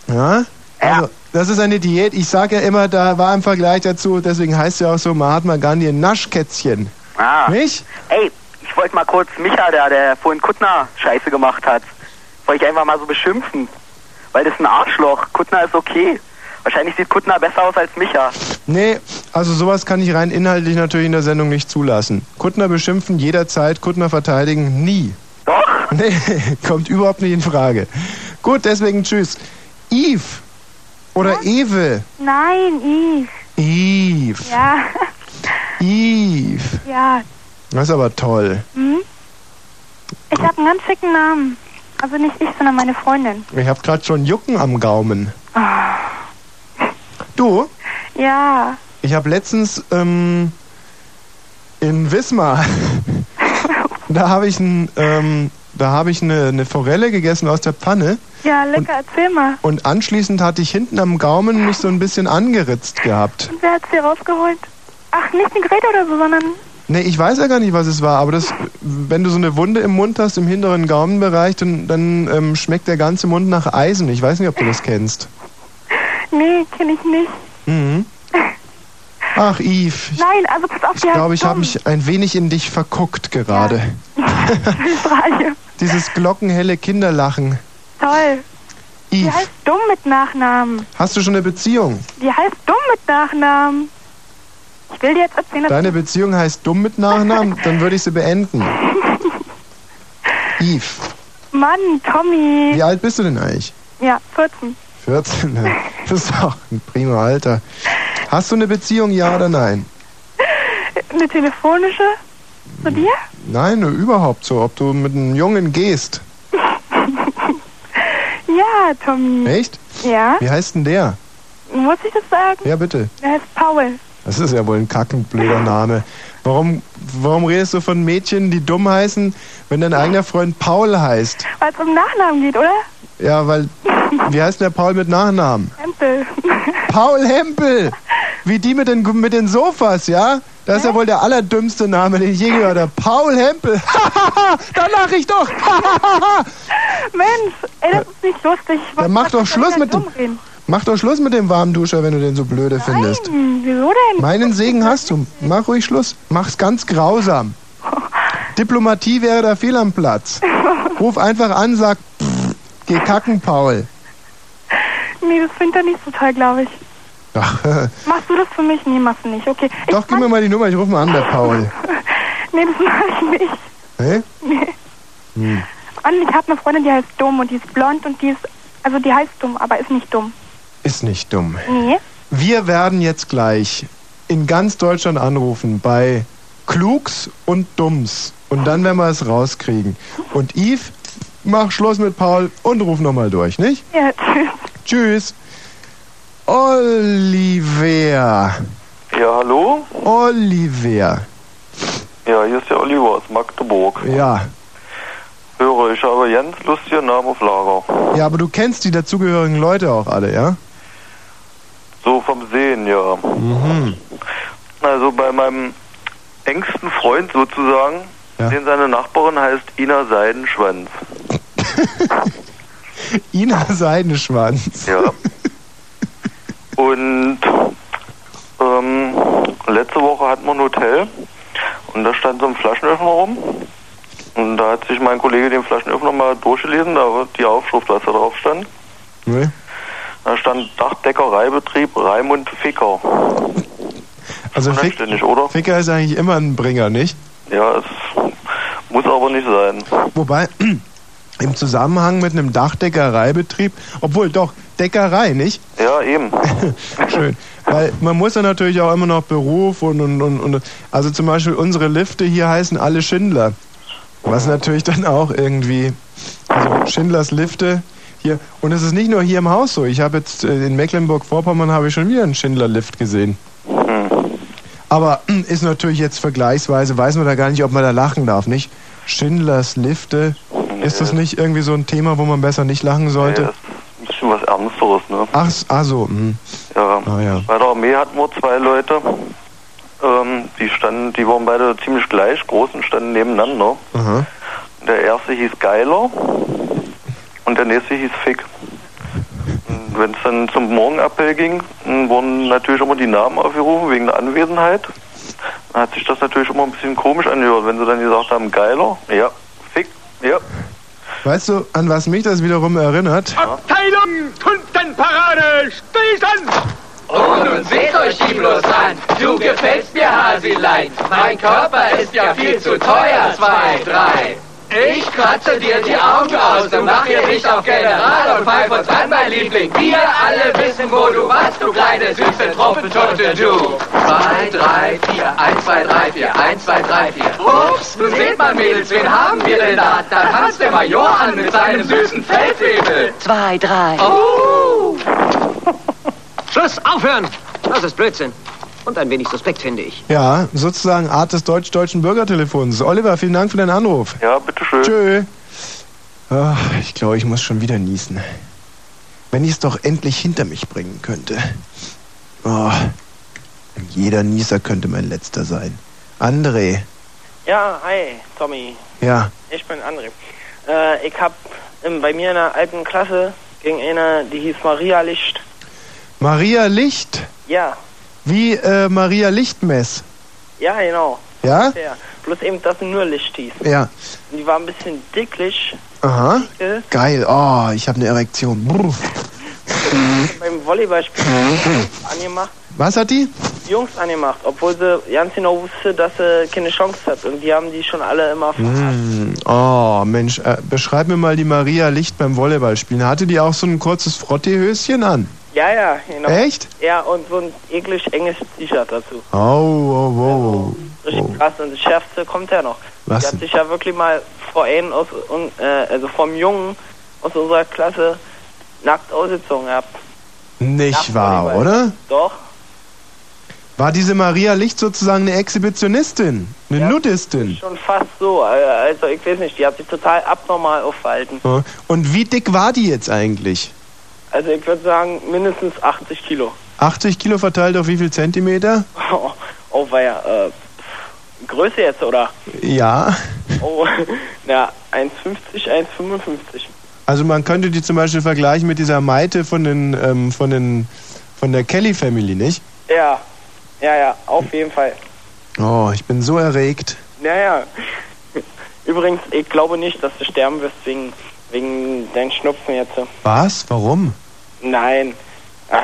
Speaker 1: Ja? Also, das ist eine Diät. Ich sage ja immer, da war im Vergleich dazu, deswegen heißt ja auch so Mahatma Gandhi ein Naschkätzchen.
Speaker 28: Ah.
Speaker 1: Nicht?
Speaker 28: Ey, ich wollte mal kurz Micha, der, der vorhin Kuttner Scheiße gemacht hat, wollte ich einfach mal so beschimpfen. Weil das ist ein Arschloch. Kuttner ist okay. Wahrscheinlich sieht Kuttner besser aus als Micha.
Speaker 1: Nee, also sowas kann ich rein inhaltlich natürlich in der Sendung nicht zulassen. Kuttner beschimpfen jederzeit, Kuttner verteidigen nie.
Speaker 28: Doch?
Speaker 1: Nee, kommt überhaupt nicht in Frage. Gut, deswegen tschüss. Eve oder Ewe.
Speaker 12: Nein, Yves.
Speaker 1: Eve.
Speaker 12: Ja,
Speaker 1: Eve.
Speaker 12: ja.
Speaker 1: Das ist aber toll.
Speaker 12: Hm? Ich habe einen ganz schicken Namen. Also nicht ich, sondern meine Freundin.
Speaker 1: Ich habe gerade schon Jucken am Gaumen.
Speaker 12: Ah,
Speaker 1: Du,
Speaker 12: Ja.
Speaker 1: ich habe letztens ähm, in Wismar, da habe ich, ein, ähm, da hab ich eine, eine Forelle gegessen aus der Pfanne.
Speaker 12: Ja, lecker, erzähl mal.
Speaker 1: Und anschließend hatte ich hinten am Gaumen mich so ein bisschen angeritzt gehabt.
Speaker 12: Und wer hat's dir rausgeholt? Ach, nicht ein Gerät oder so, sondern.
Speaker 1: Nee, ich weiß ja gar nicht, was es war, aber das, wenn du so eine Wunde im Mund hast, im hinteren Gaumenbereich, dann, dann ähm, schmeckt der ganze Mund nach Eisen. Ich weiß nicht, ob du das kennst.
Speaker 12: Nee, kenne ich nicht.
Speaker 1: Mhm. Ach, Yves,
Speaker 12: Nein, also pass auf,
Speaker 1: ich
Speaker 12: die heißt
Speaker 1: glaube, ich habe
Speaker 12: Tom.
Speaker 1: mich ein wenig in dich verguckt gerade.
Speaker 12: Australien.
Speaker 1: Dieses glockenhelle Kinderlachen.
Speaker 12: Toll. Die heißt dumm mit Nachnamen.
Speaker 1: Hast du schon eine Beziehung?
Speaker 12: Die heißt dumm mit Nachnamen. Ich will dir jetzt erzählen, dass
Speaker 1: Deine Beziehung heißt dumm mit Nachnamen? Dann würde ich sie beenden. Yves,
Speaker 12: Mann, Tommy.
Speaker 1: wie alt bist du denn eigentlich?
Speaker 12: Ja, 14.
Speaker 1: 14, ne? das ist doch ein prima Alter. Hast du eine Beziehung, ja oder nein?
Speaker 12: Eine telefonische? Zu dir?
Speaker 1: Nein, ne, überhaupt so, ob du mit einem Jungen gehst.
Speaker 12: Ja, Tommy.
Speaker 1: Echt?
Speaker 12: Ja?
Speaker 1: Wie heißt denn der?
Speaker 12: Muss ich das sagen?
Speaker 1: Ja, bitte.
Speaker 12: Der heißt Paul.
Speaker 1: Das ist ja wohl ein kackenblöder Name. Warum, warum redest du von Mädchen, die dumm heißen, wenn dein eigener Freund Paul heißt?
Speaker 12: Weil es um Nachnamen geht, oder?
Speaker 1: Ja, weil, wie heißt denn der Paul mit Nachnamen?
Speaker 12: Tempel.
Speaker 1: Paul Hempel! Wie die mit den, mit den Sofas, ja? Das ist ja wohl der allerdümmste Name, den ich je gehört habe. Paul Hempel! da lache ich doch!
Speaker 12: Mensch, ey, das ist nicht lustig. Ich
Speaker 1: Dann mach doch Schluss mit dem.
Speaker 12: reden.
Speaker 1: Mach doch Schluss mit dem warmen Duscher, wenn du den so blöde findest.
Speaker 12: Hm, wieso denn?
Speaker 1: Meinen Segen hast du. Mach ruhig Schluss. Mach's ganz grausam. Diplomatie wäre da fehl am Platz. Ruf einfach an, sag, pff, geh kacken, Paul.
Speaker 12: Nee, das findet er nicht so toll, glaube ich.
Speaker 1: Ach,
Speaker 12: Machst du das für mich? Nee, machst du nicht. Okay. Ich,
Speaker 1: doch, gib mir mal die Nummer, ich ruf mal an, der Paul.
Speaker 12: nee, das mache ich nicht.
Speaker 1: Hä?
Speaker 12: Nee.
Speaker 1: Hm.
Speaker 12: Und ich habe eine Freundin, die heißt Dom und die ist blond und die ist Also die heißt dumm, aber ist nicht dumm.
Speaker 1: Ist nicht dumm.
Speaker 12: Nee.
Speaker 1: Wir werden jetzt gleich in ganz Deutschland anrufen bei Klugs und Dumms. Und dann werden wir es rauskriegen. Und Yves, mach Schluss mit Paul und ruf nochmal durch, nicht?
Speaker 12: Ja, tschüss.
Speaker 1: Tschüss. Oliver.
Speaker 29: Ja, hallo?
Speaker 1: Oliver.
Speaker 29: Ja, hier ist der Oliver aus Magdeburg.
Speaker 1: Ja.
Speaker 29: Höre, ich habe Jens lustige Namen auf Lager.
Speaker 1: Ja, aber du kennst die dazugehörigen Leute auch alle, ja?
Speaker 29: So vom Sehen, ja.
Speaker 1: Mhm.
Speaker 29: Also bei meinem engsten Freund sozusagen, den seine Nachbarin heißt Ina Seidenschwanz.
Speaker 1: Ina Seidenschwanz.
Speaker 29: Ja. Und ähm, letzte Woche hatten wir ein Hotel und da stand so ein Flaschenöffner rum. Und da hat sich mein Kollege den Flaschenöffner mal durchgelesen, da war die Aufschrift, was da drauf stand.
Speaker 1: Nee.
Speaker 29: Da stand Dachdeckereibetrieb Raimund Ficker.
Speaker 1: Also Fick,
Speaker 29: Ständig, oder?
Speaker 1: Ficker ist eigentlich immer ein Bringer, nicht?
Speaker 29: Ja, es muss aber nicht sein.
Speaker 1: Wobei im Zusammenhang mit einem Dachdeckereibetrieb, obwohl doch, Deckerei, nicht?
Speaker 29: Ja, eben.
Speaker 1: Schön. Weil man muss ja natürlich auch immer noch Beruf und, und, und, und also zum Beispiel unsere Lifte hier heißen alle Schindler. Was natürlich dann auch irgendwie, also Schindlers Lifte hier, und es ist nicht nur hier im Haus so. Ich habe jetzt äh, in Mecklenburg-Vorpommern habe ich schon wieder einen Schindler-Lift gesehen.
Speaker 29: Hm.
Speaker 1: Aber hm, ist natürlich jetzt vergleichsweise, weiß man da gar nicht, ob man da lachen darf, nicht? Schindlers Lifte, ist das nicht irgendwie so ein Thema, wo man besser nicht lachen sollte?
Speaker 29: Nee, das ist ein bisschen was Ernsteres, ne?
Speaker 1: Ach, s- ach so, hm.
Speaker 29: Ja.
Speaker 1: Ah ja.
Speaker 29: Bei der Armee hatten wir zwei Leute. Ähm, die standen, die waren beide ziemlich gleich, großen standen nebeneinander.
Speaker 1: Aha.
Speaker 29: Der erste hieß Geiler und der nächste hieß Fick. Wenn es dann zum Morgenappell ging, m, wurden natürlich immer die Namen aufgerufen wegen der Anwesenheit. Dann hat sich das natürlich immer ein bisschen komisch angehört, wenn sie dann gesagt haben, Geiler, ja, Fick, ja.
Speaker 1: Weißt du, an was mich das wiederum erinnert?
Speaker 30: Abteilung Tuntenparade, Stillstand!
Speaker 31: Und Oh, nun seht euch die bloß an, du gefällst mir, Hasilein. Mein Körper ist ja viel zu teuer, zwei, drei. Ich kratze dir die Augen aus, du mach hier nicht auf General und pfeif uns an, mein Liebling. Wir alle wissen, wo du warst, du kleine süße Truppentote, du. Zwei, drei, vier, eins, zwei, drei, vier, eins, zwei, drei, vier. Ups, nun seht mal, Mädels, wen haben wir denn da? Da tanzt der Major an mit seinem süßen Feldwebel.
Speaker 4: Zwei, drei.
Speaker 31: Oh! Schluss, aufhören! Das ist Blödsinn. Und ein wenig suspekt, finde ich.
Speaker 1: Ja, sozusagen Art des deutsch-deutschen Bürgertelefons. Oliver, vielen Dank für deinen Anruf.
Speaker 29: Ja, bitteschön.
Speaker 1: Tschö. Ach, ich glaube, ich muss schon wieder niesen. Wenn ich es doch endlich hinter mich bringen könnte. Oh, jeder Nieser könnte mein letzter sein. André,
Speaker 9: Ja, hi, Tommy.
Speaker 1: ja,
Speaker 9: Ich bin André. Äh, ich hab im, bei mir in der alten Klasse ging eine, die hieß Maria Licht.
Speaker 1: Maria Licht,
Speaker 9: Ja,
Speaker 1: wie äh, Maria Lichtmess.
Speaker 9: ja, genau.
Speaker 1: Ja?
Speaker 9: Ungefähr. Bloß eben, dass sie nur Licht hieß.
Speaker 1: Ja,
Speaker 9: Und die war ein bisschen dicklich.
Speaker 1: aha,
Speaker 9: Äh,
Speaker 1: geil. Oh, ich habe eine Erektion. Brr.
Speaker 9: Beim Volleyballspiel
Speaker 1: Mhm.
Speaker 9: angemacht,
Speaker 1: Was hat die?
Speaker 9: Jungs angemacht, obwohl sie ganz genau wusste, dass sie keine Chance hat. Und die haben die schon alle immer.
Speaker 1: Hm, oh, Mensch, äh, beschreib mir mal die Maria Licht beim Volleyballspielen. Hatte die auch so ein kurzes Frottehöschen an?
Speaker 9: Ja, ja, genau.
Speaker 1: Echt?
Speaker 9: Ja, und so ein eklig enges T-Shirt dazu.
Speaker 1: Oh, oh, wow.
Speaker 9: Richtig krass. Und das Schärfste kommt ja noch.
Speaker 1: Was
Speaker 9: Die hat
Speaker 1: denn?
Speaker 9: sich ja wirklich mal vor einem aus, un, äh, also vom Jungen aus unserer Klasse nackt ausgezogen gehabt.
Speaker 1: Nicht wahr, oder?
Speaker 9: Doch,
Speaker 1: War diese Maria Licht sozusagen eine Exhibitionistin? Eine Nudistin?
Speaker 9: schon fast so. Äh, Also ich weiß nicht, die hat sich total abnormal aufverhalten.
Speaker 1: Ja. Und wie dick war die jetzt eigentlich?
Speaker 9: Also ich würde sagen, mindestens 80 Kilo.
Speaker 1: 80 Kilo verteilt auf wie viel Zentimeter?
Speaker 9: Oh, oh weia, äh, Größe jetzt, oder?
Speaker 1: Ja.
Speaker 9: Oh, na, 1,50, 1,55.
Speaker 1: Also man könnte die zum Beispiel vergleichen mit dieser Maite von den, ähm, von den, von der Kelly Family, nicht?
Speaker 9: Ja, ja, ja, auf jeden Fall.
Speaker 1: Oh, ich bin so erregt.
Speaker 9: Naja. Übrigens, ich glaube nicht, dass du sterben wirst wegen, wegen deinen Schnupfen jetzt.
Speaker 1: Was? Warum?
Speaker 9: Nein. Ach,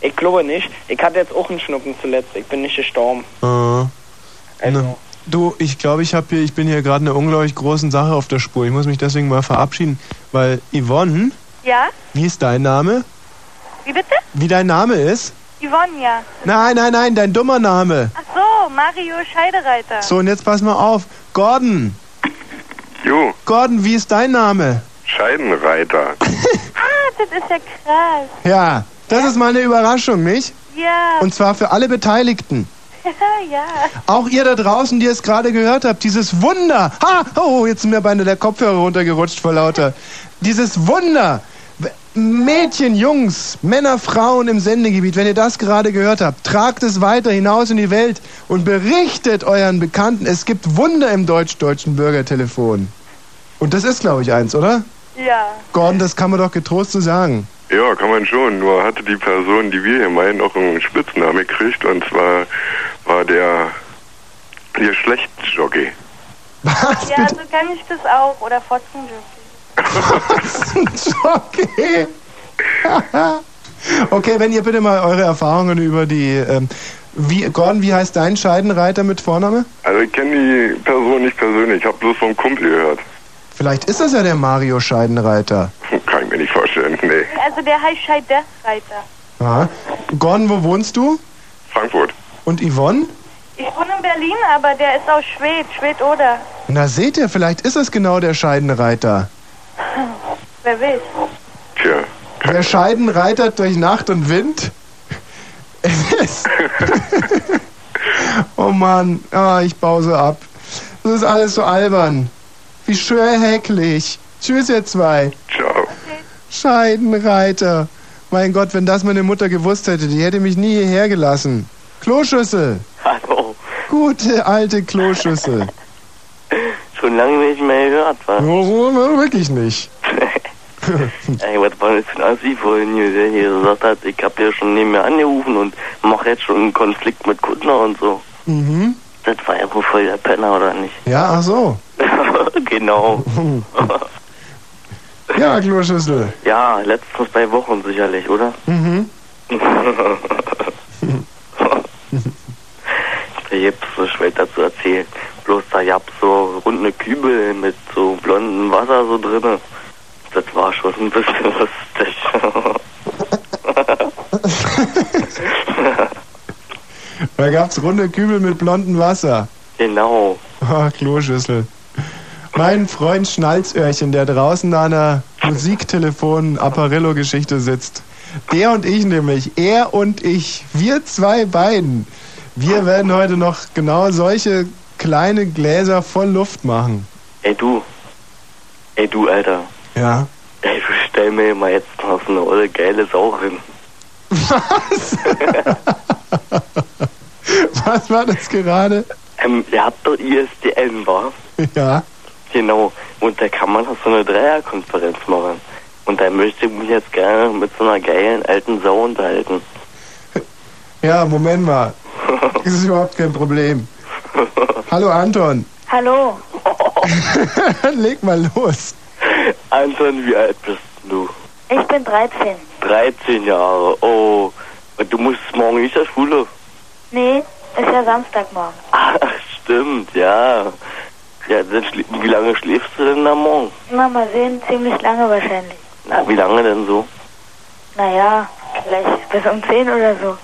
Speaker 9: ich glaube nicht. Ich hatte jetzt auch einen Schnuppen zuletzt. Ich bin nicht gestorben.
Speaker 1: Äh, ne, du, ich glaube, ich habe hier, ich bin hier gerade einer unglaublich großen Sache auf der Spur. Ich muss mich deswegen mal verabschieden, weil Yvonne
Speaker 7: Ja?
Speaker 1: Wie ist dein Name?
Speaker 7: Wie bitte?
Speaker 1: Wie dein Name ist?
Speaker 7: Yvonne, ja.
Speaker 1: Nein, nein, nein, dein dummer Name.
Speaker 7: Ach so, Mario Scheidereiter.
Speaker 1: So, und jetzt pass mal auf. Gordon.
Speaker 16: Jo,
Speaker 1: Gordon, wie ist dein Name?
Speaker 16: Scheidenreiter.
Speaker 7: Ah, das ist ja krass.
Speaker 1: Ja, das ist mal eine Überraschung, nicht?
Speaker 7: Ja.
Speaker 1: Und zwar für alle Beteiligten.
Speaker 7: ja.
Speaker 1: Auch ihr da draußen, die es gerade gehört habt, dieses Wunder. Ha! Oh, jetzt sind mir beinahe der Kopfhörer runtergerutscht vor lauter. Dieses Wunder. W- Mädchen, Jungs, Männer, Frauen im Sendegebiet, wenn ihr das gerade gehört habt, tragt es weiter hinaus in die Welt und berichtet euren Bekannten. Es gibt Wunder im deutsch-deutschen Bürgertelefon. Und das ist, glaube ich, eins, oder?
Speaker 7: Ja.
Speaker 1: Gordon, das kann man doch getrost so sagen.
Speaker 16: Ja, kann man schon. Nur hatte die Person, die wir hier meinen, auch einen Spitznamen gekriegt. Und zwar war der Geschlechtsjockey.
Speaker 7: ja, so kann ich das auch. Oder Fotzen.
Speaker 1: okay. okay, wenn ihr bitte mal eure Erfahrungen über die. Ähm, wie, Gordon, wie heißt dein Scheidenreiter mit Vorname?
Speaker 16: Also ich kenne die Person nicht persönlich. Ich habe bloß vom Kumpel gehört.
Speaker 1: Vielleicht ist das ja der Mario Scheidenreiter.
Speaker 16: Hm, Kann ich mir nicht vorstellen. Nee.
Speaker 7: Also der heißt Scheidereiter.
Speaker 1: Aha. Gordon, wo wohnst du?
Speaker 16: Frankfurt.
Speaker 1: Und Yvonne?
Speaker 7: Ich wohne in Berlin, aber der ist aus Schwed, Schwed-Oder.
Speaker 1: Na seht ihr, vielleicht ist es genau der Scheidenreiter.
Speaker 7: Wer weiß.
Speaker 16: Tja.
Speaker 1: Der Scheiden reitert durch Nacht und Wind. Es ist- oh Mann, ah, ich pause ab. Das ist alles so albern. Wie schwer häcklich. Tschüss, ihr zwei.
Speaker 16: Ciao.
Speaker 1: Scheidenreiter. Mein Gott, wenn das meine Mutter gewusst hätte, die hätte mich nie hierher gelassen. Kloschüssel.
Speaker 32: Hallo.
Speaker 1: Gute alte Kloschüssel.
Speaker 32: Schon lange nicht mehr gehört, wa?
Speaker 1: Wirklich nicht.
Speaker 32: Ey, was war das für ein Assi vorhin hier, der hier gesagt hat, ich hab ja schon neben mir angerufen und mach jetzt schon einen Konflikt mit Kuttner und so.
Speaker 1: Mhm.
Speaker 32: Das war ja wohl voll der Penner, oder nicht?
Speaker 1: Ja, ach so.
Speaker 32: genau.
Speaker 1: Ja, Kloschüssel.
Speaker 32: ja, letztens bei Wochen sicherlich, oder?
Speaker 1: Mhm.
Speaker 32: da gibt's so schwer dazu erzählen. Bloß da gab's so runde Kübel mit so blondem Wasser so drinne. Das war schon ein bisschen lustig.
Speaker 1: Da gab's runde Kübel mit blondem Wasser.
Speaker 32: genau.
Speaker 1: Ah, Kloschüssel. Mein Freund Schnalzöhrchen, der draußen an einer Musiktelefon-Apparillo-Geschichte sitzt. Der und ich nämlich, er und ich, wir zwei beiden. Wir werden heute noch genau solche kleine Gläser voll Luft machen.
Speaker 32: Ey du. Ey du, Alter.
Speaker 1: Ja.
Speaker 32: Ey, du stell mir mal jetzt mal so eine olle geile Sau hin.
Speaker 1: Was? Was war das gerade?
Speaker 32: Ähm, ihr habt doch ISDN, wa?
Speaker 1: Ja.
Speaker 32: Genau. Und da kann man auch so eine Dreierkonferenz machen. Und da möchte ich mich jetzt gerne mit so einer geilen alten Sau unterhalten.
Speaker 1: Ja, Moment mal. Das ist überhaupt kein Problem. Hallo Anton.
Speaker 7: Hallo.
Speaker 1: Leg mal los.
Speaker 32: Anton, wie alt bist du?
Speaker 7: Ich bin 13.
Speaker 32: 13 Jahre. Oh, und du musst morgen nicht zur Schule.
Speaker 7: Nee, ist ja Samstagmorgen.
Speaker 32: Ach, stimmt, ja. Ja, dann schlie- wie lange schläfst du denn am Morgen?
Speaker 7: Na, mal sehen, ziemlich lange wahrscheinlich.
Speaker 32: Na, wie lange denn so?
Speaker 7: Naja, vielleicht bis um 10 oder so.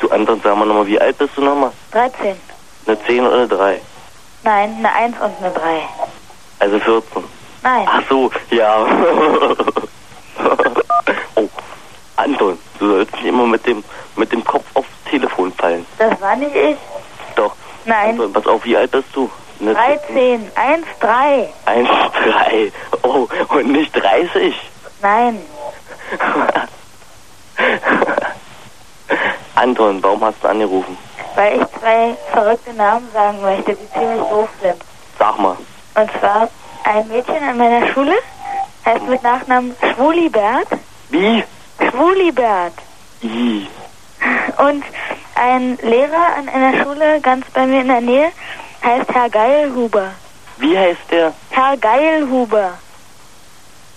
Speaker 32: Du, Anton, sag mal nochmal, wie alt bist du nochmal?
Speaker 7: 13.
Speaker 32: Eine 10 oder eine 3?
Speaker 7: Nein, eine 1 und eine 3.
Speaker 32: Also 14.
Speaker 7: Nein.
Speaker 32: Ach so, ja. oh, Anton, du sollst nicht immer mit dem, mit dem Kopf aufs Telefon fallen.
Speaker 7: Das war nicht ich.
Speaker 32: Doch.
Speaker 7: Nein,
Speaker 32: Anton, pass auf, wie alt bist du? Eine
Speaker 7: 13. 1, 3.
Speaker 32: 1, 3. Oh, und nicht 30.
Speaker 7: Nein.
Speaker 32: Anton, warum hast du angerufen?
Speaker 7: Weil ich zwei verrückte Namen sagen möchte, die ziemlich doof sind.
Speaker 32: Sag mal.
Speaker 7: Und zwar ein Mädchen in meiner Schule heißt mit Nachnamen Schwulibert.
Speaker 32: Wie?
Speaker 7: Schwulibert.
Speaker 32: I.
Speaker 7: Und ein Lehrer an einer Schule ganz bei mir in der Nähe heißt Herr Geilhuber.
Speaker 32: Wie heißt der?
Speaker 7: Herr Geilhuber.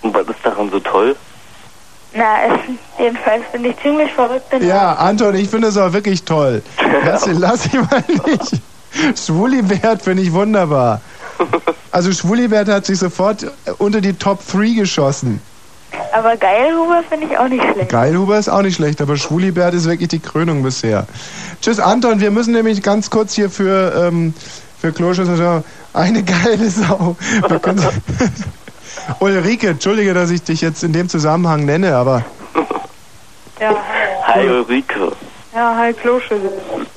Speaker 32: Und was ist daran so toll?
Speaker 7: Na, es, jedenfalls bin ich ziemlich verrückte Namen.
Speaker 1: Ja, Anton, ich finde es auch wirklich toll. Lass, lass ihn mal nicht. Schwulibert finde ich wunderbar. Also Schwulibert hat sich sofort unter die Top 3 geschossen.
Speaker 7: Aber Geilhuber finde ich auch nicht schlecht.
Speaker 1: Geilhuber ist auch nicht schlecht, aber Schwulibert ist wirklich die Krönung bisher. Tschüss, Anton. Wir müssen nämlich ganz kurz hier für, ähm, für Kloschüssel eine geile Sau. Wir können- Ulrike, entschuldige, dass ich dich jetzt in dem Zusammenhang nenne, aber
Speaker 12: Ja,
Speaker 32: Hi Ulrike.
Speaker 12: ja, halt Kloschüssel.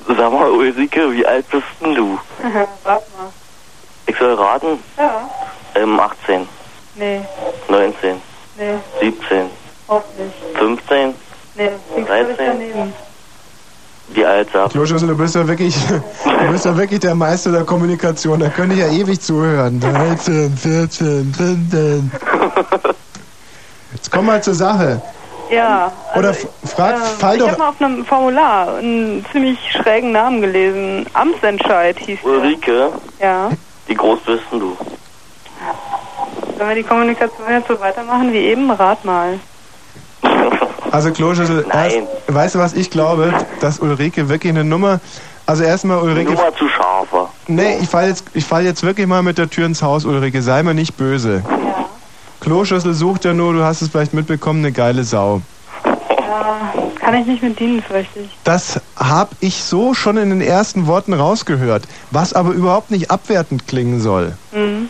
Speaker 5: Also
Speaker 32: Sag mal Ulrike, wie alt bist denn du?
Speaker 12: Warte mal.
Speaker 32: Ich soll raten?
Speaker 12: Ja,
Speaker 32: Ähm, 18,
Speaker 12: nee,
Speaker 32: 19,
Speaker 12: nee,
Speaker 32: 17,
Speaker 12: auch nicht.
Speaker 32: 15,
Speaker 12: Nee, liegt
Speaker 32: 13.
Speaker 12: völlig daneben.
Speaker 32: wie alt sag?
Speaker 1: Kloschüssel, du bist ja wirklich, du bist ja wirklich der Meister der Kommunikation. Da könnte ich ja ewig zuhören. 13, 14, 15. Jetzt komm mal zur Sache.
Speaker 12: Ja. also
Speaker 1: Oder f- frag, fall
Speaker 12: ich
Speaker 1: doch.
Speaker 12: habe mal auf einem Formular einen ziemlich schrägen Namen gelesen. Amtsentscheid hieß
Speaker 32: Ulrike,
Speaker 12: der. Ja.
Speaker 32: wie groß bist denn du?
Speaker 12: Wenn wir die Kommunikation jetzt so weitermachen wie eben, rat mal.
Speaker 1: Also Kloschüssel, erst, weißt du was ich glaube, dass Ulrike wirklich eine Nummer. Also erstmal Ulrike.
Speaker 32: Nummer zu scharf war.
Speaker 1: Nee, ich fall jetzt, ich fall jetzt wirklich mal mit der Tür ins Haus, Ulrike. Sei mir nicht böse. Kloschüssel sucht ja nur, du hast es vielleicht mitbekommen, eine geile Sau.
Speaker 12: Ja, kann ich nicht mit dienen, fürchte ich.
Speaker 1: Das habe ich so schon in den ersten Worten rausgehört, was aber überhaupt nicht abwertend klingen soll.
Speaker 12: Mhm.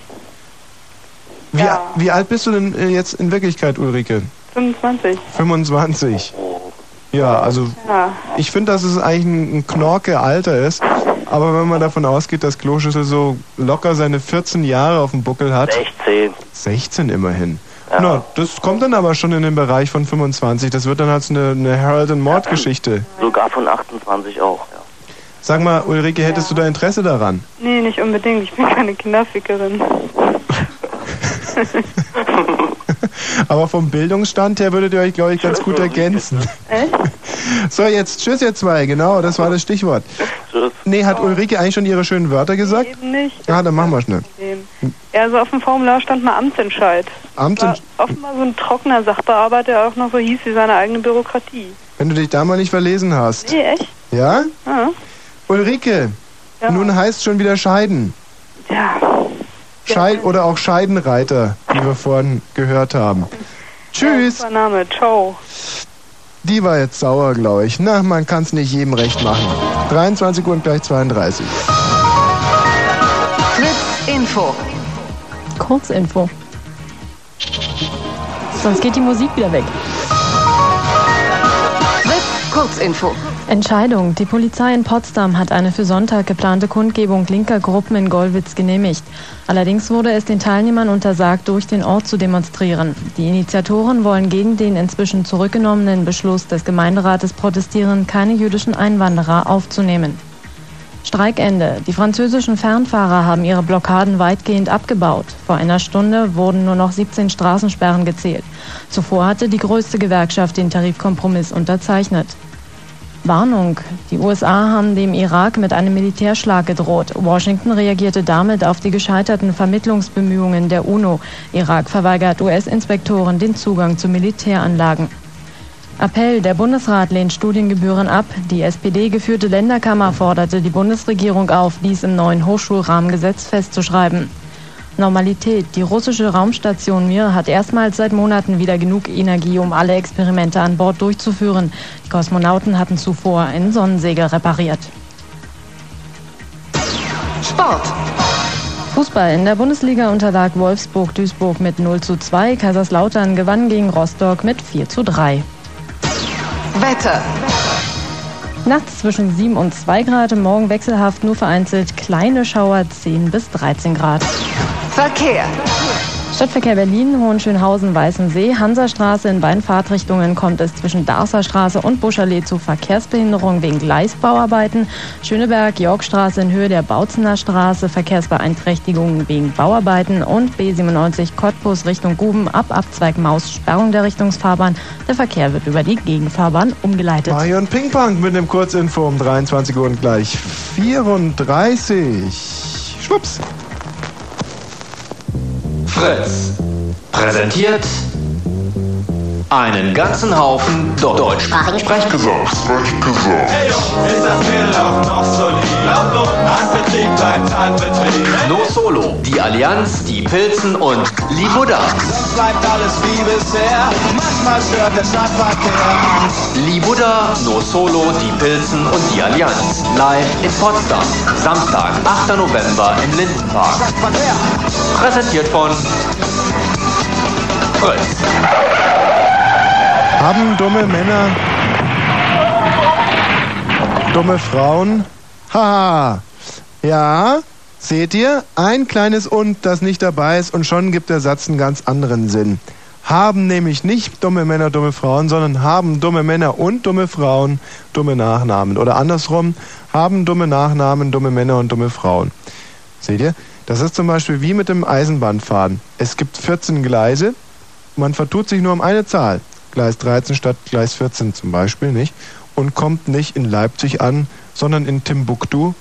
Speaker 1: Wie, wie alt bist du denn äh, jetzt in Wirklichkeit, Ulrike?
Speaker 12: 25.
Speaker 1: 25. Ja, also
Speaker 12: Ja.
Speaker 1: ich finde, dass es eigentlich ein, ein knorke Alter ist. Aber wenn man davon ausgeht, dass Kloschüssel so locker seine 14 Jahre auf dem Buckel hat.
Speaker 32: 16.
Speaker 1: 16 immerhin. Na, das kommt dann aber schon in den Bereich von 25. Das wird dann als eine, eine Harold- und Mord-Geschichte.
Speaker 32: Sogar von 28 auch, ja.
Speaker 1: Sag mal, Ulrike, hättest du da Interesse daran?
Speaker 12: Nee, nicht unbedingt. Ich bin keine Kinderfickerin.
Speaker 1: Aber vom Bildungsstand her würdet ihr euch, glaube ich, ganz gut ergänzen. So, jetzt tschüss, ihr zwei. Genau, das war das Stichwort.
Speaker 32: Tschüss.
Speaker 1: Nee, hat Ulrike eigentlich schon ihre schönen Wörter gesagt?
Speaker 12: Eben nicht.
Speaker 1: Ja, dann machen wir schnell.
Speaker 12: Ja, also auf dem Formular stand mal Amtsentscheid.
Speaker 1: Amtsentsch-
Speaker 12: War offenbar so ein trockener Sachbearbeiter, der auch noch so hieß wie seine eigene Bürokratie.
Speaker 1: Wenn du dich da mal nicht verlesen hast.
Speaker 12: Nee, echt?
Speaker 1: Ja?
Speaker 12: Ja.
Speaker 1: Ulrike, nun heißt schon wieder Scheiden. Ja. Scheid oder auch Scheidenreiter, wie wir vorhin gehört haben. Tschüss.
Speaker 12: Super Name, ciao.
Speaker 1: Die war jetzt sauer, glaube ich. Na, man kann es nicht jedem recht machen. 23 Uhr und gleich 32.
Speaker 15: Fritz Info. Kurzinfo. Sonst geht die Musik wieder weg.
Speaker 4: Fritz, Kurzinfo.
Speaker 15: Entscheidung. Die Polizei in Potsdam hat eine für Sonntag geplante Kundgebung linker Gruppen in Gollwitz genehmigt. Allerdings wurde es den Teilnehmern untersagt, durch den Ort zu demonstrieren. Die Initiatoren wollen gegen den inzwischen zurückgenommenen Beschluss des Gemeinderates protestieren, keine jüdischen Einwanderer aufzunehmen. Streikende. Die französischen Fernfahrer haben ihre Blockaden weitgehend abgebaut. Vor einer Stunde wurden nur noch 17 Straßensperren gezählt. Zuvor hatte die größte Gewerkschaft den Tarifkompromiss unterzeichnet. Warnung. Die USA haben dem Irak mit einem Militärschlag gedroht. Washington reagierte damit auf die gescheiterten Vermittlungsbemühungen der UNO. Irak verweigert US-Inspektoren den Zugang zu Militäranlagen. Appell, der Bundesrat lehnt Studiengebühren ab. Die SPD-geführte Länderkammer forderte die Bundesregierung auf, dies im neuen Hochschulrahmengesetz festzuschreiben. Normalität. Die russische Raumstation Mir hat erstmals seit Monaten wieder genug Energie, um alle Experimente an Bord durchzuführen. Die Kosmonauten hatten zuvor einen Sonnensegel repariert.
Speaker 4: Sport.
Speaker 15: Fußball. In der Bundesliga unterlag Wolfsburg Duisburg mit 0 zu 2. Kaiserslautern gewann gegen Rostock mit 4 zu 3.
Speaker 4: Wetter.
Speaker 15: Nachts zwischen 7 und 2 Grad, im morgen wechselhaft nur vereinzelt kleine Schauer 10 bis 13 Grad.
Speaker 4: Verkehr.
Speaker 15: Stadtverkehr Berlin, Hohenschönhausen, Weißensee, Hansastraße in beiden Fahrtrichtungen kommt es zwischen Darßer Straße und Buschallee zu Verkehrsbehinderung wegen Gleisbauarbeiten. Schöneberg, Yorkstraße in Höhe der Bautzener Straße, Verkehrsbeeinträchtigungen wegen Bauarbeiten und B97 Cottbus Richtung Guben ab Abzweig Maus, Sperrung der Richtungsfahrbahn. Der Verkehr wird über die Gegenfahrbahn umgeleitet.
Speaker 1: Marion Pingpong mit dem Kurzinfo um 23 Uhr und gleich 34. Schwupps.
Speaker 9: Fritz präsentiert einen ganzen Haufen deutschsprachigen Sprechgesang. Sprechgesang.
Speaker 16: Ist das Bier noch so lila?
Speaker 23: Verkörperung, Anbetrieb bleibt Anbetrieb. No Solo, die Allianz, die Pilzen und Libudda. Sonst bleibt alles wie bisher, manchmal stört der Stadtverkehr. Libudda, No Solo, die Pilzen und die Allianz. Live in Potsdam, Samstag, 8. November im Lindenpark. Präsentiert von Fritz.
Speaker 1: Haben dumme Männer dumme Frauen? Haha. Ja, seht ihr? Ein kleines Und, das nicht dabei ist und schon gibt der Satz einen ganz anderen Sinn. Haben nämlich nicht dumme Männer dumme Frauen, sondern haben dumme Männer und dumme Frauen dumme Nachnamen. Oder andersrum, haben dumme Nachnamen dumme Männer und dumme Frauen. Seht ihr? Das ist zum Beispiel wie mit dem Eisenbahnfahren. Es gibt 14 Gleise, man vertut sich nur um eine Zahl. Gleis 13 statt Gleis 14 zum Beispiel, nicht? Und kommt nicht in Leipzig an, sondern in Timbuktu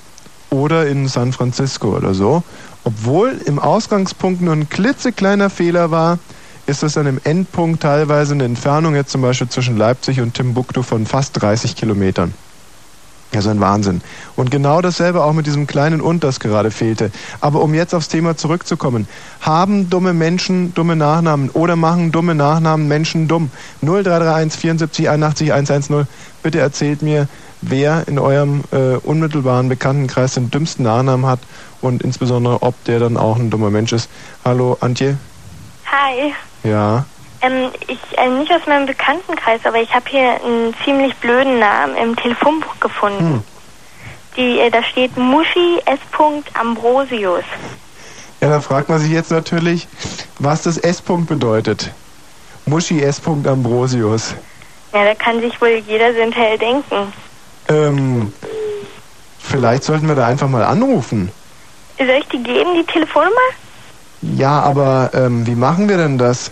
Speaker 1: oder in San Francisco oder so. Obwohl im Ausgangspunkt nur ein klitzekleiner Fehler war, ist es dann im Endpunkt teilweise eine Entfernung jetzt zum Beispiel zwischen Leipzig und Timbuktu von fast 30 Kilometern. Also ein Wahnsinn. Und genau dasselbe auch mit diesem kleinen Und, das gerade fehlte. Aber um jetzt aufs Thema zurückzukommen. Haben dumme Menschen dumme Nachnamen oder machen dumme Nachnamen Menschen dumm? 0331 74 81 110. Bitte erzählt mir, wer in eurem äh, unmittelbaren Bekanntenkreis den dümmsten Nachnamen hat und insbesondere, ob der dann auch ein dummer Mensch ist. Hallo, Antje?
Speaker 25: Hi.
Speaker 1: Ja.
Speaker 25: Ähm, ich, ähm, nicht aus meinem Bekanntenkreis, aber ich habe hier einen ziemlich blöden Namen im Telefonbuch gefunden.
Speaker 1: Hm.
Speaker 25: Die, äh, da steht Muschi S. Ambrosius.
Speaker 1: Ja, da fragt man sich jetzt natürlich, was das S-Punkt bedeutet. Muschi S-Punkt Ambrosius.
Speaker 25: Ja, da kann sich wohl jeder Sintel denken.
Speaker 1: Ähm, vielleicht sollten wir da einfach mal anrufen.
Speaker 25: Soll ich die geben, die Telefonnummer?
Speaker 1: Ja, aber ähm, wie machen wir denn das?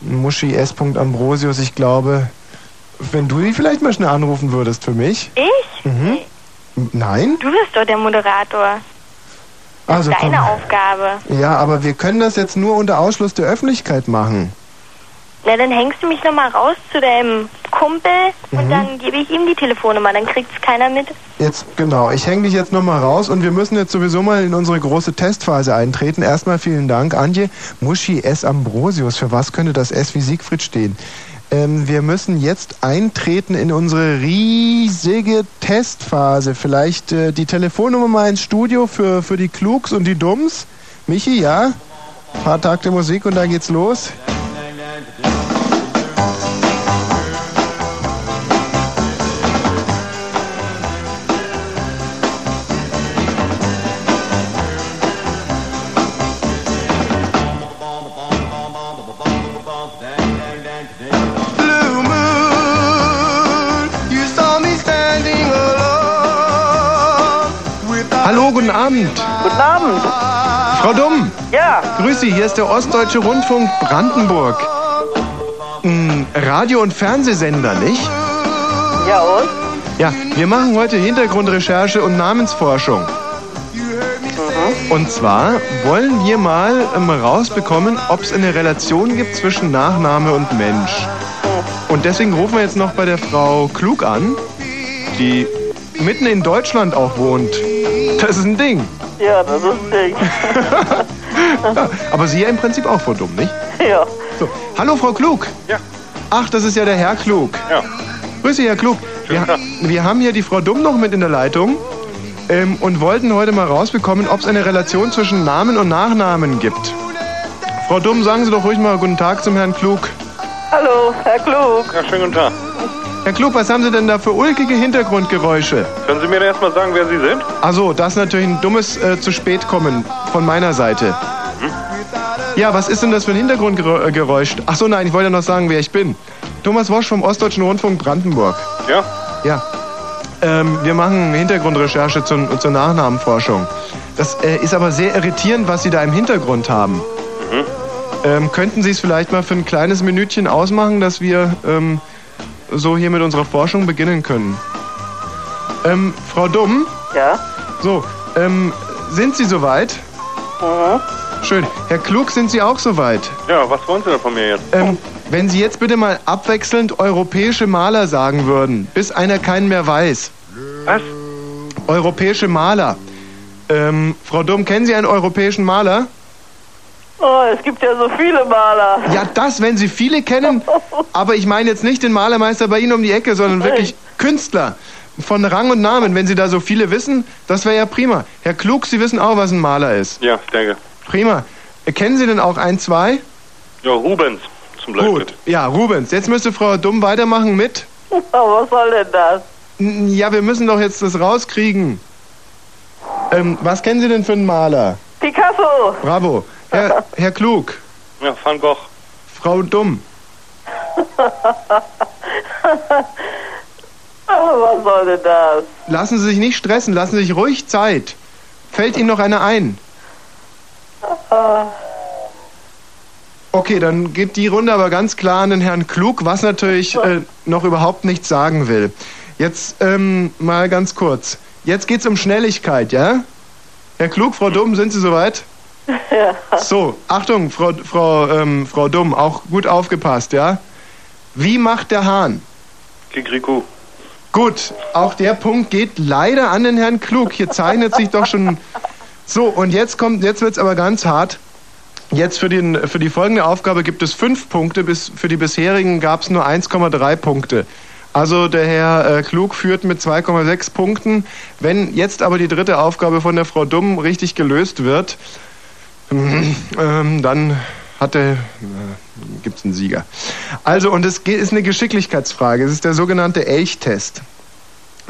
Speaker 1: Muschi S. Ambrosius, ich glaube, wenn du die vielleicht mal schnell anrufen würdest für mich.
Speaker 25: Ich?
Speaker 1: Mhm. Nein?
Speaker 25: Du bist doch der Moderator. Das
Speaker 1: Also
Speaker 25: ist deine
Speaker 1: komm.
Speaker 25: Aufgabe.
Speaker 1: Ja, aber wir können das jetzt nur unter Ausschluss der Öffentlichkeit machen.
Speaker 25: Na, dann hängst du mich nochmal raus zu deinem Kumpel
Speaker 1: Mhm.
Speaker 25: und dann gebe ich ihm die Telefonnummer. Dann kriegt's keiner mit.
Speaker 1: Jetzt, genau, ich hänge dich jetzt nochmal raus und wir müssen jetzt sowieso mal in unsere große Testphase eintreten. Erstmal vielen Dank, Antje. Muschi S. Ambrosius, für was könnte das S wie Siegfried stehen? Ähm, wir müssen jetzt eintreten in unsere riesige Testphase. Vielleicht äh, die Telefonnummer mal ins Studio für, für die Klugs und die Dumms. Michi, ja? Ein paar Takte Musik und dann geht's los.
Speaker 20: Blue moon, you saw me standing alone.
Speaker 1: Hallo, guten Abend. Guten Abend. Frau Dumm. Ja. Grüß Sie, hier ist der Ostdeutsche Rundfunk Brandenburg. Ein Radio- und Fernsehsender, nicht?
Speaker 20: Ja, und?
Speaker 1: Ja, wir machen heute Hintergrundrecherche und Namensforschung. Und zwar wollen wir mal ähm, rausbekommen, ob es eine Relation gibt zwischen Nachname und Mensch. Und deswegen rufen wir jetzt noch bei der Frau Klug an, die mitten in Deutschland auch wohnt. Das ist ein Ding.
Speaker 20: Ja, das ist ein Ding.
Speaker 1: Ja, aber Sie ja im Prinzip auch vor dumm, nicht?
Speaker 20: Ja.
Speaker 1: So. Hallo, Frau Klug. Ja. Ach, das ist ja der Herr Klug. Ja. Grüße, Herr Klug. Wir, wir haben hier die Frau Dumm noch mit in der Leitung ähm, und wollten heute mal rausbekommen, ob es eine Relation zwischen Namen und Nachnamen gibt. Frau Dumm, sagen Sie doch ruhig mal guten Tag zum Herrn Klug.
Speaker 20: Hallo, Herr Klug. Ja, schönen guten Tag.
Speaker 1: Herr Klug, was haben Sie denn da für ulkige Hintergrundgeräusche?
Speaker 24: Können Sie mir erst mal sagen, wer Sie sind?
Speaker 1: Also, das ist natürlich ein dummes äh, zu spät kommen von meiner Seite. Ja, was ist denn das für ein Hintergrundgeräusch? Ach so, nein, ich wollte ja noch sagen, wer ich bin. Thomas Wosch vom Ostdeutschen Rundfunk Brandenburg.
Speaker 24: Ja.
Speaker 1: Ja. Ähm, wir machen Hintergrundrecherche zur, zur Nachnamenforschung. Das äh, ist aber sehr irritierend, was Sie da im Hintergrund haben.
Speaker 24: Mhm.
Speaker 1: Ähm, könnten Sie es vielleicht mal für ein kleines Minütchen ausmachen, dass wir ähm, so hier mit unserer Forschung beginnen können? Ähm, Frau Dumm? Ja? So, ähm, sind Sie soweit? Mhm. Schön. Herr Klug, sind Sie auch soweit?
Speaker 24: Ja, was wollen Sie denn von mir jetzt?
Speaker 1: Ähm, wenn Sie jetzt bitte mal abwechselnd europäische Maler sagen würden, bis einer keinen mehr weiß.
Speaker 24: Was?
Speaker 1: Europäische Maler. Ähm, Frau Dumm, kennen Sie einen europäischen Maler?
Speaker 32: Oh, es gibt ja so viele Maler.
Speaker 1: Ja, das, wenn Sie viele kennen. Aber ich meine jetzt nicht den Malermeister bei Ihnen um die Ecke, sondern wirklich Künstler von Rang und Namen. Wenn Sie da so viele wissen, das wäre ja prima. Herr Klug, Sie wissen auch, was ein Maler ist.
Speaker 2: Ja, ich denke.
Speaker 1: Prima. Äh, Kennen Sie denn auch ein, zwei?
Speaker 2: Ja, Rubens zum Beispiel.
Speaker 1: Gut. Ja, Rubens. Jetzt müsste Frau Dumm weitermachen mit.
Speaker 32: Was soll denn das?
Speaker 1: N- Ja, wir müssen doch jetzt das rauskriegen. Ähm, was kennen Sie denn für einen Maler?
Speaker 32: Picasso.
Speaker 1: Bravo. Herr, Herr Klug.
Speaker 2: Ja, Van Gogh.
Speaker 1: Frau Dumm.
Speaker 32: Oh, was soll denn das?
Speaker 1: Lassen Sie sich nicht stressen, lassen Sie sich ruhig Zeit. Fällt Ihnen noch einer ein?
Speaker 32: Ah,
Speaker 1: Okay, dann gibt die Runde aber ganz klar an den Herrn Klug, was natürlich äh, noch überhaupt nichts sagen will. Jetzt ähm, mal ganz kurz. Jetzt geht's um Schnelligkeit, ja? Herr Klug, Frau Dumm, sind Sie soweit?
Speaker 32: ja.
Speaker 1: So, Achtung, Frau, Frau, ähm, Frau Dumm, auch gut aufgepasst, ja? Wie macht der Hahn?
Speaker 2: Kikriku.
Speaker 1: Gut, auch der Punkt geht leider an den Herrn Klug. Hier zeichnet sich doch schon. So, und jetzt kommt, jetzt wird's aber ganz hart. Jetzt für, den, für die folgende Aufgabe gibt es fünf Punkte, bis, für die bisherigen gab es nur 1,3 Punkte. Also der Herr äh, Klug führt mit 2,6 Punkten. Wenn jetzt aber die dritte Aufgabe von der Frau Dumm richtig gelöst wird, ähm, dann hat der, äh, gibt's einen Sieger. Also, und es ge- ist eine Geschicklichkeitsfrage. Es ist der sogenannte Elchtest.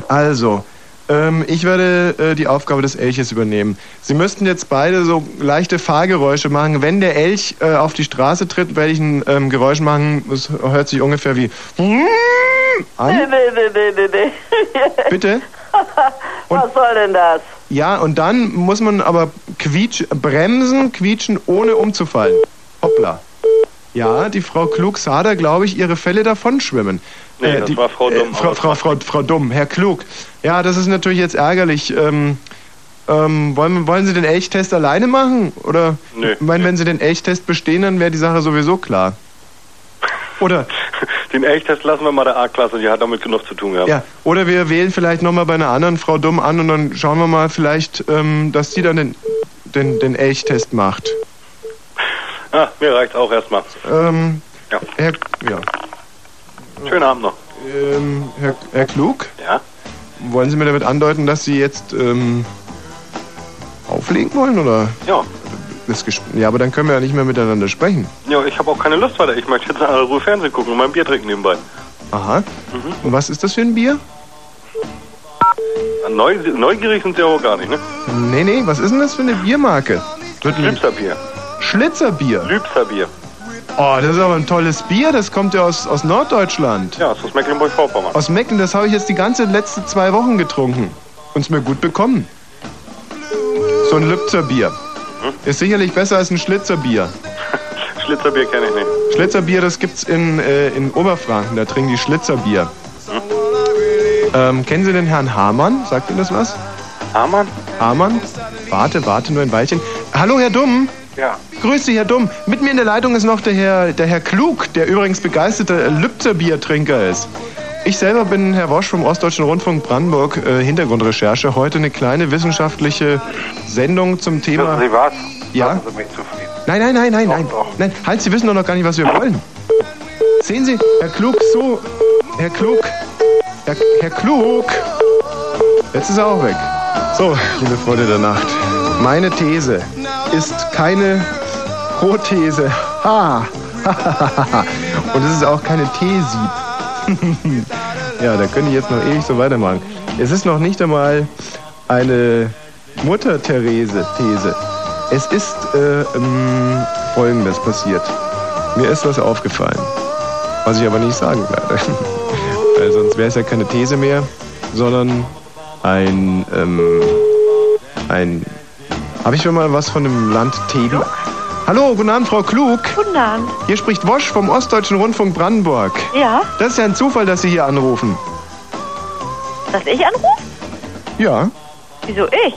Speaker 1: Also, ähm, ich werde äh, die Aufgabe des Elches übernehmen. Sie müssten jetzt beide so leichte Fahrgeräusche machen. Wenn der Elch äh, auf die Straße tritt, werde ich ein ähm, Geräusch machen. Es hört sich ungefähr wie
Speaker 32: Nee,
Speaker 1: an.
Speaker 32: nee, nee, nee, nee, nee.
Speaker 1: Bitte?
Speaker 32: was soll denn das?
Speaker 1: Ja, und dann muss man aber quietsch, bremsen, quietschen, ohne umzufallen. Hoppla. Ja, die Frau Klug sah da, glaube ich, ihre Fälle davonschwimmen.
Speaker 2: Nee, das
Speaker 1: die, äh,
Speaker 2: war Frau Dumm,
Speaker 1: Frau,
Speaker 2: aber-
Speaker 1: Frau, Frau, Frau Dumm, Herr Klug. Ja, das ist natürlich jetzt ärgerlich. Ähm, ähm, wollen, wollen Sie den Elchtest alleine machen? Oder?
Speaker 2: Nö.
Speaker 1: Ich meine, wenn Sie den Elchtest bestehen, dann wäre die Sache sowieso klar. Oder?
Speaker 2: Den Elchtest lassen wir mal der A-Klasse, die hat damit genug zu tun gehabt.
Speaker 1: Ja, oder wir wählen vielleicht nochmal bei einer anderen Frau dumm an und dann schauen wir mal vielleicht, ähm, dass sie dann den, den, den Elchtest macht.
Speaker 2: Ah, mir reicht's auch erstmal.
Speaker 1: Ähm,
Speaker 2: Ja.
Speaker 1: Herr, ja.
Speaker 2: Schönen Abend noch.
Speaker 1: Ähm, Herr, Herr Klug?
Speaker 2: Ja?
Speaker 1: Wollen Sie mir damit andeuten, dass Sie jetzt ähm, auflegen wollen, oder?
Speaker 2: Ja.
Speaker 1: Das Gesp ja, aber dann können wir ja nicht mehr miteinander sprechen.
Speaker 2: Ja, ich habe auch keine Lust weiter. Ich möchte jetzt eine Ruhe Fernsehen gucken und mein Bier trinken nebenbei.
Speaker 1: Aha. Und was ist das für ein Bier?
Speaker 2: Neu, neugierig sind sie aber gar nicht, ne?
Speaker 1: Nee, nee, was ist denn das für eine Biermarke? Wird mir-
Speaker 2: Lübserbier.
Speaker 1: Schlitzerbier.
Speaker 2: Lübserbier.
Speaker 1: Oh, das ist aber ein tolles Bier. Das kommt ja aus, aus Norddeutschland.
Speaker 2: Ja, das ist aus Mecklenburg-Vorpommern.
Speaker 1: Aus Mecken, das habe ich jetzt die ganze letzte zwei Wochen getrunken. Und es mir gut bekommen. So ein Lübzerbier. Ist sicherlich besser als ein Schlitzerbier.
Speaker 2: Schlitzerbier kenne ich nicht.
Speaker 1: Schlitzerbier, das gibt's in, äh, in Oberfranken, da trinken die Schlitzerbier. Ähm, kennen Sie den Herrn Hamann? Sagt Ihnen das was?
Speaker 2: Hamann?
Speaker 1: Hamann? Warte, warte nur ein Weilchen. Hallo, Herr Dumm.
Speaker 2: Ja.
Speaker 1: Grüß Sie, Herr Dumm. Mit mir in der Leitung ist noch der Herr, der Herr Klug, der übrigens begeisterter Lübzerbiertrinker ist. Ich selber bin Herr Wosch vom Ostdeutschen Rundfunk Brandenburg, äh, Hintergrundrecherche. Heute eine kleine wissenschaftliche Sendung zum Thema...
Speaker 33: Wissen Sie was?
Speaker 1: Ja?
Speaker 33: Lassen Sie mich zufrieden.
Speaker 1: Nein, nein, nein, nein, nein. Nein, halt, Sie wissen doch noch gar nicht, was wir wollen. Sehen Sie, Herr Klug, so. Herr Klug. Herr, Herr Klug. Jetzt ist er auch weg. So, liebe Freunde der Nacht. Meine These ist keine Prothese. Ha. Und es ist auch keine Thesi. ja, da könnte ich jetzt noch ewig so weitermachen. Es ist noch nicht einmal eine Mutter-Therese-These. Es ist äh, ähm, Folgendes passiert. Mir ist was aufgefallen, was ich aber nicht sagen werde. Weil sonst wäre es ja keine These mehr, sondern ein... Ähm, ein... Habe ich schon mal was von dem Land Tegel? Hallo, guten Abend, Frau Klug.
Speaker 12: Guten Abend.
Speaker 1: Hier spricht Wosch vom Ostdeutschen Rundfunk Brandenburg.
Speaker 12: Ja,
Speaker 1: Das ist ja ein Zufall, dass Sie hier anrufen.
Speaker 12: dass ich anrufe?
Speaker 1: Ja.
Speaker 12: Wieso ich?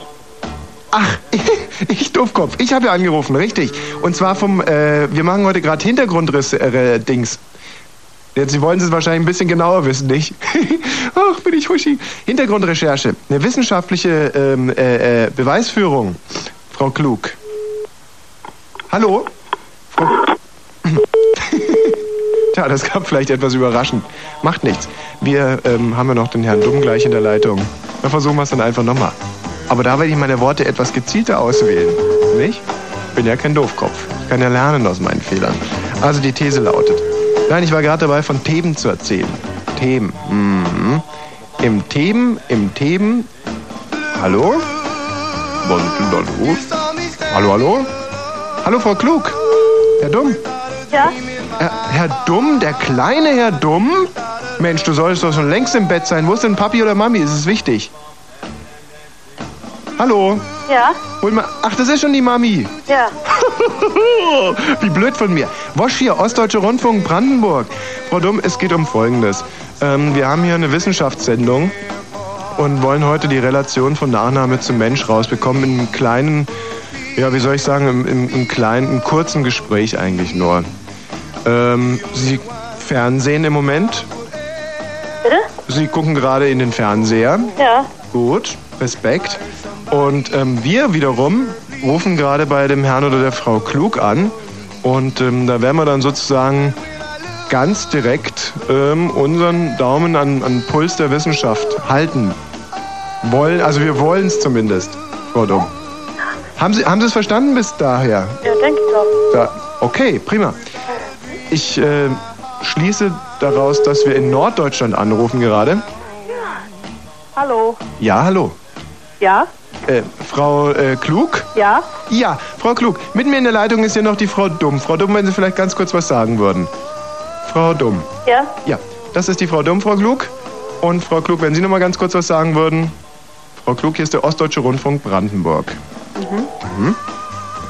Speaker 1: Ich Doofkopf, ich habe ja angerufen, richtig. Und zwar vom, äh, wir machen heute gerade Hintergrundriss-Dings. Jetzt, äh, Sie wollen es wahrscheinlich ein bisschen genauer wissen, nicht? Ach, bin ich huschi. Hintergrundrecherche. Eine wissenschaftliche ähm, äh, äh, Beweisführung. Frau Klug. Hallo? Frau... Tja, das kam vielleicht etwas überraschend. Macht nichts. Wir ähm, haben ja noch den Herrn Dumm gleich in der Leitung. Dann versuchen wir es dann einfach nochmal. Aber da werde ich meine Worte etwas gezielter auswählen. Nicht? Bin ja kein Doofkopf. Ich kann ja lernen aus meinen Fehlern. Also die These lautet. Nein, ich war gerade dabei, von Themen zu erzählen. Themen. Mhm. Im Themen, im Themen. Hallo? Was ist denn da los? Hallo, hallo? Hallo, Frau Klug. Herr Dumm.
Speaker 2: Ja?
Speaker 1: Herr, Herr Dumm, der kleine Herr Dumm? Mensch, du solltest doch schon längst im Bett sein. Wo ist denn Papi oder Mami? Es ist wichtig. Hallo?
Speaker 2: Ja?
Speaker 1: Hol mal. Ach, das ist schon die Mami.
Speaker 2: Ja.
Speaker 1: Wie blöd von mir. Wosch hier, Ostdeutsche Rundfunk Brandenburg. Frau Dumm, es geht um Folgendes. Ähm, wir haben hier eine Wissenschaftssendung und wollen heute die Relation von Nachname zum Mensch rausbekommen in einem kleinen, ja, wie soll ich sagen, im, im, im kleinen, im kurzen Gespräch eigentlich nur. Ähm, Sie fernsehen im Moment?
Speaker 12: Bitte?
Speaker 1: Sie gucken gerade in den Fernseher.
Speaker 12: Ja.
Speaker 1: Gut, Respekt. Und ähm, wir wiederum rufen gerade bei dem Herrn oder der Frau Klug an. Und ähm, da werden wir dann sozusagen ganz direkt ähm, unseren Daumen an, an Puls der Wissenschaft halten. Wollen, also wir wollen es zumindest. Frau Dumm. Haben Sie, haben Sie es verstanden bis daher?
Speaker 12: Ja, denke ich doch.
Speaker 1: Da, okay, prima. Ich äh, schließe daraus, dass wir in Norddeutschland anrufen gerade.
Speaker 12: Hallo.
Speaker 1: Ja, hallo.
Speaker 12: Ja?
Speaker 1: Äh, Frau äh, Klug?
Speaker 12: Ja?
Speaker 1: Ja, Frau Klug, mit mir in der Leitung ist hier noch die Frau Dumm. Frau Dumm, wenn Sie vielleicht ganz kurz was sagen würden. Frau Dumm.
Speaker 12: Ja?
Speaker 1: Ja, das ist die Frau Dumm, Frau Klug. Und Frau Klug, wenn Sie noch mal ganz kurz was sagen würden. Frau Klug, hier ist der Ostdeutsche Rundfunk Brandenburg. Mhm.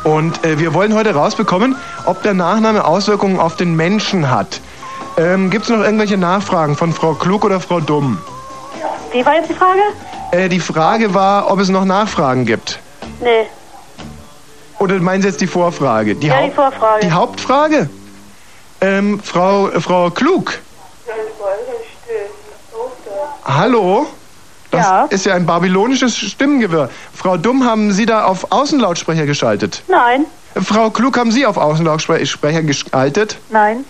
Speaker 1: Und äh, wir wollen heute rausbekommen, ob der Nachname Auswirkungen auf den Menschen hat. Ähm, Gibt es noch irgendwelche Nachfragen von Frau Klug oder Frau Dumm?
Speaker 12: Wie war jetzt die Frage?
Speaker 1: Äh, die Frage war, ob es noch Nachfragen gibt.
Speaker 12: Nee.
Speaker 1: Oder meinen Sie jetzt die Vorfrage? Die,
Speaker 12: Ja,
Speaker 1: Hau-
Speaker 12: die Vorfrage.
Speaker 1: die Hauptfrage? Ähm, Frau, äh, Frau Klug, hallo? Das ist ja ein babylonisches Stimmengewirr. Frau Dumm, haben Sie da auf Außenlautsprecher geschaltet?
Speaker 12: Nein.
Speaker 1: Äh, Frau Klug, haben Sie auf Außenlautsprecher geschaltet?
Speaker 12: Nein.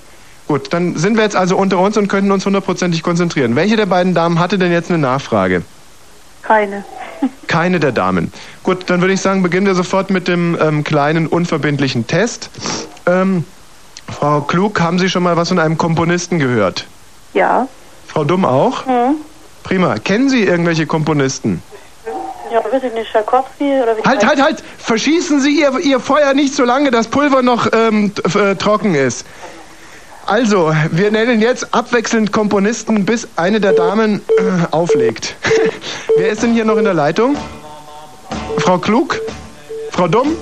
Speaker 1: Gut, dann sind wir jetzt also unter uns und könnten uns hundertprozentig konzentrieren. Welche der beiden Damen hatte denn jetzt eine Nachfrage?
Speaker 12: Keine.
Speaker 1: Keine der Damen. Gut, dann würde ich sagen, beginnen wir sofort mit dem ähm, kleinen unverbindlichen Test. Ähm, Frau Klug, haben Sie schon mal was von einem Komponisten gehört?
Speaker 12: Ja.
Speaker 1: Frau Dumm auch?
Speaker 12: Hm.
Speaker 1: Prima. Kennen Sie irgendwelche Komponisten?
Speaker 12: Ja, weiß ich nicht, Schakowski oder wie
Speaker 1: Halt, halt, halt! Verschießen Sie Ihr, Ihr Feuer nicht, solange das Pulver noch ähm, t- f- äh, trocken ist. Also, wir nennen jetzt abwechselnd Komponisten, bis eine der Damen äh, auflegt. Wer ist denn hier noch in der Leitung? Frau Klug? Frau Dumm?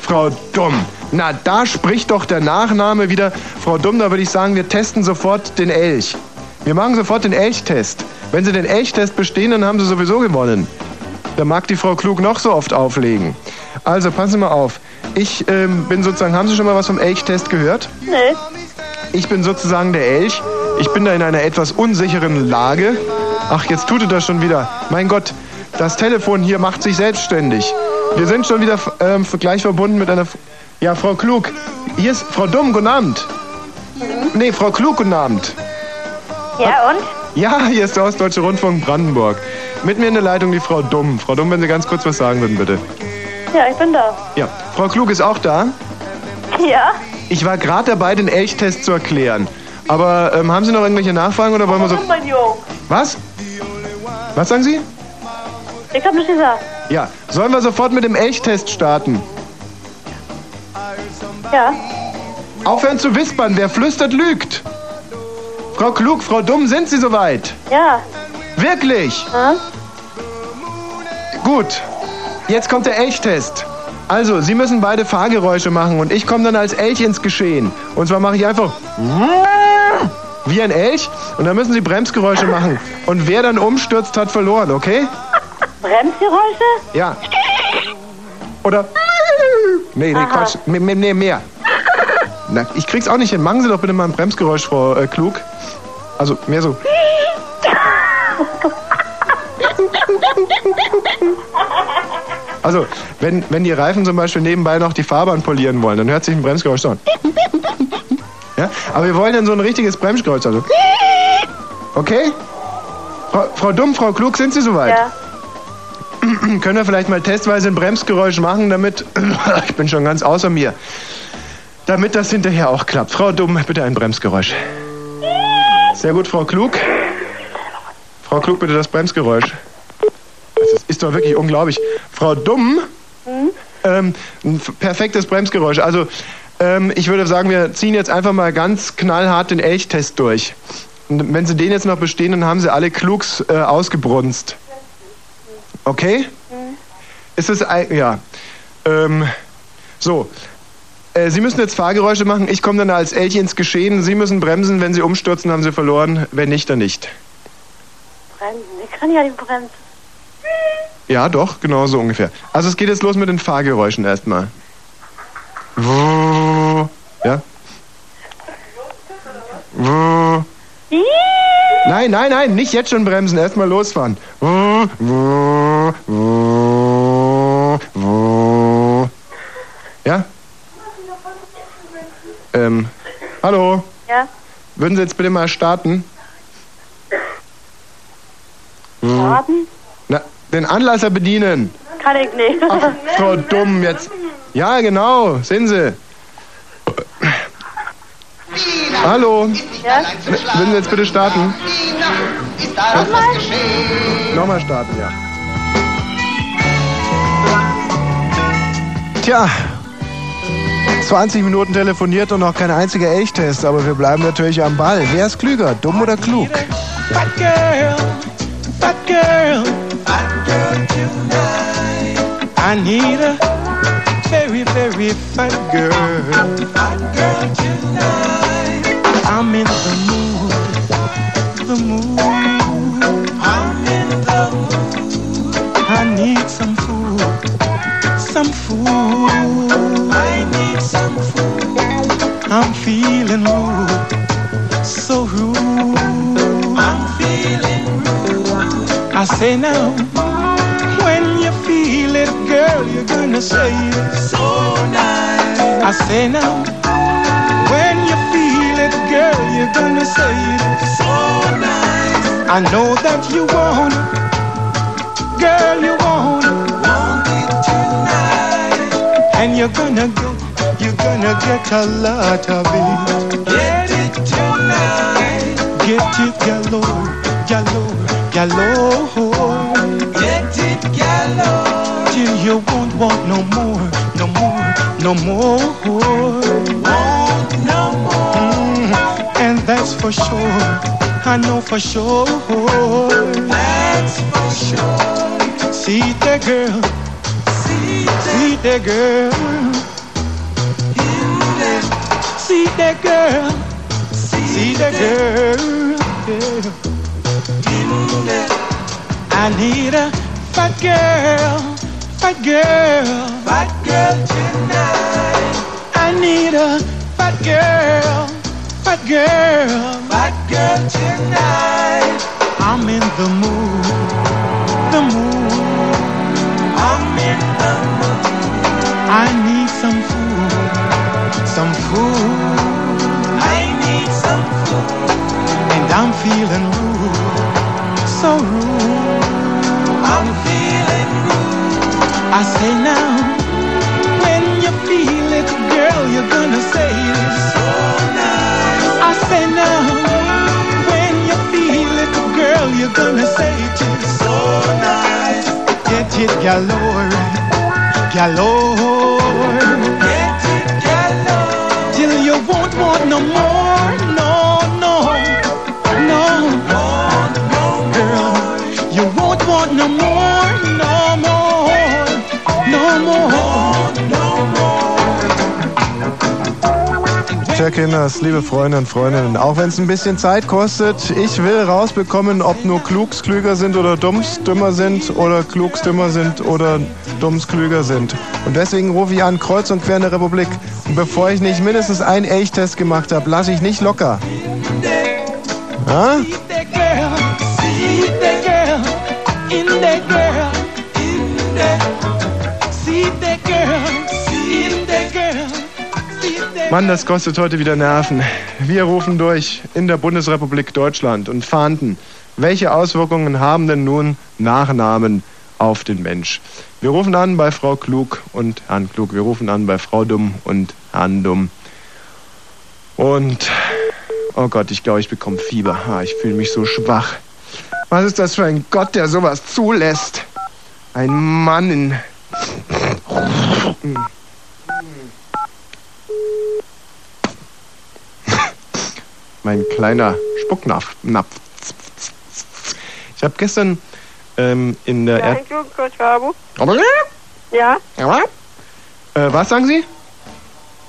Speaker 1: Frau Dumm. Na, da spricht doch der Nachname wieder. Frau Dumm, da würde ich sagen, wir testen sofort den Elch. Wir machen sofort den Elchtest. Wenn Sie den Elchtest bestehen, dann haben Sie sowieso gewonnen. Da mag die Frau Klug noch so oft auflegen. Also, passen Sie mal auf. Ich ähm, bin sozusagen, haben Sie schon mal was vom Elchtest gehört?
Speaker 12: Nee.
Speaker 1: Ich bin sozusagen der Elch. Ich bin da in einer etwas unsicheren Lage. Ach, jetzt tut er das schon wieder. Mein Gott, das Telefon hier macht sich selbstständig. Wir sind schon wieder ähm, gleich verbunden mit einer... F ja, Frau Klug. Hier ist Frau Dumm, guten Abend. Nee, Frau Klug, guten Abend.
Speaker 11: Ja, und?
Speaker 1: Ja, hier ist der Ostdeutsche Rundfunk Brandenburg. Mit mir in der Leitung die Frau Dumm. Frau Dumm, wenn Sie ganz kurz was sagen würden, bitte.
Speaker 12: Ja, ich bin da.
Speaker 1: Ja, Frau Klug ist auch da.
Speaker 12: Ja?
Speaker 1: Ich war gerade dabei, den Elchtest zu erklären. Aber ähm, haben Sie noch irgendwelche Nachfragen oder wollen wir so...
Speaker 12: Mein Jung.
Speaker 1: Was? Was sagen Sie?
Speaker 12: Ich hab nicht gesagt.
Speaker 1: Ja, sollen wir sofort mit dem Elchtest starten?
Speaker 12: Ja.
Speaker 1: Aufhören zu wispern, wer flüstert, lügt. Frau Klug, Frau Dumm, sind Sie soweit?
Speaker 12: Ja.
Speaker 1: Wirklich? Gut, jetzt kommt der Elchtest. Also, Sie müssen beide Fahrgeräusche machen und ich komme dann als Elch ins Geschehen. Und zwar mache ich einfach wie ein Elch und dann müssen Sie Bremsgeräusche machen. Und wer dann umstürzt, hat verloren, okay?
Speaker 12: Bremsgeräusche?
Speaker 1: Ja. Oder? Nee, nee,
Speaker 12: Aha.
Speaker 1: Quatsch. Nee, nee, nee, mehr. Na, ich krieg's auch nicht hin. Machen Sie doch bitte mal ein Bremsgeräusch, Frau äh, Klug. Also mehr so. Also, wenn, wenn die Reifen zum Beispiel nebenbei noch die Fahrbahn polieren wollen, dann hört sich ein Bremsgeräusch an. Ja? Aber wir wollen dann so ein richtiges Bremsgeräusch. Also. Okay? Frau, Frau Dumm, Frau Klug, sind Sie soweit?
Speaker 23: Ja.
Speaker 1: Können wir vielleicht mal testweise ein Bremsgeräusch machen, damit. ich bin schon ganz außer mir. Damit das hinterher auch klappt. Frau Dumm, bitte ein Bremsgeräusch. Sehr gut, Frau Klug. Frau Klug, bitte das Bremsgeräusch. Das ist doch wirklich unglaublich. Frau Dumm, ähm, ein f- perfektes Bremsgeräusch. Also, ähm, ich würde sagen, wir ziehen jetzt einfach mal ganz knallhart den Elchtest durch. Und wenn Sie den jetzt noch bestehen, dann haben Sie alle Klugs äh, ausgebrunst. Okay? Ist es ein. Ja. Ähm, so. Äh, Sie müssen jetzt Fahrgeräusche machen. Ich komme dann als Elch ins Geschehen. Sie müssen bremsen. Wenn Sie umstürzen, haben Sie verloren. Wenn nicht, dann nicht.
Speaker 23: Bremsen. Ich kann ja nicht bremsen.
Speaker 1: Ja, doch, genau so ungefähr. Also es geht jetzt los mit den Fahrgeräuschen erstmal. Ja? Nein, nein, nein, nicht jetzt schon bremsen, erstmal losfahren. Ja? Ähm, hallo,
Speaker 23: Ja?
Speaker 1: würden Sie jetzt bitte mal starten?
Speaker 23: Schaden?
Speaker 1: Na, den Anlasser bedienen.
Speaker 23: Kann ich nicht.
Speaker 1: So dumm jetzt. Ja, genau, sehen Sie. Hallo.
Speaker 23: Ja?
Speaker 1: W- Würden Sie jetzt bitte starten?
Speaker 23: Nochmal?
Speaker 1: Nochmal starten, ja. Tja,
Speaker 34: 20 Minuten telefoniert und noch kein einziger Elchtest, aber wir bleiben natürlich am Ball. Wer ist klüger, dumm oder klug?
Speaker 20: Fat girl, fat girl, fat girl tonight. I need a very, very fat girl. Fat girl tonight. I'm in the mood, the mood. I'm in the mood. I need some food, some food. I need some food. I'm feeling rude, so rude. I'm feeling rude. I say now, when you feel it, girl, you're gonna say it so nice. I say now, when you feel it, girl, you're gonna say it so nice. I know that you want it, girl, you want it, want it tonight, and you're gonna go. You're gonna get a lot of it. Get it tonight. Get it galore, galore, galore. Get it galore. Till you won't want no more, no more, no more. Want no more. Mm-hmm. And that's for sure. I know for sure. That's for sure. See the girl. See the girl. See that girl. See that girl. yeah. I need a fat girl. Fat girl. Fat girl tonight. I need a fat girl. Fat girl. Fat girl tonight. I'm in the mood. The mood. I'm in the mood. I need some food some food. I need some food. And I'm feeling rude, so rude. I'm feeling rude. I say now, when you feel it, girl, you're gonna say it so nice. I say now, when you feel it, girl, you're gonna say it just so nice. Get it galore, galore. Get it galore. Till you won't want no more, no, no, no. Girl, you won't want no more, no more, no more.
Speaker 34: Tja, Kinders, liebe Freunde und Freundinnen, auch wenn es ein bisschen Zeit kostet, ich will rausbekommen, ob nur Klugs klüger sind oder Dumms dümmer sind oder Klugs dümmer sind oder Dumms klüger sind. Und deswegen rufe ich an, kreuz und quer in der Republik. Und bevor ich nicht mindestens einen Elchtest gemacht habe, lasse ich nicht locker.
Speaker 35: Ja?
Speaker 20: that girl, see that girl, in that girl, in that, see that girl, see that girl.
Speaker 1: Mann, das kostet heute wieder Nerven. Wir rufen durch in der Bundesrepublik Deutschland und fahnden, welche Auswirkungen haben denn nun Nachnamen auf den Mensch? Wir rufen an bei Frau Klug und Herrn Klug. Wir rufen an bei Frau Dumm und Herrn Dumm. Und, oh Gott, ich glaube, ich bekomme Fieber. Ah, ich fühle mich so schwach. Was ist das für ein Gott, der sowas zulässt? Ein Mann in... mein kleiner Spucknapf. Napf. Ich habe gestern ähm, in der...
Speaker 12: Ja,
Speaker 1: Er
Speaker 12: Herr Klug, Coach Harbo.
Speaker 1: Aber-
Speaker 12: Ja,
Speaker 1: Ja? Äh, was sagen Sie?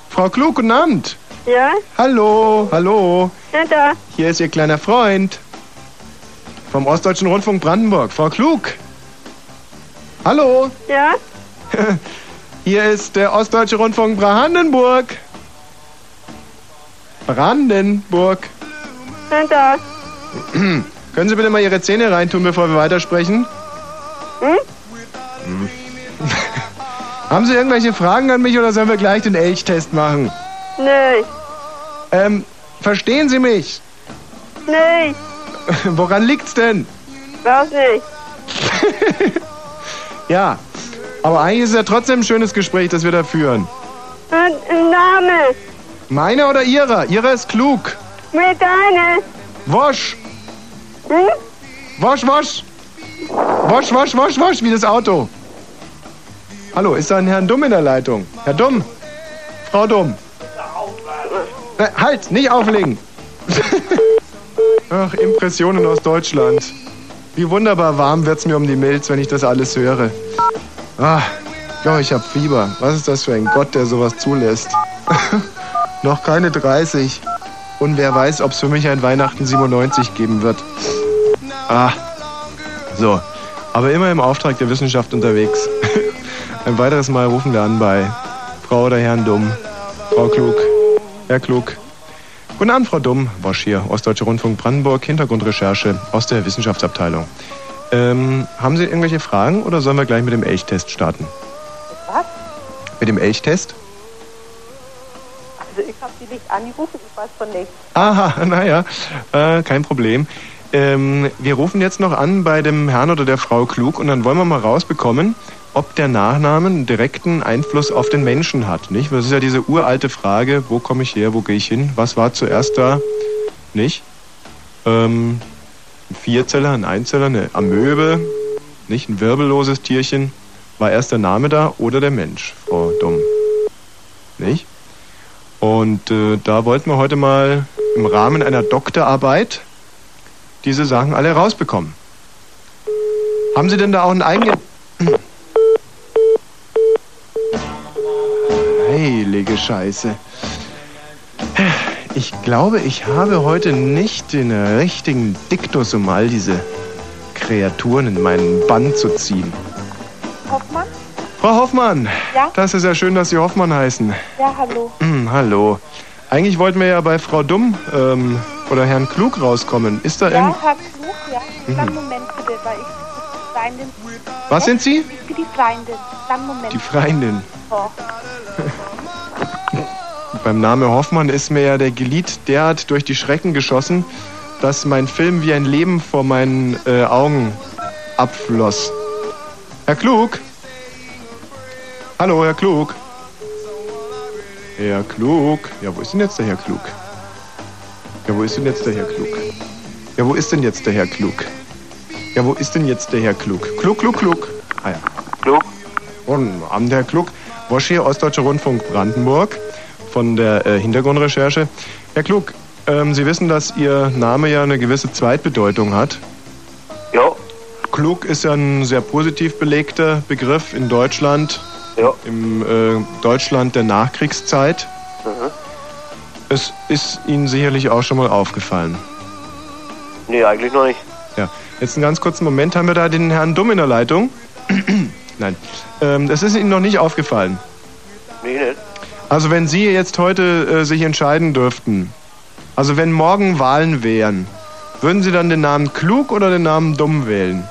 Speaker 1: Frau Klug, guten Abend.
Speaker 12: ja,
Speaker 1: Hallo, hallo.
Speaker 12: na da.
Speaker 1: Hier ist Ihr kleiner Freund vom Ostdeutschen Rundfunk Brandenburg. Frau Klug. Hallo.
Speaker 12: Ja?
Speaker 1: Hier ist der Ostdeutsche Rundfunk Brandenburg. Brandenburg.
Speaker 12: Na da.
Speaker 1: Können Sie bitte mal Ihre Zähne reintun, bevor wir weitersprechen?
Speaker 12: Hm?
Speaker 1: Hm. Haben Sie irgendwelche Fragen an mich oder sollen wir gleich den Elchtest machen?
Speaker 12: Nee,
Speaker 1: Ähm, verstehen Sie mich?
Speaker 12: nee,
Speaker 1: Woran liegt's denn?
Speaker 12: weiß nicht.
Speaker 1: Ja, aber eigentlich ist es ja trotzdem ein schönes Gespräch, das wir da führen.
Speaker 12: Und ein Name,
Speaker 1: Meiner oder Ihrer? Ihrer ist klug.
Speaker 12: mit deinem.
Speaker 1: Wosch.
Speaker 12: Hm?
Speaker 1: Wosch, wosch. Wosch, wosch, wosch, wosch, wie das Auto. Hallo, ist da ein Herrn Dumm in der Leitung? Herr Dumm? Frau Dumm? Äh, halt, nicht auflegen. Ach, Impressionen aus Deutschland. Wie wunderbar warm wird's mir um die Milz, wenn ich das alles höre. Ah, ja, ich hab Fieber. Was ist das für ein Gott, der sowas zulässt? Noch keine 30. Und wer weiß, ob's für mich ein Weihnachten 97 geben wird. Ah, so. Aber immer im Auftrag der Wissenschaft unterwegs. ein weiteres Mal rufen wir an bei Frau oder Herrn Dumm, Frau Klug, Herr Klug. Guten Abend, Frau Dumm, Bosch hier, Ostdeutsche Rundfunk Brandenburg, Hintergrundrecherche aus der Wissenschaftsabteilung. Ähm, haben Sie irgendwelche Fragen oder sollen wir gleich mit dem Elchtest starten?
Speaker 5: Was?
Speaker 1: Mit dem Elchtest?
Speaker 5: Also ich habe die nicht angerufen, ich weiß von nichts.
Speaker 1: Aha, naja, äh, kein Problem. Ähm, wir rufen jetzt noch an bei dem Herrn oder der Frau Klug und dann wollen wir mal rausbekommen, ob der Nachname einen direkten Einfluss auf den Menschen hat, nicht? Das ist ja diese uralte Frage, wo komme ich her, wo gehe ich hin, was war zuerst da, nicht? Ähm, ein Vierzeller, ein Einzeller, eine Amöbe, nicht? Ein wirbelloses Tierchen. War erst der Name da oder der Mensch, Frau Dumm? Nicht? Und äh, da wollten wir heute mal im Rahmen einer Doktorarbeit diese Sachen alle rausbekommen. Haben Sie denn da auch einen eigenen... Heilige Scheiße. Ich glaube, ich habe heute nicht den richtigen Diktus, um all diese Kreaturen in meinen Bann zu ziehen.
Speaker 5: Hoffmann?
Speaker 1: Frau Hoffmann,
Speaker 5: Ja?
Speaker 1: das ist ja schön, dass Sie Hoffmann heißen.
Speaker 5: Ja, hallo.
Speaker 1: Hm, Hallo. Eigentlich wollten wir ja bei Frau Dumm ähm, oder Herrn Klug rauskommen. Ist da irgend...
Speaker 5: Ja, Herr Klug, ja.
Speaker 1: Mhm.
Speaker 5: Dann Moment bitte, weil ich bin die Freundin.
Speaker 1: Was sind Sie?
Speaker 5: Ich bin die Freundin. Dann Moment.
Speaker 1: Die Freundin.
Speaker 5: Oh.
Speaker 1: Beim Namen Hoffmann ist mir ja der Gelied derart durch die Schrecken geschossen, dass mein Film wie ein Leben vor meinen äh, Augen abfloss. Herr Klug? Hallo, Herr Klug? Herr Klug? Ja, wo ist denn jetzt der Herr Klug? Ja, wo ist denn jetzt der Herr Klug? Ja, wo ist denn jetzt der Herr Klug? Ja, wo ist denn jetzt der Herr Klug? Klug, Klug, Klug. Ah ja. Klug. Guten Abend, Herr Klug. Wosch hier, Ostdeutscher Rundfunk Brandenburg von der äh, Hintergrundrecherche. Herr Klug, ähm, Sie wissen, dass Ihr Name ja eine gewisse Zweitbedeutung hat.
Speaker 32: Ja.
Speaker 1: Klug ist ja ein sehr positiv belegter Begriff in Deutschland.
Speaker 32: Ja.
Speaker 1: Im äh, Deutschland der Nachkriegszeit.
Speaker 32: Mhm.
Speaker 1: Es ist Ihnen sicherlich auch schon mal aufgefallen.
Speaker 32: Nee, eigentlich noch nicht.
Speaker 1: Ja, jetzt einen ganz kurzen Moment. Haben wir da den Herrn Dumm in der Leitung? Nein, ähm, das ist Ihnen noch nicht aufgefallen.
Speaker 32: Nee, nicht.
Speaker 1: Also wenn Sie jetzt heute äh, sich entscheiden dürften, also wenn morgen Wahlen wären Würden Sie dann den Namen klug oder den Namen dumm wählen?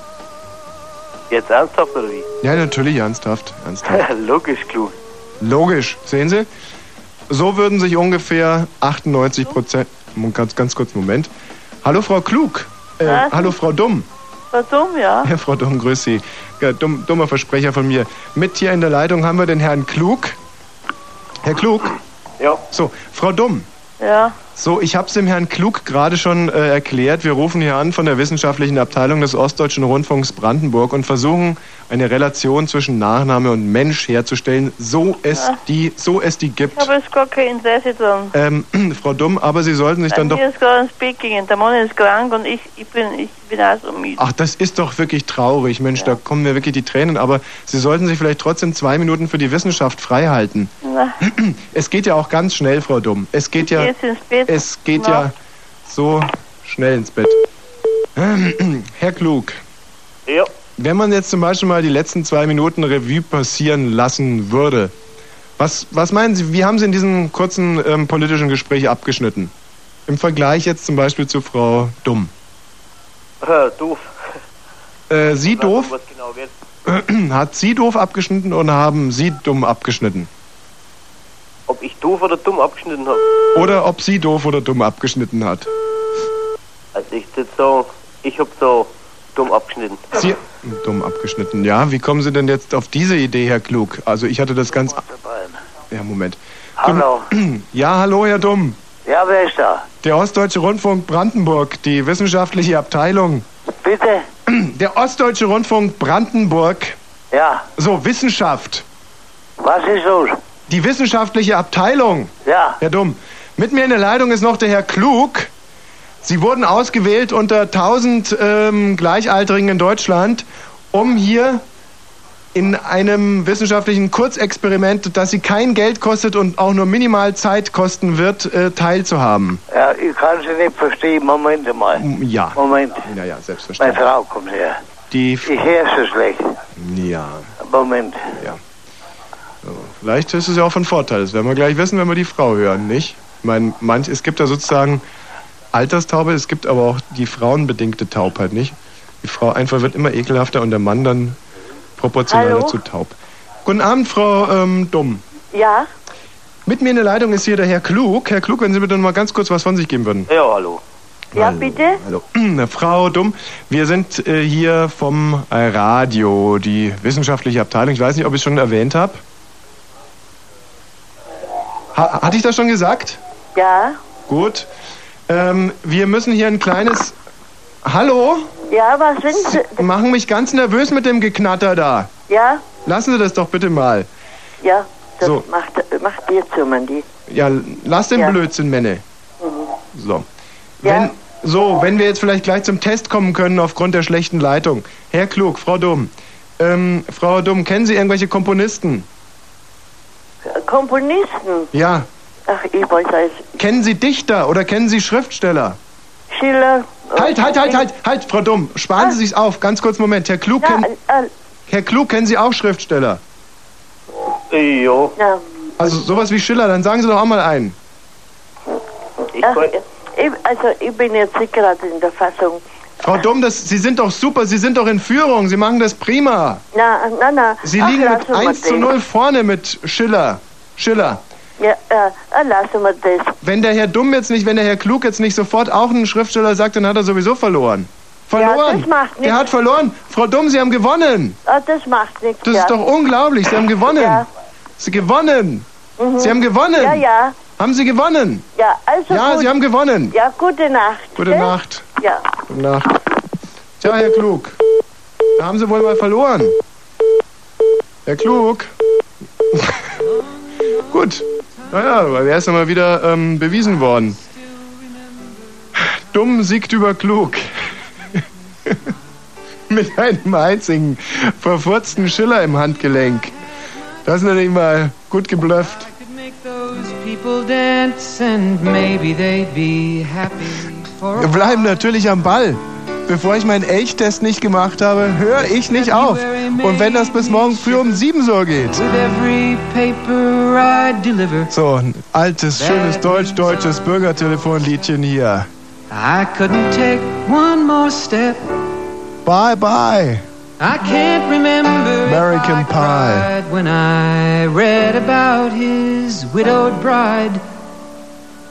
Speaker 32: Jetzt ernsthaft oder wie?
Speaker 1: Ja, natürlich, ernsthaft. ernsthaft.
Speaker 32: Logisch klug.
Speaker 1: Logisch, sehen Sie? So würden sich ungefähr 98 Prozent... Ganz, ganz kurz, Moment. Hallo, Frau Klug. Äh,
Speaker 12: Was?
Speaker 1: hallo, Frau Dumm.
Speaker 12: So dumm, ja?
Speaker 1: Herr Frau Dumm, grüß Sie. Ja, dumm, dummer Versprecher von mir. Mit hier in der Leitung haben wir den Herrn Klug. Herr Klug?
Speaker 32: Ja.
Speaker 1: So, Frau Dumm.
Speaker 12: Ja.
Speaker 1: So, ich habe es dem Herrn Klug gerade schon äh, erklärt. Wir rufen hier an von der wissenschaftlichen Abteilung des Ostdeutschen Rundfunks Brandenburg und versuchen eine Relation zwischen Nachname und Mensch herzustellen, so es
Speaker 12: Ja.
Speaker 1: die, so es die gibt.
Speaker 12: Ich habe jetzt gar kein Interesse dran.
Speaker 1: Ähm, Frau Dumm, aber Sie sollten sich dann
Speaker 12: Bei
Speaker 1: doch.
Speaker 12: mir ist gerade ein Speaking, der Mann ist krank und ich, ich bin ich bin auch so müde.
Speaker 1: Ach, das ist doch wirklich traurig, Mensch, da kommen mir wirklich die Tränen. Aber Sie sollten sich vielleicht trotzdem zwei Minuten für die Wissenschaft freihalten.
Speaker 12: Na,
Speaker 1: Es geht ja auch ganz schnell, Frau Dumm. Es geht ja,
Speaker 12: Geht's ins Bett?
Speaker 1: es geht
Speaker 12: Na.
Speaker 1: ja so schnell ins Bett. Herr Klug.
Speaker 32: Ja.
Speaker 1: Wenn man jetzt zum Beispiel mal die letzten zwei Minuten Revue passieren lassen würde, was, was meinen Sie, wie haben Sie in diesem kurzen ähm, politischen Gespräch abgeschnitten? Im Vergleich jetzt zum Beispiel zu Frau Dumm.
Speaker 32: Äh, doof. Ich
Speaker 1: Äh, Sie
Speaker 32: weiß nicht,
Speaker 1: doof?
Speaker 32: Was genau geht.
Speaker 1: Hat sie doof abgeschnitten oder haben sie dumm abgeschnitten?
Speaker 32: Ob ich doof oder dumm abgeschnitten habe?
Speaker 1: Oder ob sie doof oder dumm abgeschnitten hat?
Speaker 32: Also ich würde sagen, ich habe so dumm abgeschnitten.
Speaker 1: Sie dumm abgeschnitten, ja. Wie kommen Sie denn jetzt auf diese Idee, Herr Klug? Also ich hatte das ganz... Ja, Moment.
Speaker 32: Hallo.
Speaker 1: Ja, hallo, Herr Dumm.
Speaker 32: Ja, wer ist da?
Speaker 1: Der Ostdeutsche Rundfunk Brandenburg, die wissenschaftliche Abteilung.
Speaker 32: Bitte?
Speaker 1: Der Ostdeutsche Rundfunk Brandenburg.
Speaker 32: Ja.
Speaker 1: So, Wissenschaft.
Speaker 32: Was ist los?
Speaker 1: Die wissenschaftliche Abteilung.
Speaker 32: Ja.
Speaker 1: Herr Dumm. Mit mir in der Leitung ist noch der Herr Klug. Sie wurden ausgewählt unter 1000 ähm, Gleichaltrigen in Deutschland, um hier in einem wissenschaftlichen Kurzexperiment, das Sie kein Geld kostet und auch nur minimal Zeit kosten wird, äh, teilzuhaben.
Speaker 19: Ja, ich kann sie nicht verstehen. Moment mal.
Speaker 1: Ja.
Speaker 19: Moment.
Speaker 1: Ja, ja,
Speaker 19: Meine
Speaker 1: selbstverständlich.
Speaker 19: Frau kommt her.
Speaker 1: Die
Speaker 19: Ich höre sie schlecht.
Speaker 1: Ja.
Speaker 19: Moment.
Speaker 1: Ja. Vielleicht ist es ja auch von Vorteil. Das werden wir gleich wissen, wenn wir die Frau hören, nicht? Ich meine, manch, es gibt ja sozusagen Alterstaube, es gibt aber auch die frauenbedingte Taubheit, nicht? Die Frau einfach wird immer ekelhafter und der Mann dann proportional
Speaker 4: Hallo?
Speaker 1: dazu taub. Guten Abend, Frau ähm, Dumm.
Speaker 4: Ja,
Speaker 1: Mit mir in der Leitung ist hier der Herr Klug. Herr Klug, wenn Sie mir dann mal ganz kurz was von sich geben würden.
Speaker 32: Ja, hallo.
Speaker 4: ja, bitte.
Speaker 1: Hallo. Na, Frau Dumm, wir sind äh, hier vom äh, Radio, die wissenschaftliche Abteilung. Ich weiß nicht, ob ich es schon erwähnt habe. Ha hatte ich das schon gesagt?
Speaker 4: Ja,
Speaker 1: Gut. Ähm, wir müssen hier ein kleines... Hallo?
Speaker 4: ja, was sind Sie?
Speaker 1: Sie machen mich ganz nervös mit dem Geknatter da.
Speaker 4: Ja,
Speaker 1: Lassen Sie das doch bitte mal.
Speaker 4: ja, das
Speaker 1: So.
Speaker 4: macht, macht dir zu, Mandy.
Speaker 1: Ja, lass den
Speaker 4: Ja.
Speaker 1: Blödsinn, Männer.
Speaker 25: Mhm.
Speaker 1: So.
Speaker 4: Ja.
Speaker 1: Wenn, so, wenn wir jetzt vielleicht gleich zum Test kommen können aufgrund der schlechten Leitung. Herr Klug, Frau Dumm. Ähm, Frau Dumm, kennen Sie irgendwelche Komponisten?
Speaker 4: Komponisten,
Speaker 1: Ja.
Speaker 4: ach, ich weiß es,
Speaker 1: Kennen Sie Dichter oder kennen Sie Schriftsteller?
Speaker 4: Schiller.
Speaker 1: Halt, halt, halt, halt, halt, Frau Dumm. Sparen Sie sich's auf. Ganz kurz, Moment. Herr Klug,
Speaker 4: äh, Ja,
Speaker 1: kennt-
Speaker 4: äh,
Speaker 1: Herr Klug kennen Sie auch Schriftsteller?
Speaker 32: Jo.
Speaker 4: ja.
Speaker 1: Also sowas wie Schiller, dann sagen Sie doch auch mal einen.
Speaker 4: Ach, ich, also, ich bin jetzt nicht gerade in der Fassung.
Speaker 1: Frau Dumm, das, Sie sind doch super, Sie sind doch in Führung, Sie machen das prima.
Speaker 4: Na, na, na.
Speaker 1: Sie
Speaker 4: ach,
Speaker 1: liegen mit
Speaker 4: lassen wir
Speaker 1: 1 zu
Speaker 4: das.
Speaker 1: 0 vorne mit Schiller. Schiller.
Speaker 4: Ja, äh, äh, lassen wir das.
Speaker 1: Wenn der Herr Dumm jetzt nicht, wenn der Herr Klug jetzt nicht sofort auch einen Schriftsteller sagt, dann hat er sowieso verloren. Verloren!
Speaker 4: das macht
Speaker 1: der
Speaker 4: nichts.
Speaker 1: hat verloren. Frau Dumm, Sie haben gewonnen.
Speaker 4: Ah, das macht nichts.
Speaker 1: Das
Speaker 4: ja.
Speaker 1: ist doch unglaublich. Sie haben gewonnen. Sie gewonnen.
Speaker 4: Mhm.
Speaker 1: Sie haben gewonnen.
Speaker 4: Ja, ja,
Speaker 1: Haben Sie gewonnen?
Speaker 4: ja, also
Speaker 1: ja,
Speaker 4: gut.
Speaker 1: Sie haben gewonnen.
Speaker 4: Ja, gute Nacht.
Speaker 1: Gute
Speaker 4: gell?
Speaker 1: Nacht.
Speaker 4: Ja.
Speaker 1: Gute Nacht. Tja, Herr Klug. Da haben Sie wohl mal verloren. Herr Klug. Gut. Naja, weil er ist mal wieder ähm, bewiesen worden. Dumm siegt über klug. Mit einem einzigen verfurzten Schiller im Handgelenk. Das ist natürlich mal gut geblufft.
Speaker 31: Wir bleiben natürlich am Ball. Bevor ich meinen Elchtest nicht gemacht habe, höre ich nicht auf. Und wenn das bis morgen früh um sieben so geht. So, ein altes, schönes deutsch-deutsches Bürgertelefonliedchen hier. I couldn't take one more step.
Speaker 1: Bye bye.
Speaker 31: I can't remember
Speaker 1: American Pie.
Speaker 31: right when I read about his widowed bride.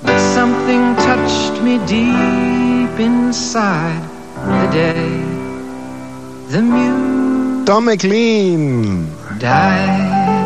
Speaker 31: But something touched me deep inside the day the music
Speaker 1: Tom McLean.
Speaker 31: died.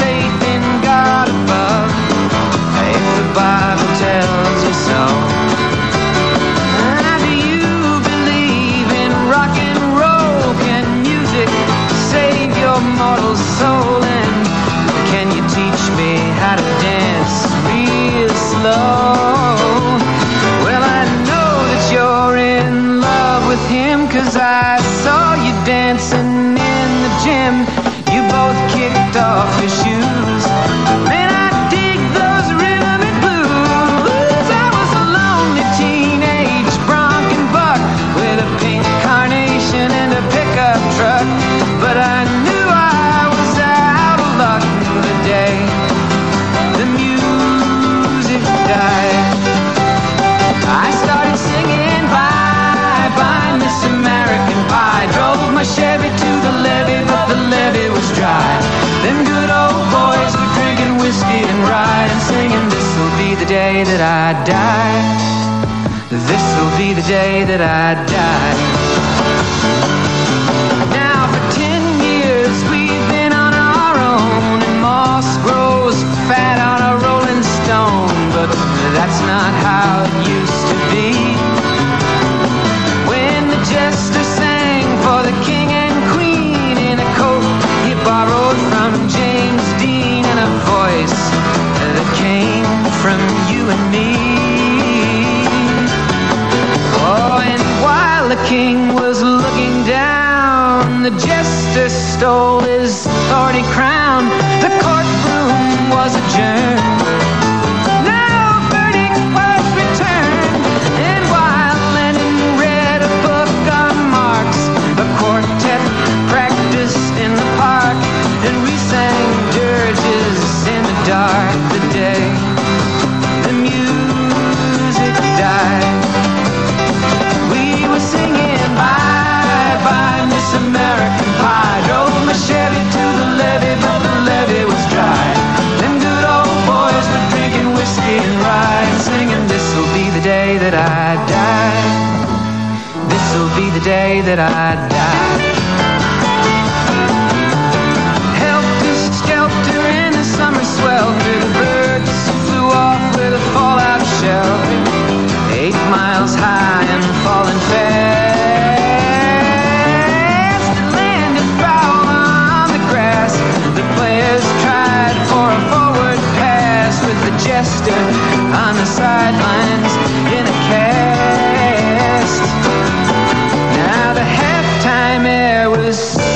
Speaker 31: faith in God above? If the Bible tells you so. And do you believe in rock and roll? Can music save your mortal soul? And can you teach me how to dance real slow? Well, I know that you're in love with him, cause I saw you dancing in the gym. You both kicked off your shoes. Man, I dig those rhythm and blues. I was a lonely teenage bronc and buck with a pink carnation and a pickup truck. But I knew I was out of luck the day the music died. I started singing bye bye Miss American Pie. Drove my Chevy to the levee, but the levee was dry. Them good old boys were drinking whiskey and rye and singing, This'll be the day that I die. This'll be the day that I die. Now for ten years we've been on our own, and moss grows fat on a rolling stone. But that's not how it used to be. When the jester sang for the king and queen in a coat he borrowed from James Dean, and a voice that came from you and me. Oh, and while the king was looking down, the jester stole his thorny crown. The courtroom was adjourned. No verdict was returned. And while Lennon read a book on Marx, the quartet practiced in the park, and we sang dirges in the dark the day the music died. We were singing bye bye Miss American Pie. Drove my Chevy to the levee, but the levee was dry. Them good old boys were drinking whiskey and rye, and singing this'll be the day that I die. This'll be the day that I die. Helter skelter in the summer swelter, the birds flew off with a fallout shelter. Eight miles high and falling fast. It landed foul on the grass. The players tried for a forward pass with the jester on the sidelines in a cast. Now the halftime air was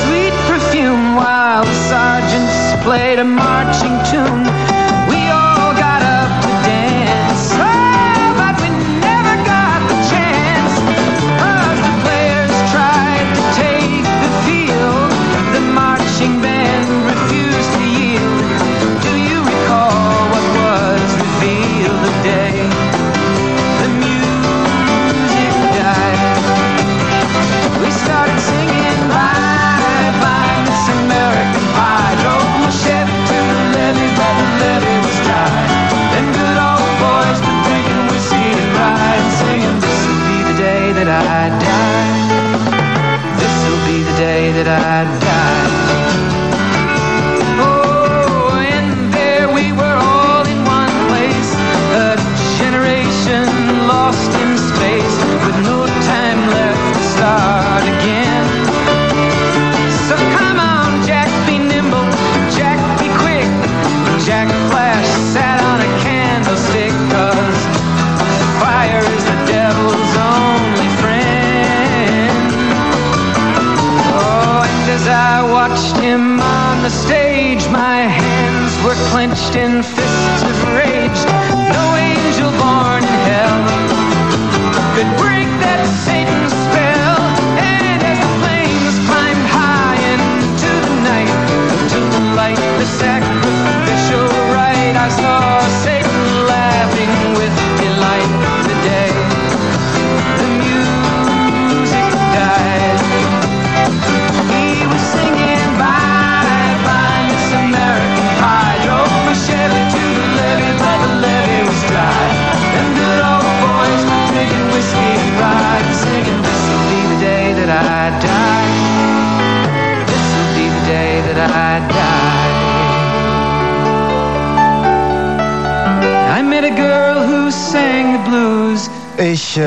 Speaker 31: sweet perfume while the sergeants played a marching tune. We all got up to dance, oh, but we never got the chance. As the players tried to take the field, the marching band refused to yield. Do you recall what was revealed the day the music died? We started singing bye bye Miss American Pie. Drove my Chevy to the levee, but the levee was dry. Them good old boys were drinking whiskey and rye and singing, This'll be the day that I die. This'll be the day that I die. Oh, and there we were all in one place, a generation lost in space with no time left to start again. So come on, Jack, be nimble. Jack, be quick. Jack Flash sat on a candle Oh, I watched him on the stage. My hands were clenched in fists of rage. No angel born in hell could break that Satan's spell. And as the flames climbed high into the night, to the light, the sacrificial rite, I saw Satan laughing with delight the day the music died. He was singing bye bye Miss American Pie. Drove my Chevy to the levee, but the levee was dry. Them good old boys were drinking whiskey and rye, singing this will be the day that I die. This will be the day that I die. I met a girl who sang the blues.
Speaker 19: Ich äh,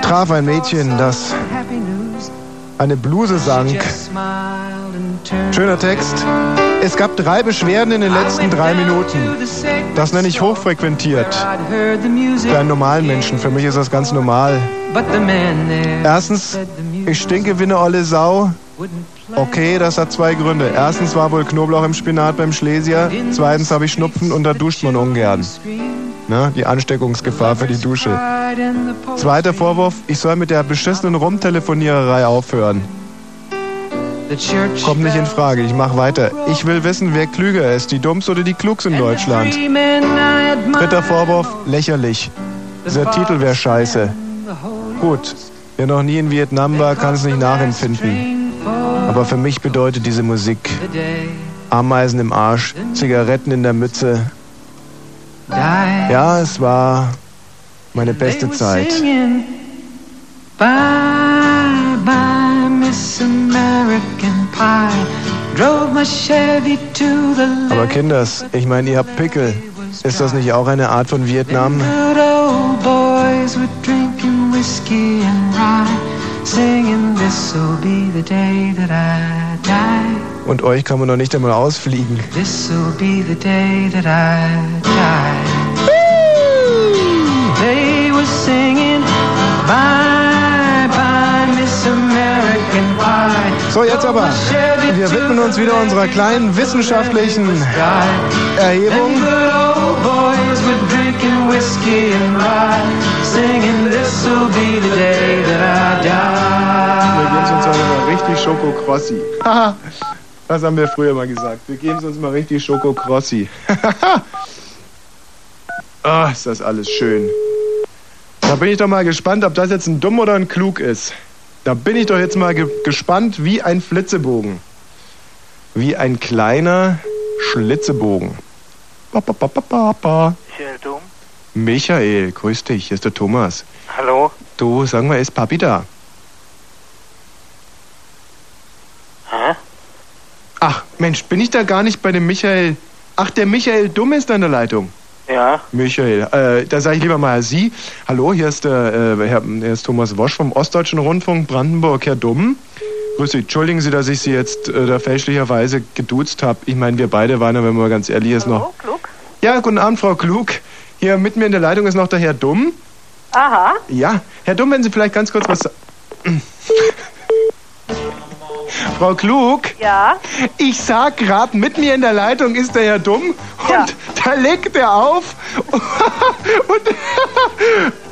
Speaker 19: traf ein Mädchen, das
Speaker 31: Happy news.
Speaker 19: eine Bluse sang.
Speaker 31: Smiled and turned.
Speaker 19: Schöner Text. Es gab drei Beschwerden in den letzten drei Minuten. Das nenne ich hochfrequentiert. Für einen normalen Menschen, für mich ist das ganz normal.
Speaker 31: But the man there
Speaker 19: Erstens, ich stinke wie eine olle Sau. Okay, das hat zwei Gründe. Erstens war wohl Knoblauch im Spinat beim Schlesier. Zweitens habe ich Schnupfen und da duscht man ungern. Ne? Die Ansteckungsgefahr für die Dusche.
Speaker 31: died in the post.
Speaker 19: Zweiter Vorwurf, ich soll mit der beschissenen Rumtelefoniererei aufhören. Kommt nicht in Frage, ich mach weiter. Ich will wissen, wer klüger ist, die Dumms oder die Klugs in Deutschland.
Speaker 31: Three men I admired.
Speaker 19: Dritter Vorwurf, lächerlich. Dieser Titel wäre scheiße. Gut, wer noch nie in Vietnam war, kann es nicht nachempfinden. Aber für mich bedeutet diese Musik Ameisen im Arsch, Zigaretten in der Mütze. Ja, es war meine beste Zeit.
Speaker 31: Singing bye bye Miss American Pie. Drove my Chevy to the
Speaker 19: Aber Kinders, ich meine, ihr habt Pickel. Ist das nicht auch eine Art von Vietnam?
Speaker 31: Good old boys were drinking whiskey and rye, singing this'll be the day that I die.
Speaker 19: Und euch kann man doch nicht einmal ausfliegen.
Speaker 31: This'll be the day that I die. They were singing bye bye Miss American Pie.
Speaker 19: So, jetzt aber. Wir widmen uns wieder unserer kleinen wissenschaftlichen Erhebung.
Speaker 31: Them good old boys were drinking whiskey and rye, singing this'll be the day that I die.
Speaker 1: Wir geben es uns heute mal richtig Schokokrossi.
Speaker 19: Haha,
Speaker 1: Das haben wir früher mal gesagt. Wir geben es uns mal richtig Schokokrossi. Ah, ist das alles schön.
Speaker 19: Da bin ich doch mal gespannt, ob das jetzt ein dumm oder ein klug ist.
Speaker 1: Da bin ich doch jetzt mal ge gespannt wie ein Flitzebogen. Wie ein kleiner Schlitzebogen. Ba, ba, ba, ba, ba, ba.
Speaker 2: Michael Dom.
Speaker 1: Michael, grüß dich, hier ist der Thomas.
Speaker 2: Hallo.
Speaker 1: Du, sag mal, ist Papi da?
Speaker 2: Hä?
Speaker 1: Ach, Mensch, bin ich da gar nicht bei dem Michael? Ach, der Michael Dumm ist an der Leitung.
Speaker 2: Ja.
Speaker 1: Michael, äh, da sage ich lieber mal Sie. Hallo, hier ist, der, äh, Herr, hier ist Thomas Wosch vom Ostdeutschen Rundfunk Brandenburg, Herr Dumm. Grüß Sie, entschuldigen Sie, dass ich Sie jetzt äh, da fälschlicherweise geduzt habe. Ich meine, wir beide waren, ja, wenn man ganz ehrlich ist, noch...
Speaker 12: Klug?
Speaker 1: Ja, guten Abend, Frau Klug. Hier mit mir in der Leitung ist noch der Herr Dumm.
Speaker 12: Aha.
Speaker 1: Ja, Herr Dumm, wenn Sie vielleicht ganz kurz was... sa- Frau Klug?
Speaker 12: Ja?
Speaker 1: Ich sag grad, mit mir in der Leitung ist der Herr Dumm und da legt er auf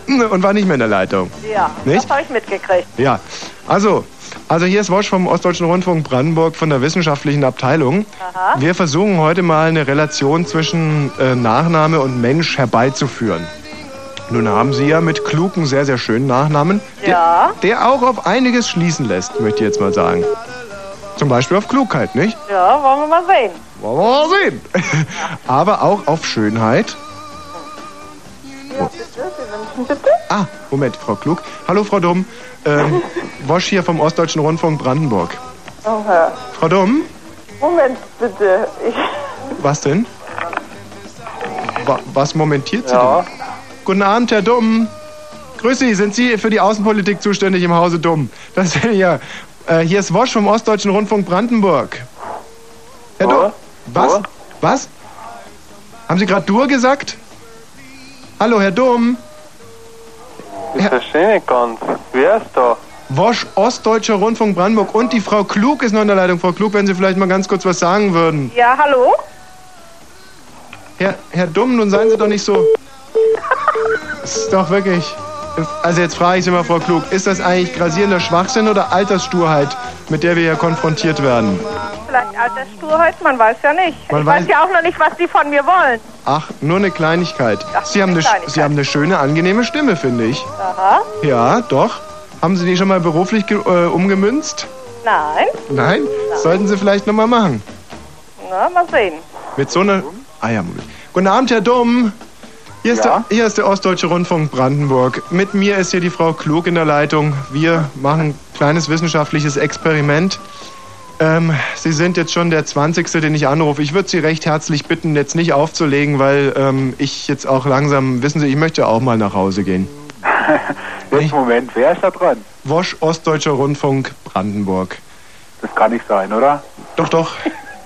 Speaker 1: und, und war nicht mehr in der Leitung.
Speaker 12: Ja.
Speaker 1: Nicht?
Speaker 12: Das habe ich mitgekriegt.
Speaker 1: Ja, also, also hier ist Wosch vom Ostdeutschen Rundfunk Brandenburg von der wissenschaftlichen Abteilung.
Speaker 12: Aha.
Speaker 1: Wir versuchen heute mal eine Relation zwischen äh, Nachname und Mensch herbeizuführen. Nun haben Sie ja mit klugen, sehr, sehr schönen Nachnamen,
Speaker 12: Ja.
Speaker 1: der auch auf einiges schließen lässt, möchte ich jetzt mal sagen. Zum Beispiel auf Klugheit, nicht?
Speaker 12: Ja, wollen wir mal sehen.
Speaker 1: Wollen wir mal sehen. Aber auch auf Schönheit.
Speaker 12: Ja, bitte. Sie wünschen bitte.
Speaker 1: Ah, Moment, Frau Klug. Hallo, Frau Dumm. Ähm, Wosch hier vom Ostdeutschen Rundfunk Brandenburg.
Speaker 12: Oha.
Speaker 1: Frau Dumm,
Speaker 12: Oh, Moment bitte. Ich,
Speaker 1: was denn? Wa was momentiert Sie denn? Guten Abend, Herr Dumm. Grüß Sie, sind Sie für die Außenpolitik zuständig im Hause Dumm? Das ist ja. Äh, hier ist Wosch vom Ostdeutschen Rundfunk Brandenburg. Herr Dumm, was? Was? Haben Sie gerade Dur gesagt? Hallo, Herr Dumm.
Speaker 2: Ich verstehe nicht ganz. Wer ist da?
Speaker 1: Wosch, Ostdeutscher Rundfunk Brandenburg und die Frau Klug ist noch in der Leitung. Frau Klug, wenn Sie vielleicht mal ganz kurz was sagen würden.
Speaker 12: Ja, hallo?
Speaker 1: Herr, Herr Dumm, nun seien Sie doch nicht so. Ist doch wirklich. Also jetzt frage ich Sie mal, Frau Klug, ist das eigentlich grasierender Schwachsinn oder Alterssturheit, mit der wir hier konfrontiert werden?
Speaker 12: Vielleicht Alterssturheit, man weiß ja nicht.
Speaker 1: Man
Speaker 12: ich
Speaker 1: weiß-
Speaker 12: weiß ja auch noch nicht, was die von mir wollen.
Speaker 1: Ach, nur eine Kleinigkeit. Sie haben eine,
Speaker 12: Kleinigkeit.
Speaker 1: Sie haben eine schöne, angenehme Stimme, finde ich.
Speaker 12: Aha.
Speaker 1: Ja, doch. Haben Sie die schon mal beruflich ge- äh, umgemünzt?
Speaker 12: Nein.
Speaker 1: Nein? Sollten Sie vielleicht nochmal machen.
Speaker 12: Na, mal sehen.
Speaker 1: Mit so einer... Ah ja, Moment. Guten Abend, Herr Dumm. Hier ist,
Speaker 36: Ja?
Speaker 1: der, hier ist der Ostdeutsche Rundfunk Brandenburg. Mit mir ist hier die Frau Klug in der Leitung. Wir machen ein kleines wissenschaftliches Experiment. Ähm, Sie sind jetzt schon der 20. den ich anrufe. Ich würde Sie recht herzlich bitten, jetzt nicht aufzulegen, weil ähm, ich jetzt auch langsam, wissen Sie, ich möchte auch mal nach Hause gehen.
Speaker 2: Jetzt Moment, wer ist da dran?
Speaker 1: Wosch, Ostdeutscher Rundfunk Brandenburg.
Speaker 2: Das kann nicht sein, oder?
Speaker 1: Doch, doch.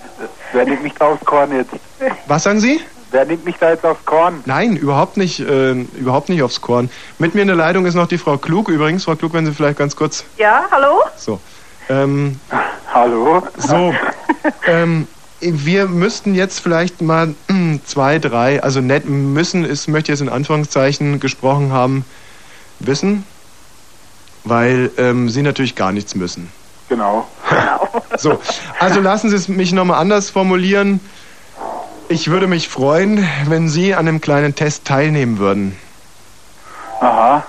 Speaker 2: Wer nimmt mich da aufs Korn jetzt?
Speaker 1: Was sagen Sie?
Speaker 2: Wer nimmt mich da jetzt aufs Korn?
Speaker 1: Nein, überhaupt nicht, äh, überhaupt nicht aufs Korn. Mit mir in der Leitung ist noch die Frau Klug übrigens. Frau Klug, wenn Sie vielleicht ganz kurz
Speaker 12: Ja, hallo?
Speaker 1: So. Ähm,
Speaker 2: Hallo?
Speaker 1: So. ähm, wir müssten jetzt vielleicht mal äh, zwei, drei, also nett müssen, ist, möchte ich jetzt in Anführungszeichen gesprochen haben, wissen, weil ähm, Sie natürlich gar nichts müssen.
Speaker 2: Genau.
Speaker 1: So, also lassen Sie es mich nochmal anders formulieren. Ich würde mich freuen, wenn Sie an einem kleinen Test teilnehmen würden.
Speaker 2: Aha.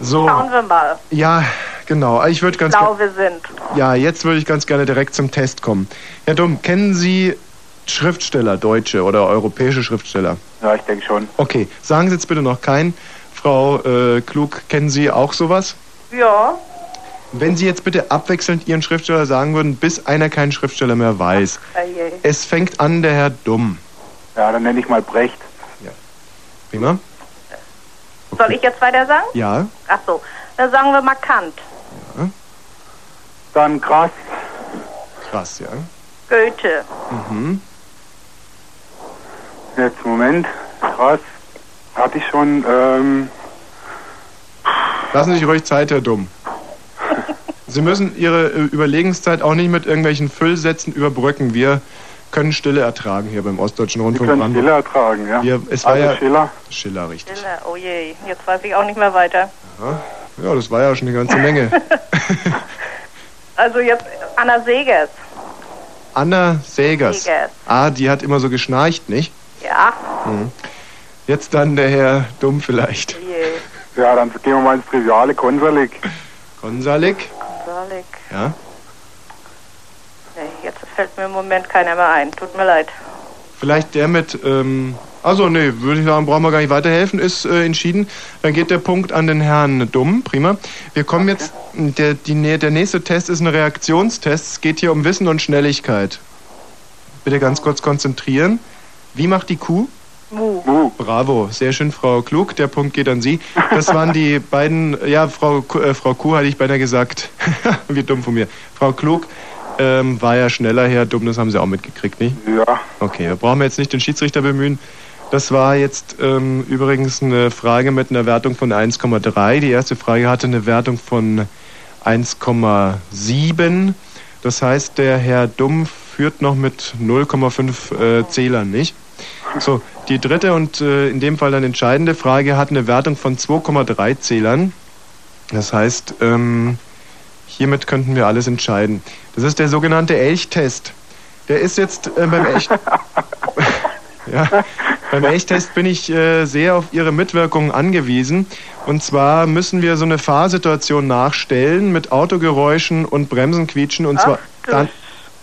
Speaker 1: So,
Speaker 12: Schauen wir mal,
Speaker 1: ja, genau. Ich würde
Speaker 12: wie
Speaker 1: ganz
Speaker 12: schlau wir sind.
Speaker 1: Ja, jetzt würde ich ganz gerne direkt zum Test kommen. Herr Dumm, kennen Sie Schriftsteller, deutsche oder europäische Schriftsteller?
Speaker 2: Ja, ich denke schon.
Speaker 1: Okay, sagen Sie jetzt bitte noch keinen. Frau äh, Klug, kennen Sie auch sowas?
Speaker 12: Ja,
Speaker 1: Wenn Sie jetzt bitte abwechselnd Ihren Schriftsteller sagen würden, bis einer keinen Schriftsteller mehr weiß.
Speaker 12: Eie.
Speaker 1: Es fängt an, der Herr Dumm.
Speaker 2: Ja, dann nenne ich mal Brecht.
Speaker 1: Prima?
Speaker 12: soll ich jetzt weiter sagen?
Speaker 1: Ja.
Speaker 12: Ach so, dann sagen wir mal Kant.
Speaker 2: Dann krass.
Speaker 1: Krass, ja.
Speaker 12: Goethe.
Speaker 1: Mhm.
Speaker 2: Jetzt Moment. Krass. Hatte ich schon, ähm,
Speaker 1: Lassen Sie sich ruhig Zeit, Herr Dumm. Sie müssen Ihre äh, Überlegenszeit auch nicht mit irgendwelchen Füllsätzen überbrücken. Wir können Stille ertragen hier beim Ostdeutschen Rundfunk.
Speaker 2: können
Speaker 1: Brandenburg.
Speaker 2: Schiller ertragen, ja.
Speaker 1: Wir, es war
Speaker 2: Also
Speaker 1: ja
Speaker 2: Schiller.
Speaker 1: Schiller, richtig.
Speaker 12: Stille, oh je, jetzt weiß ich auch nicht mehr weiter.
Speaker 1: Ja. ja, das war ja schon eine ganze Menge.
Speaker 12: Also jetzt Anna Segers.
Speaker 1: Anna Segers.
Speaker 12: Segers.
Speaker 1: Ah, die hat immer so geschnarcht, nicht?
Speaker 12: Ja, Oh
Speaker 1: Mhm. Jetzt dann der Herr Dumm vielleicht.
Speaker 12: je.
Speaker 2: Ja, dann gehen wir mal ins Triviale. Konsalik.
Speaker 1: Konsalik,
Speaker 12: Salik.
Speaker 1: ja.
Speaker 12: Nee, jetzt fällt mir im Moment keiner mehr ein. Tut mir leid.
Speaker 1: Vielleicht der mit, ähm, also nee, würde ich sagen, brauchen wir gar nicht weiterhelfen, ist äh, entschieden. Dann geht der Punkt an den Herrn Dumm, prima. Wir kommen jetzt, der, die, nä- der nächste Test ist ein Reaktionstest. Es geht hier um Wissen und Schnelligkeit. Bitte ganz kurz konzentrieren. Wie macht die Kuh?
Speaker 12: Mu.
Speaker 1: Bravo, sehr schön, Frau Klug. Der Punkt geht an Sie. Das waren die beiden, ja, Frau, Ku- äh, Frau Kuh hatte ich beinahe gesagt. Wie dumm von mir. Frau Klug ähm, war ja schneller her. Dumm, das haben Sie auch mitgekriegt, nicht?
Speaker 2: Ja.
Speaker 1: Okay, da brauchen wir jetzt nicht den Schiedsrichter bemühen. Das war jetzt ähm, übrigens eine Frage mit einer Wertung von 1,3. Die erste Frage hatte eine Wertung von 1,7. Das heißt, der Herr Dumm führt noch mit 0,5 äh, Zählern, nicht? So, die dritte und äh, in dem Fall dann entscheidende Frage hat eine Wertung von 2,3 Zählern. Das heißt, ähm, hiermit könnten wir alles entscheiden. Das ist der sogenannte Elchtest. Der ist jetzt äh, beim Elch. ja, beim Elchtest bin ich äh, sehr auf Ihre Mitwirkung angewiesen. Und zwar müssen wir so eine Fahrsituation nachstellen mit Autogeräuschen und Bremsenquietschen. Und zwar dann.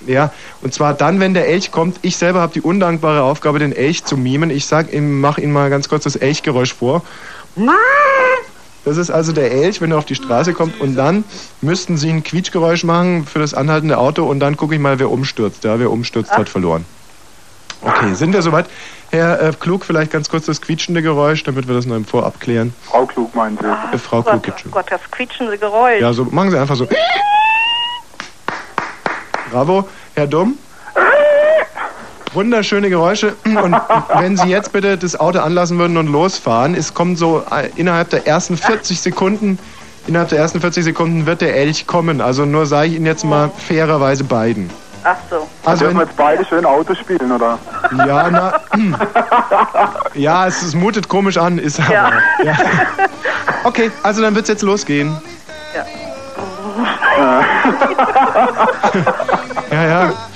Speaker 1: Ja, und zwar dann, wenn der Elch kommt. Ich selber habe die undankbare Aufgabe, den Elch zu mimen. Ich sag ihm, mach Ihnen mal ganz kurz das Elchgeräusch vor. Das ist also der Elch, wenn er auf die Straße kommt. Und dann müssten Sie ein Quietschgeräusch machen für das anhaltende Auto. Und dann gucke ich mal, wer umstürzt. Ja, wer umstürzt, hat verloren. Okay, sind wir soweit? Herr äh, Klug, vielleicht ganz kurz das quietschende Geräusch, damit wir das noch im Vorab klären.
Speaker 2: Frau Klug meinen Sie?
Speaker 1: Äh, Frau
Speaker 12: Gott,
Speaker 1: Klug,
Speaker 12: oh
Speaker 1: Entschuldigung.
Speaker 12: Gott, das quietschende Geräusch.
Speaker 1: Ja, so machen Sie einfach so. Bravo, Herr Dumm. Wunderschöne Geräusche. Und wenn Sie jetzt bitte das Auto anlassen würden und losfahren, es kommen so äh, innerhalb der ersten 40 Sekunden
Speaker 19: Innerhalb der ersten 40 Sekunden wird der Elch kommen. Also nur sage ich Ihnen jetzt mal fairerweise beiden.
Speaker 2: Ach so.
Speaker 19: Also
Speaker 9: dürfen wir jetzt beide schön Auto spielen, oder?
Speaker 19: Ja, na, ja es, es mutet komisch an, ist aber. Ja. Okay, also dann wird's jetzt losgehen. Ja, ja.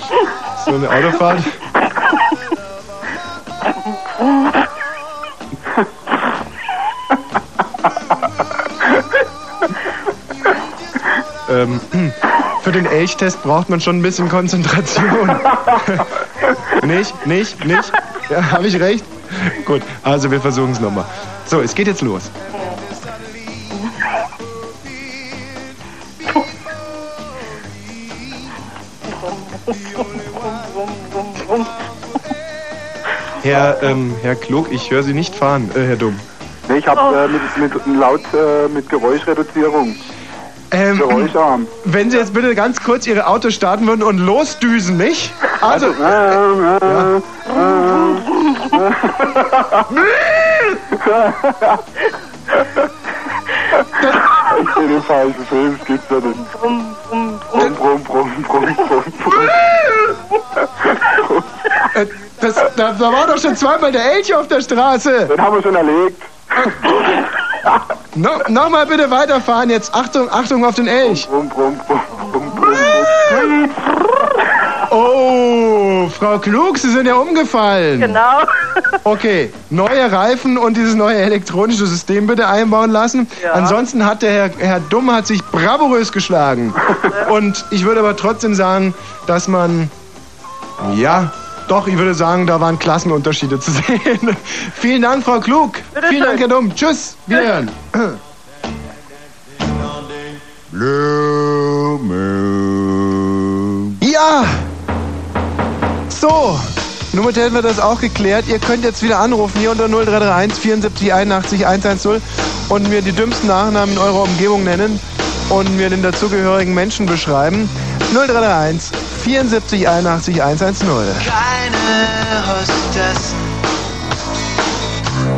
Speaker 19: So eine Autofahrt. Ähm, für den Elchtest braucht man schon ein bisschen Konzentration. nicht, nicht, nicht. Ja, Habe ich recht? Gut, also wir versuchen es nochmal. So, es geht jetzt los. Herr, ähm, Herr Klug, ich höre Sie nicht fahren, äh, Herr Dumm.
Speaker 9: Nee, ich habe äh, mit, mit laut äh, mit Geräuschreduzierung.
Speaker 19: Ähm,
Speaker 9: Geräuscharm.
Speaker 19: Wenn Sie jetzt bitte ganz kurz Ihre Autos starten würden und losdüsen, nicht? Also. ja.
Speaker 9: Ich bin im falschen Film, es gibt's ja nicht. Brumm, brumm, brumm, brumm, brumm, brumm, brumm,
Speaker 1: Äh, Das, da, da war doch schon zweimal der Elch auf der Straße.
Speaker 9: Den haben wir schon erlegt.
Speaker 1: No, Nochmal bitte weiterfahren jetzt. Achtung, Achtung auf den Elch. Oh, Frau Klug, Sie sind ja umgefallen.
Speaker 2: Genau.
Speaker 1: Okay, neue Reifen und dieses neue elektronische System bitte einbauen lassen.
Speaker 2: Ja.
Speaker 1: Ansonsten hat der Herr, Herr Dumm hat sich bravourös geschlagen. Und ich würde aber trotzdem sagen, dass man, ja, doch, ich würde sagen, da waren Klassenunterschiede zu sehen. Vielen Dank, Frau Klug.
Speaker 37: Bitte
Speaker 1: Vielen
Speaker 37: schön.
Speaker 1: Dank, Herr Dumm. Tschüss. Wiederhören. Ja! So, nun hätten wir das auch geklärt. Ihr könnt jetzt wieder anrufen hier unter 0331 74 81 110 und mir die dümmsten Nachnamen in eurer Umgebung nennen und mir den dazugehörigen Menschen beschreiben. 0331 74 81 110.
Speaker 23: Keine Hostess,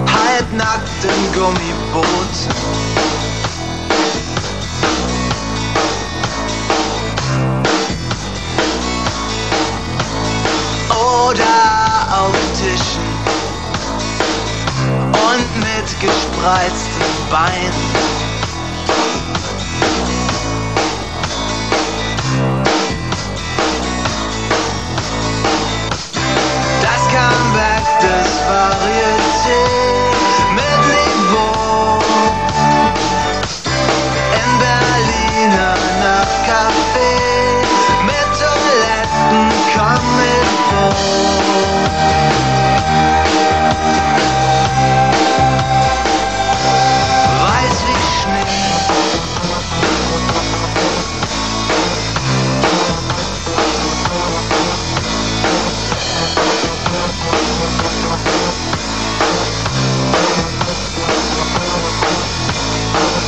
Speaker 23: halbnackt im Gummiboot. Oder auf Tischen und mit gespreizten Beinen. Das Comeback des Varieté mit Niveau im Berliner Nachtcafé mit Toiletten komm mit vor. Weiß wie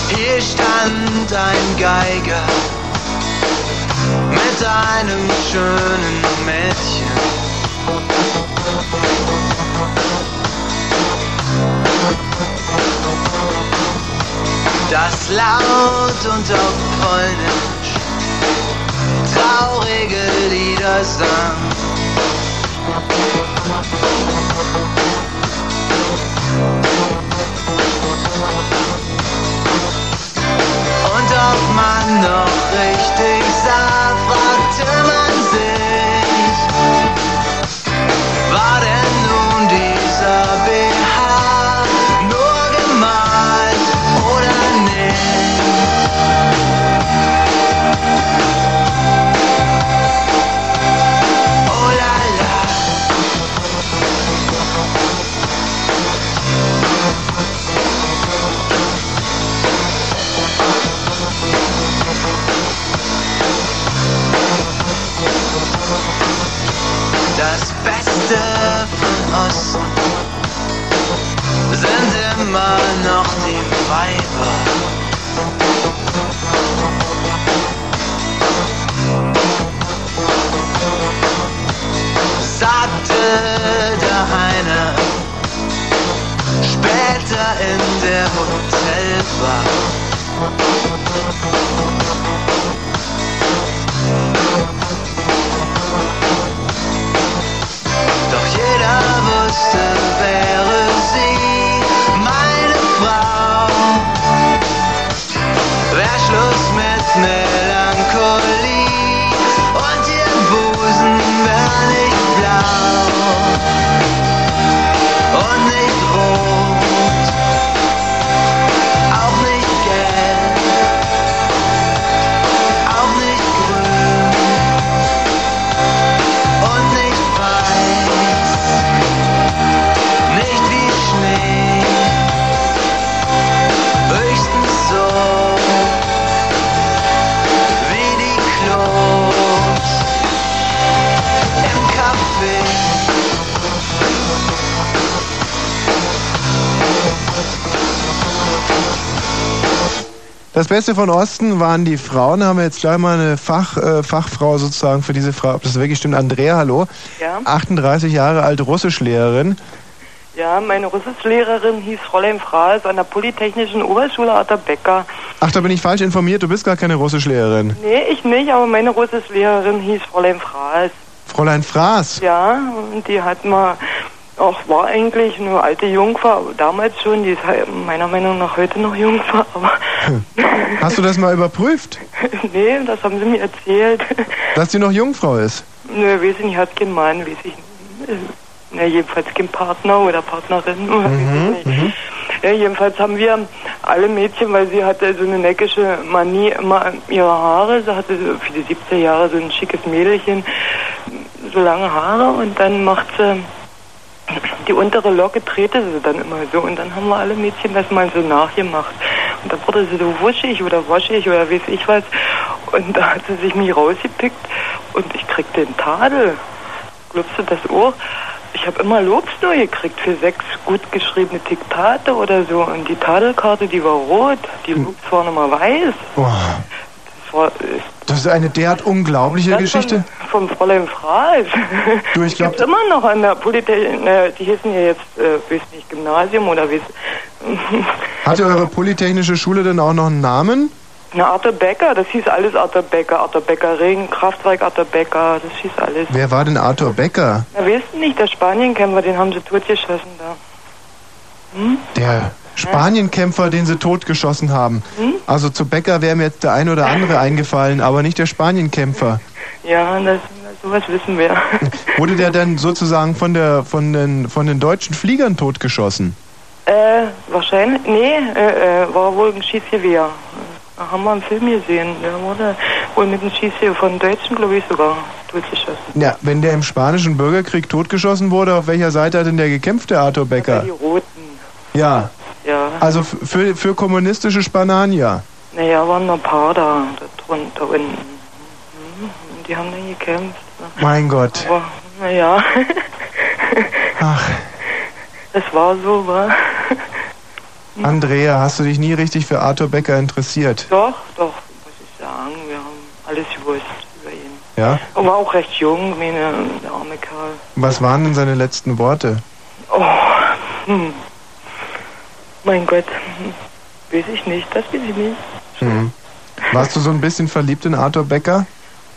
Speaker 23: Hier stand ein Geiger mit einem schönen Mädchen. Das laut und auf Polnisch traurige Lieder sang. Und ob man noch richtig sah, fragte man sich, war denn nun dieser BH nur gemalt oder nicht? Oh la la. Das Beste von Osten sind immer noch die Weiber. Sagte der Heine später in der Hotelbar.
Speaker 31: Doch jeder wusste, wäre sie meine Frau. Wär Schluss mit Melancholie und ihr Busen wär nicht blau und nicht rot, auch nicht gelb, auch nicht grün und nicht weiß, nicht wie Schnee, höchstens so wie die Klos im Café.
Speaker 1: Das Beste von Osten waren die Frauen. Da haben wir jetzt gleich mal eine Fach, äh, Fachfrau sozusagen für diese Frau. Ob das wirklich stimmt? Andrea, hallo.
Speaker 5: Ja.
Speaker 1: 38 Jahre alte Russischlehrerin.
Speaker 5: Ja, meine Russischlehrerin hieß Fräulein Fraß an der Polytechnischen Oberschule Atterbecker.
Speaker 1: Ach, da bin ich falsch informiert. Du bist gar keine Russischlehrerin.
Speaker 5: Nee, ich nicht, aber meine Russischlehrerin hieß Fräulein Fraß.
Speaker 1: Fräulein Fraß.
Speaker 5: Ja, und die hat mal, auch war eigentlich eine alte Jungfer, damals schon, die ist halt meiner Meinung nach heute noch Jungfer, aber
Speaker 1: Hast du das mal überprüft,
Speaker 5: nee, das haben sie mir erzählt.
Speaker 1: dass sie noch Jungfrau ist?
Speaker 5: Nö, weiß ich nicht, hat keinen Mann, weiß ich nicht. äh, Na, jedenfalls kein Partner oder Partnerin. oder
Speaker 1: Mhm.
Speaker 5: weiß ich nicht. Ja, jedenfalls haben wir alle Mädchen, weil sie hatte so eine neckische Manie immer ihre Haare. Sie hatte so für die 70er Jahre so ein schickes Mädelchen, so lange Haare und dann macht sie die untere Locke drehte sie dann immer so und dann haben wir alle Mädchen das mal so nachgemacht. Und dann wurde sie so wuschig oder waschig oder weiß ich was und da hat sie sich mich rausgepickt und ich kriegte den Tadel. Glaubst du das auch? Ich habe immer Lobs nur gekriegt für sechs gut geschriebene Diktate oder so. Und die Tadelkarte, die war rot, die
Speaker 1: Hm.
Speaker 5: Lobs waren immer weiß.
Speaker 1: Boah,
Speaker 5: Das war äh,
Speaker 1: das ist eine derart unglaubliche
Speaker 5: das
Speaker 1: Geschichte.
Speaker 5: Vom, vom Fräulein Fraß.
Speaker 1: Du, ich glaub-
Speaker 5: Gibt's immer noch an der Polytechnik, ne, die hießen ja jetzt, äh, weiß nicht, Gymnasium oder weiß,
Speaker 1: Hatte eure polytechnische Schule denn auch noch einen Namen?
Speaker 5: na, Arthur Becker, das hieß alles Arthur Becker, Arthur Becker Ring, Kraftwerk Arthur Becker, das hieß alles.
Speaker 1: Wer war denn Arthur Becker?
Speaker 5: Na, weißt du nicht, der Spanienkämpfer, den haben sie totgeschossen da. Hm?
Speaker 1: Der Spanienkämpfer, den sie totgeschossen haben.
Speaker 5: Hm?
Speaker 1: Also zu Becker wäre mir jetzt der ein oder andere eingefallen, aber nicht der Spanienkämpfer.
Speaker 5: Ja, das, sowas wissen wir.
Speaker 1: Wurde der dann sozusagen von, der, von, den, von den deutschen Fliegern totgeschossen?
Speaker 5: Äh, wahrscheinlich, nee, äh, äh, war wohl ein Schießgewehr. Da haben wir einen Film gesehen, der wurde wohl mit einem Schießgewehr von Deutschen, glaube ich, sogar durchgeschossen.
Speaker 1: Ja, wenn der im spanischen Bürgerkrieg totgeschossen wurde, auf welcher Seite hat denn der gekämpft, der Arthur Becker?
Speaker 5: Die Roten,
Speaker 1: Ja,
Speaker 5: ja.
Speaker 1: also f- für, für kommunistische Spanania.
Speaker 5: Naja, waren noch ein paar da, da drunter unten. Hm, und Die haben dann gekämpft. ne.
Speaker 1: Mein Gott.
Speaker 5: Aber, naja,
Speaker 1: Ach,
Speaker 5: es war so, war.
Speaker 1: Andrea, hast du dich nie richtig für Arthur Becker interessiert?
Speaker 5: Doch, doch, muss ich sagen, wir haben alles gewusst über ihn.
Speaker 1: Ja?
Speaker 5: Er war auch recht jung, meine, der arme Kerl.
Speaker 1: Was waren denn seine letzten Worte?
Speaker 5: Oh, hm. Mein Gott, hm. weiß ich nicht, das weiß ich nicht.
Speaker 1: Hm. Warst du so ein bisschen verliebt in Arthur Becker?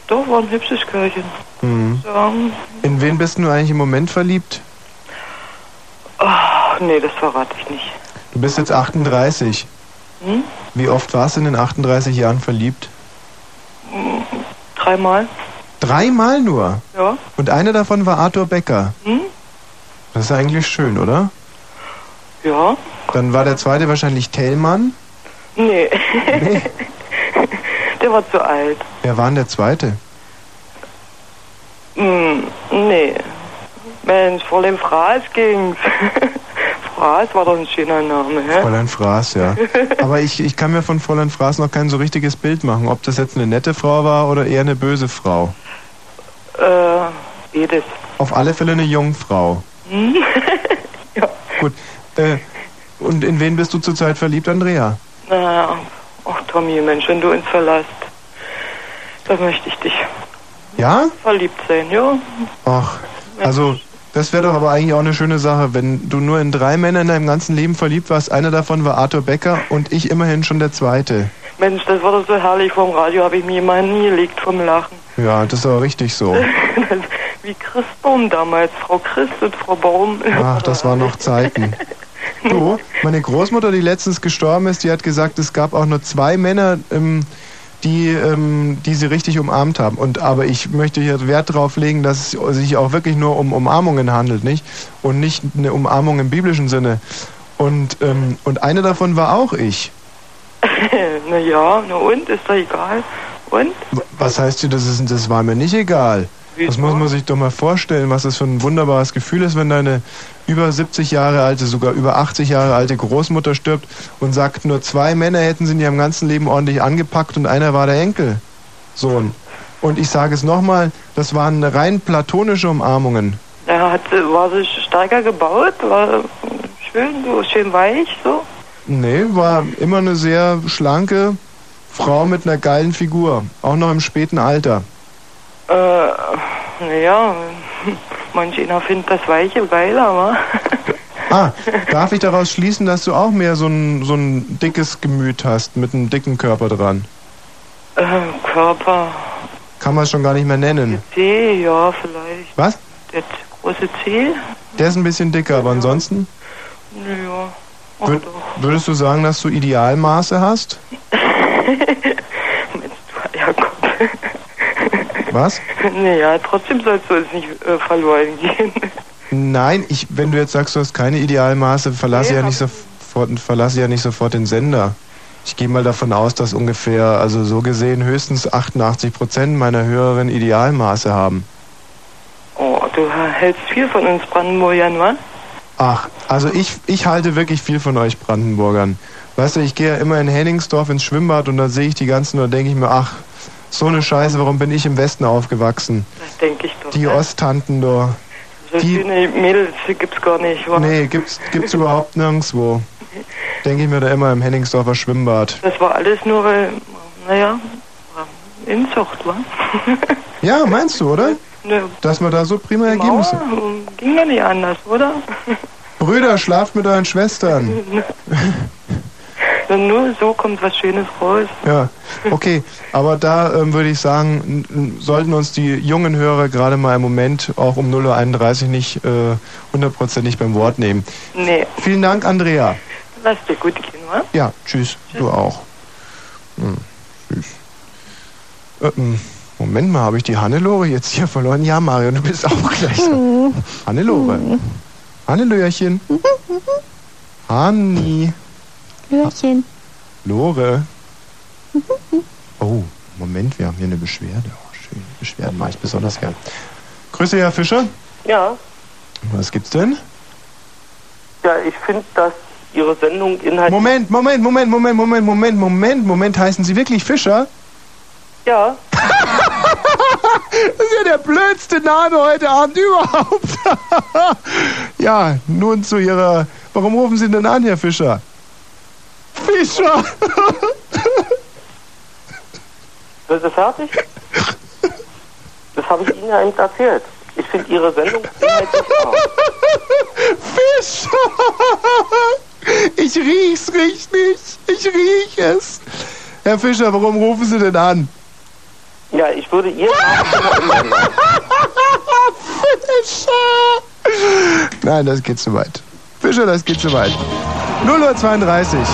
Speaker 5: Doch, war ein hübsches Kerlchen.
Speaker 1: Hm.
Speaker 5: Sagen,
Speaker 1: In wen bist du eigentlich im Moment verliebt?
Speaker 5: ach, Ah, nee, das verrate ich nicht.
Speaker 1: Du bist jetzt 38.
Speaker 5: Hm?
Speaker 1: Wie oft warst du in den 38 Jahren verliebt?
Speaker 5: Hm, Dreimal,
Speaker 1: Dreimal nur.
Speaker 5: ja.
Speaker 1: Und einer davon war Arthur Becker.
Speaker 5: Hm?
Speaker 1: Das ist eigentlich schön, oder?
Speaker 5: Ja,
Speaker 1: Dann war der zweite wahrscheinlich Tellmann.
Speaker 5: nee. der war zu alt.
Speaker 1: Wer war denn der zweite?
Speaker 5: Hm, nee. Mensch, vor dem Fraß ging's. Fraß war doch ein schöner Name, hä?
Speaker 1: Fräulein Fraß, ja. Aber ich, ich kann mir von Fräulein Fraß noch kein so richtiges Bild machen, ob das jetzt eine nette Frau war oder eher eine böse Frau.
Speaker 5: äh, jedes.
Speaker 1: Auf alle Fälle eine Jungfrau.
Speaker 5: Hm?
Speaker 1: Gut. Äh, und in wen bist du zurzeit verliebt, Andrea?
Speaker 5: Na, ach Tommy, Mensch, wenn du uns verlässt, dann möchte ich dich
Speaker 1: Ja?
Speaker 5: verliebt sein, ja?
Speaker 1: Ach, also Das wäre doch aber eigentlich auch eine schöne Sache, wenn du nur in drei Männer in deinem ganzen Leben verliebt warst. Einer davon war Arthur Becker und ich immerhin schon der zweite.
Speaker 5: Mensch, das war doch so herrlich. Vom Radio habe ich mir immer hingelegt vom Lachen.
Speaker 1: Ja, das ist aber richtig so.
Speaker 5: Wie Christbaum damals. Frau Christ und Frau Baum.
Speaker 1: Ach, das waren noch Zeiten. Du, meine Großmutter, die letztens gestorben ist, die hat gesagt, es gab auch nur zwei Männer, ähm, die, ähm, die sie richtig umarmt haben. Und aber ich möchte hier Wert drauf legen, dass es sich auch wirklich nur um Umarmungen handelt, nicht? Und nicht eine Umarmung im biblischen Sinne. Und, ähm, und eine davon war auch ich.
Speaker 5: na ja, na und? Ist doch egal. Und?
Speaker 1: Was heißt dir, das, ist, das war mir nicht egal? Das muss man sich doch mal vorstellen, was das für ein wunderbares Gefühl ist, wenn deine über 70 Jahre alte, sogar über 80 Jahre alte Großmutter stirbt und sagt, nur zwei Männer hätten sie in ihrem ganzen Leben ordentlich angepackt und einer war der Enkelsohn. Und ich sage es nochmal, das waren rein platonische Umarmungen.
Speaker 5: Ja, hat, sie- war sie stärker gebaut? War schön, so schön weich, so?
Speaker 1: Nee, war immer eine sehr schlanke Frau mit einer geilen Figur, auch noch im späten Alter.
Speaker 5: Äh, na ja, manch einer findet das Weiche geiler, aber
Speaker 1: Ah, darf ich daraus schließen, dass du auch mehr so ein, so ein dickes Gemüt hast mit einem dicken Körper dran?
Speaker 5: äh, Körper,
Speaker 1: Kann man es schon gar nicht mehr nennen.
Speaker 5: C, ja, vielleicht.
Speaker 1: Was?
Speaker 5: Das große C?
Speaker 1: Der ist ein bisschen dicker, aber ansonsten
Speaker 5: Naja.
Speaker 1: wür würdest du sagen, dass du Idealmaße hast? Was?
Speaker 5: Naja, trotzdem sollst du es nicht äh, verloren gehen.
Speaker 1: Nein, ich, wenn du jetzt sagst, du hast keine Idealmaße, verlasse
Speaker 5: Nee,
Speaker 1: ja nicht sofort, verlasse ja nicht sofort den Sender. Ich gehe mal davon aus, dass ungefähr, also so gesehen, höchstens 88 Prozent meiner Hörerinnen Idealmaße haben.
Speaker 5: Oh, du hältst viel von uns Brandenburgern, wa?
Speaker 1: Ach, also ich, ich halte wirklich viel von euch Brandenburgern. Weißt du, ich gehe ja immer in Henningsdorf ins Schwimmbad und da sehe ich die ganzen und da denke ich mir, ach, so eine Scheiße, warum bin ich im Westen aufgewachsen?
Speaker 5: Das denke ich doch.
Speaker 1: Die Osttanten da.
Speaker 5: So schöne Mädels gibt's gar nicht, wa?
Speaker 1: Nee, gibt's, gibt's überhaupt nirgendwo. Denke ich mir da immer im Henningsdorfer Schwimmbad.
Speaker 5: Das war alles nur, weil, naja, Inzucht, wa?
Speaker 1: Ja, meinst du, oder?
Speaker 5: Ne,
Speaker 1: Dass man da so prima Ergebnisse.
Speaker 5: Mauer hm, ging ja nicht anders, oder?
Speaker 1: Brüder, schlaft mit euren Schwestern.
Speaker 5: Denn nur so kommt was Schönes raus.
Speaker 1: Ja, okay. Aber da ähm, würde ich sagen, n- n- sollten uns die jungen Hörer gerade mal im Moment auch um 0.31 Uhr nicht äh, hundertprozentig beim Wort nehmen.
Speaker 5: Nee,
Speaker 1: Vielen Dank, Andrea.
Speaker 5: lass dir gut gehen, wa?
Speaker 1: Ja, tschüss. Du auch. Hm, tschüss. Äh, m, Moment mal, habe ich die Hannelore jetzt hier verloren? Ja, Mario, du bist auch gleich. da. Hannelore. Hannelörchen. Hanni.
Speaker 38: Löhrchen.
Speaker 1: Lore. Oh, Moment, wir haben hier eine Beschwerde. Oh, schön. Beschwerden mache ich besonders gern. Grüße, Herr Fischer.
Speaker 9: Ja.
Speaker 1: Was gibt's denn?
Speaker 9: Ja, ich finde, dass Ihre Sendung inhaltlich.
Speaker 1: Moment, Moment, Moment, Moment, Moment, Moment, Moment, Moment. Heißen Sie wirklich Fischer?
Speaker 9: Ja.
Speaker 1: Das ist ja der blödste Name heute Abend überhaupt. ja, nun zu Ihrer. Warum rufen Sie denn an, Herr Fischer? Fischer!
Speaker 9: Sind Sie fertig? Das habe ich Ihnen ja eben erzählt. Ich finde Ihre Sendung inhaltlich arm.
Speaker 1: Fischer! Ich riech's richtig. Ich riech es. Herr Fischer, warum rufen Sie denn an?
Speaker 9: Ja, ich würde Ihr
Speaker 1: Fischer! Nein, das geht zu weit. Fischer, das geht zu weit. 0.32 Uhr.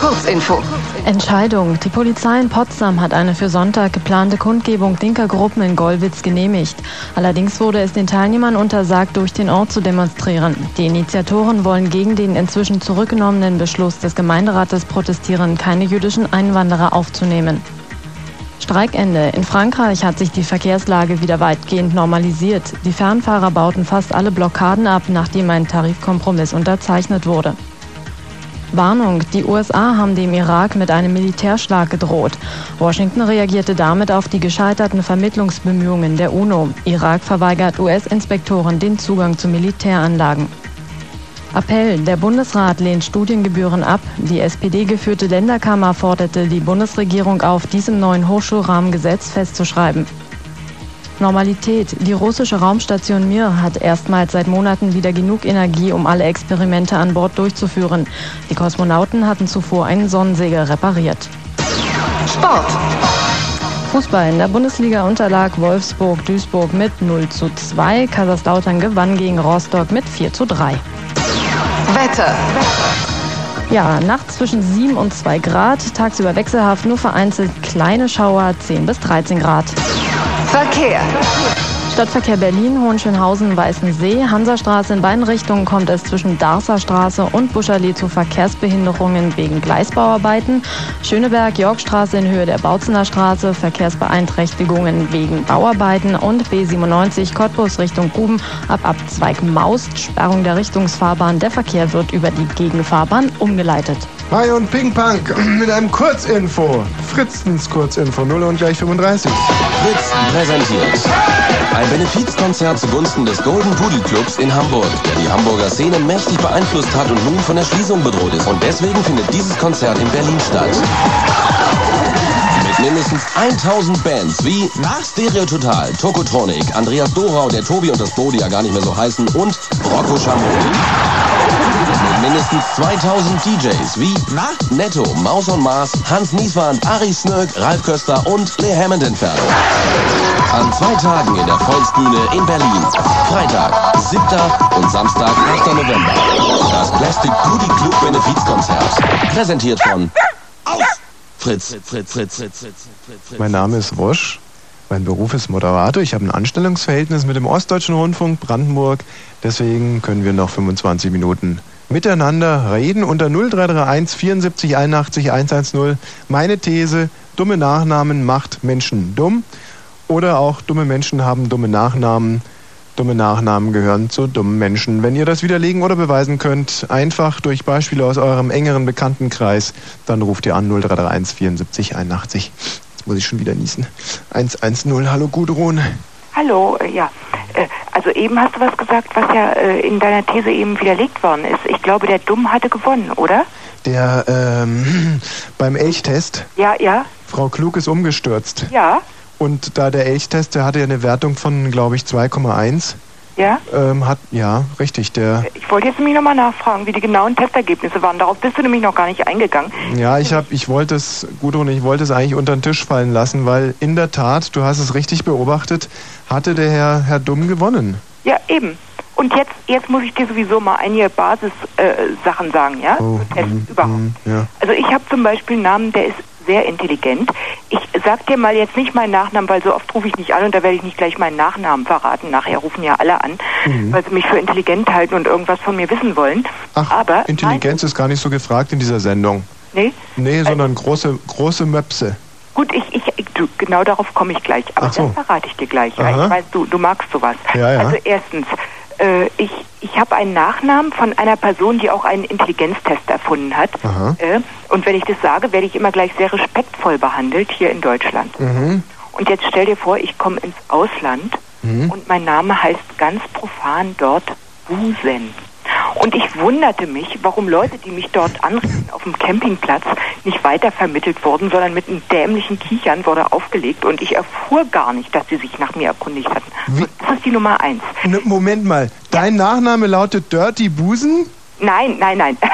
Speaker 39: Kurzinfo.
Speaker 15: Entscheidung. Die Polizei in Potsdam hat eine für Sonntag geplante Kundgebung linker Gruppen in Gollwitz genehmigt. Allerdings wurde es den Teilnehmern untersagt, durch den Ort zu demonstrieren. Die Initiatoren wollen gegen den inzwischen zurückgenommenen Beschluss des Gemeinderates protestieren, keine jüdischen Einwanderer aufzunehmen. Streikende. In Frankreich hat sich die Verkehrslage wieder weitgehend normalisiert. Die Fernfahrer bauten fast alle Blockaden ab, nachdem ein Tarifkompromiss unterzeichnet wurde. Warnung, die USA haben dem Irak mit einem Militärschlag gedroht. Washington reagierte damit auf die gescheiterten Vermittlungsbemühungen der UNO. Irak verweigert US-Inspektoren den Zugang zu Militäranlagen. Appell, der Bundesrat lehnt Studiengebühren ab. Die SPD-geführte Länderkammer forderte die Bundesregierung auf, dies im neuen Hochschulrahmengesetz festzuschreiben. Normalität. Die russische Raumstation Mir hat erstmals seit Monaten wieder genug Energie, um alle Experimente an Bord durchzuführen. Die Kosmonauten hatten zuvor einen Sonnensegel repariert. Sport. Fußball in der Bundesliga unterlag Wolfsburg Duisburg mit 0 zu 2. Kaiserslautern gewann gegen Rostock mit 4 zu 3.
Speaker 40: Wetter.
Speaker 15: Ja, nachts zwischen 7 und 2 Grad, tagsüber wechselhaft, nur vereinzelt kleine Schauer, 10 bis 13 Grad.
Speaker 40: Verkehr.
Speaker 15: Stadtverkehr Berlin, Hohenschönhausen, Weißensee, Hansastraße in beiden Richtungen kommt es zwischen Darßer Straße und Buscherlee zu Verkehrsbehinderungen wegen Gleisbauarbeiten. Schöneberg, Yorkstraße in Höhe der Bautzener Straße, Verkehrsbeeinträchtigungen wegen Bauarbeiten und B97 Cottbus Richtung Guben ab Abzweig Maust, Sperrung der Richtungsfahrbahn. Der Verkehr wird über die Gegenfahrbahn umgeleitet.
Speaker 41: Hi und Ping Pong mit einem Kurzinfo. Fritzens Kurzinfo, 0 und gleich 35.
Speaker 16: Fritz präsentiert. Ein Benefizkonzert zugunsten des Golden Pudel Clubs in Hamburg, der die Hamburger Szene mächtig beeinflusst hat und nun von der Schließung bedroht ist. Und deswegen findet dieses Konzert in Berlin statt. Mit mindestens 1000 Bands wie Stereo Total, Tokotronic, Andreas Dorau, der Tobi und das Bodi ja gar nicht mehr so heißen und Rocco Schamoni. Mit mindestens 2000 DJs wie Na? Netto, Maus und Mars, Hans Nieswand, Ari Snöck, Ralf Köster und Lee Hammond Inferno. An zwei Tagen in der Volksbühne in Berlin. Freitag, 7. und Samstag, 8. November. Das Plastic Beauty Club Benefizkonzert. Präsentiert von Fritz. Fritz, Fritz, Fritz, Fritz, Fritz.
Speaker 1: Mein Name ist Wosch. Mein Beruf ist Moderator. Ich habe ein Anstellungsverhältnis mit dem Ostdeutschen Rundfunk Brandenburg. Deswegen können wir noch 25 Minuten miteinander reden unter 0331 74 81 110. Meine These, dumme Nachnamen macht Menschen dumm. Oder auch dumme Menschen haben dumme Nachnamen. Dumme Nachnamen gehören zu dummen Menschen. Wenn ihr das widerlegen oder beweisen könnt, einfach durch Beispiele aus eurem engeren Bekanntenkreis, dann ruft ihr an 0331 74 81. Jetzt muss ich schon wieder niesen. 110, hallo Gudrun.
Speaker 42: Hallo, äh, ja. Äh, Also eben hast du was gesagt, was ja äh, in deiner These eben widerlegt worden ist. Ich glaube, der Dumm hatte gewonnen, oder?
Speaker 1: Der ähm, beim Elchtest,
Speaker 42: Ja, ja,
Speaker 1: Frau Klug ist umgestürzt.
Speaker 42: ja,
Speaker 1: Und da der Elchtest, der hatte ja eine Wertung von, glaube ich, 2,1.
Speaker 42: ja.
Speaker 1: Ähm, hat, ja, richtig, der.
Speaker 42: Ich wollte jetzt nämlich nochmal nachfragen, wie die genauen Testergebnisse waren. Darauf bist du nämlich noch gar nicht eingegangen.
Speaker 1: Ja, ich hab, ich wollte es, Gudrun, ich wollte es eigentlich unter den Tisch fallen lassen, weil in der Tat, du hast es richtig beobachtet, hatte der Herr, Herr Dumm gewonnen.
Speaker 42: Ja, eben. Und jetzt, jetzt muss ich dir sowieso mal einige Basissachen äh, Sachen sagen, ja? Zu Tests überhaupt.
Speaker 1: Ja.
Speaker 42: Also ich habe zum Beispiel einen Namen, der ist sehr intelligent. Ich sag dir mal jetzt nicht meinen Nachnamen, weil so oft rufe ich nicht an und da werde ich nicht gleich meinen Nachnamen verraten. Nachher rufen ja alle an,
Speaker 1: Mhm.
Speaker 42: weil sie mich für intelligent halten und irgendwas von mir wissen wollen. Aber
Speaker 1: Intelligenz ist gar nicht so gefragt in dieser Sendung.
Speaker 42: nee,
Speaker 1: Nee, sondern große, große Möpse.
Speaker 42: gut, ich, ich, ich du, genau darauf komme ich gleich. Aber
Speaker 1: Ach so.
Speaker 42: das verrate ich dir gleich. Ja?
Speaker 1: Aha.
Speaker 42: Ich weiß, du, du magst sowas.
Speaker 1: Ja, ja.
Speaker 42: Also erstens, äh, ich, ich habe einen Nachnamen von einer Person, die auch einen Intelligenztest erfunden hat.
Speaker 1: Aha.
Speaker 42: Äh, und wenn ich das sage, werde ich immer gleich sehr respektvoll behandelt hier in Deutschland.
Speaker 1: Mhm.
Speaker 42: Und jetzt stell dir vor, ich komme ins Ausland
Speaker 43: Hm?
Speaker 1: Mhm.
Speaker 42: und mein Name heißt ganz profan dort Busen. Und ich wunderte mich, warum Leute, die mich dort anriefen auf dem Campingplatz, nicht weiter vermittelt wurden, sondern mit einem dämlichen Kichern wurde aufgelegt und ich erfuhr gar nicht, dass sie sich nach mir erkundigt hatten.
Speaker 1: Wie-
Speaker 42: Das ist die Nummer eins.
Speaker 1: Ne, Moment mal, dein Nachname lautet Dirty Busen?
Speaker 42: Nein, nein, nein.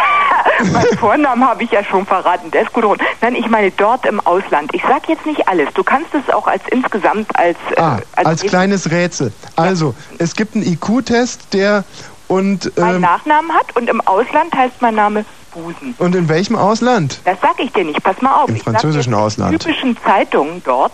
Speaker 42: mein Vornamen habe ich ja schon verraten. Der ist gut rund. Nein, ich meine dort im Ausland. Ich sag jetzt nicht alles. Du kannst es auch als insgesamt als äh,
Speaker 1: Ah, als
Speaker 42: als-
Speaker 1: kleines Rätsel. Also, es gibt einen IQ-Test, der und
Speaker 42: mein
Speaker 1: ähm,
Speaker 42: Nachnamen hat und im Ausland heißt mein Name Busen.
Speaker 1: und in welchem Ausland?
Speaker 42: Das sag ich dir nicht, pass mal auf.
Speaker 1: Im
Speaker 42: Ich sag
Speaker 1: französischen
Speaker 42: dir,
Speaker 1: Ausland.
Speaker 42: Typischen Zeitungen dort,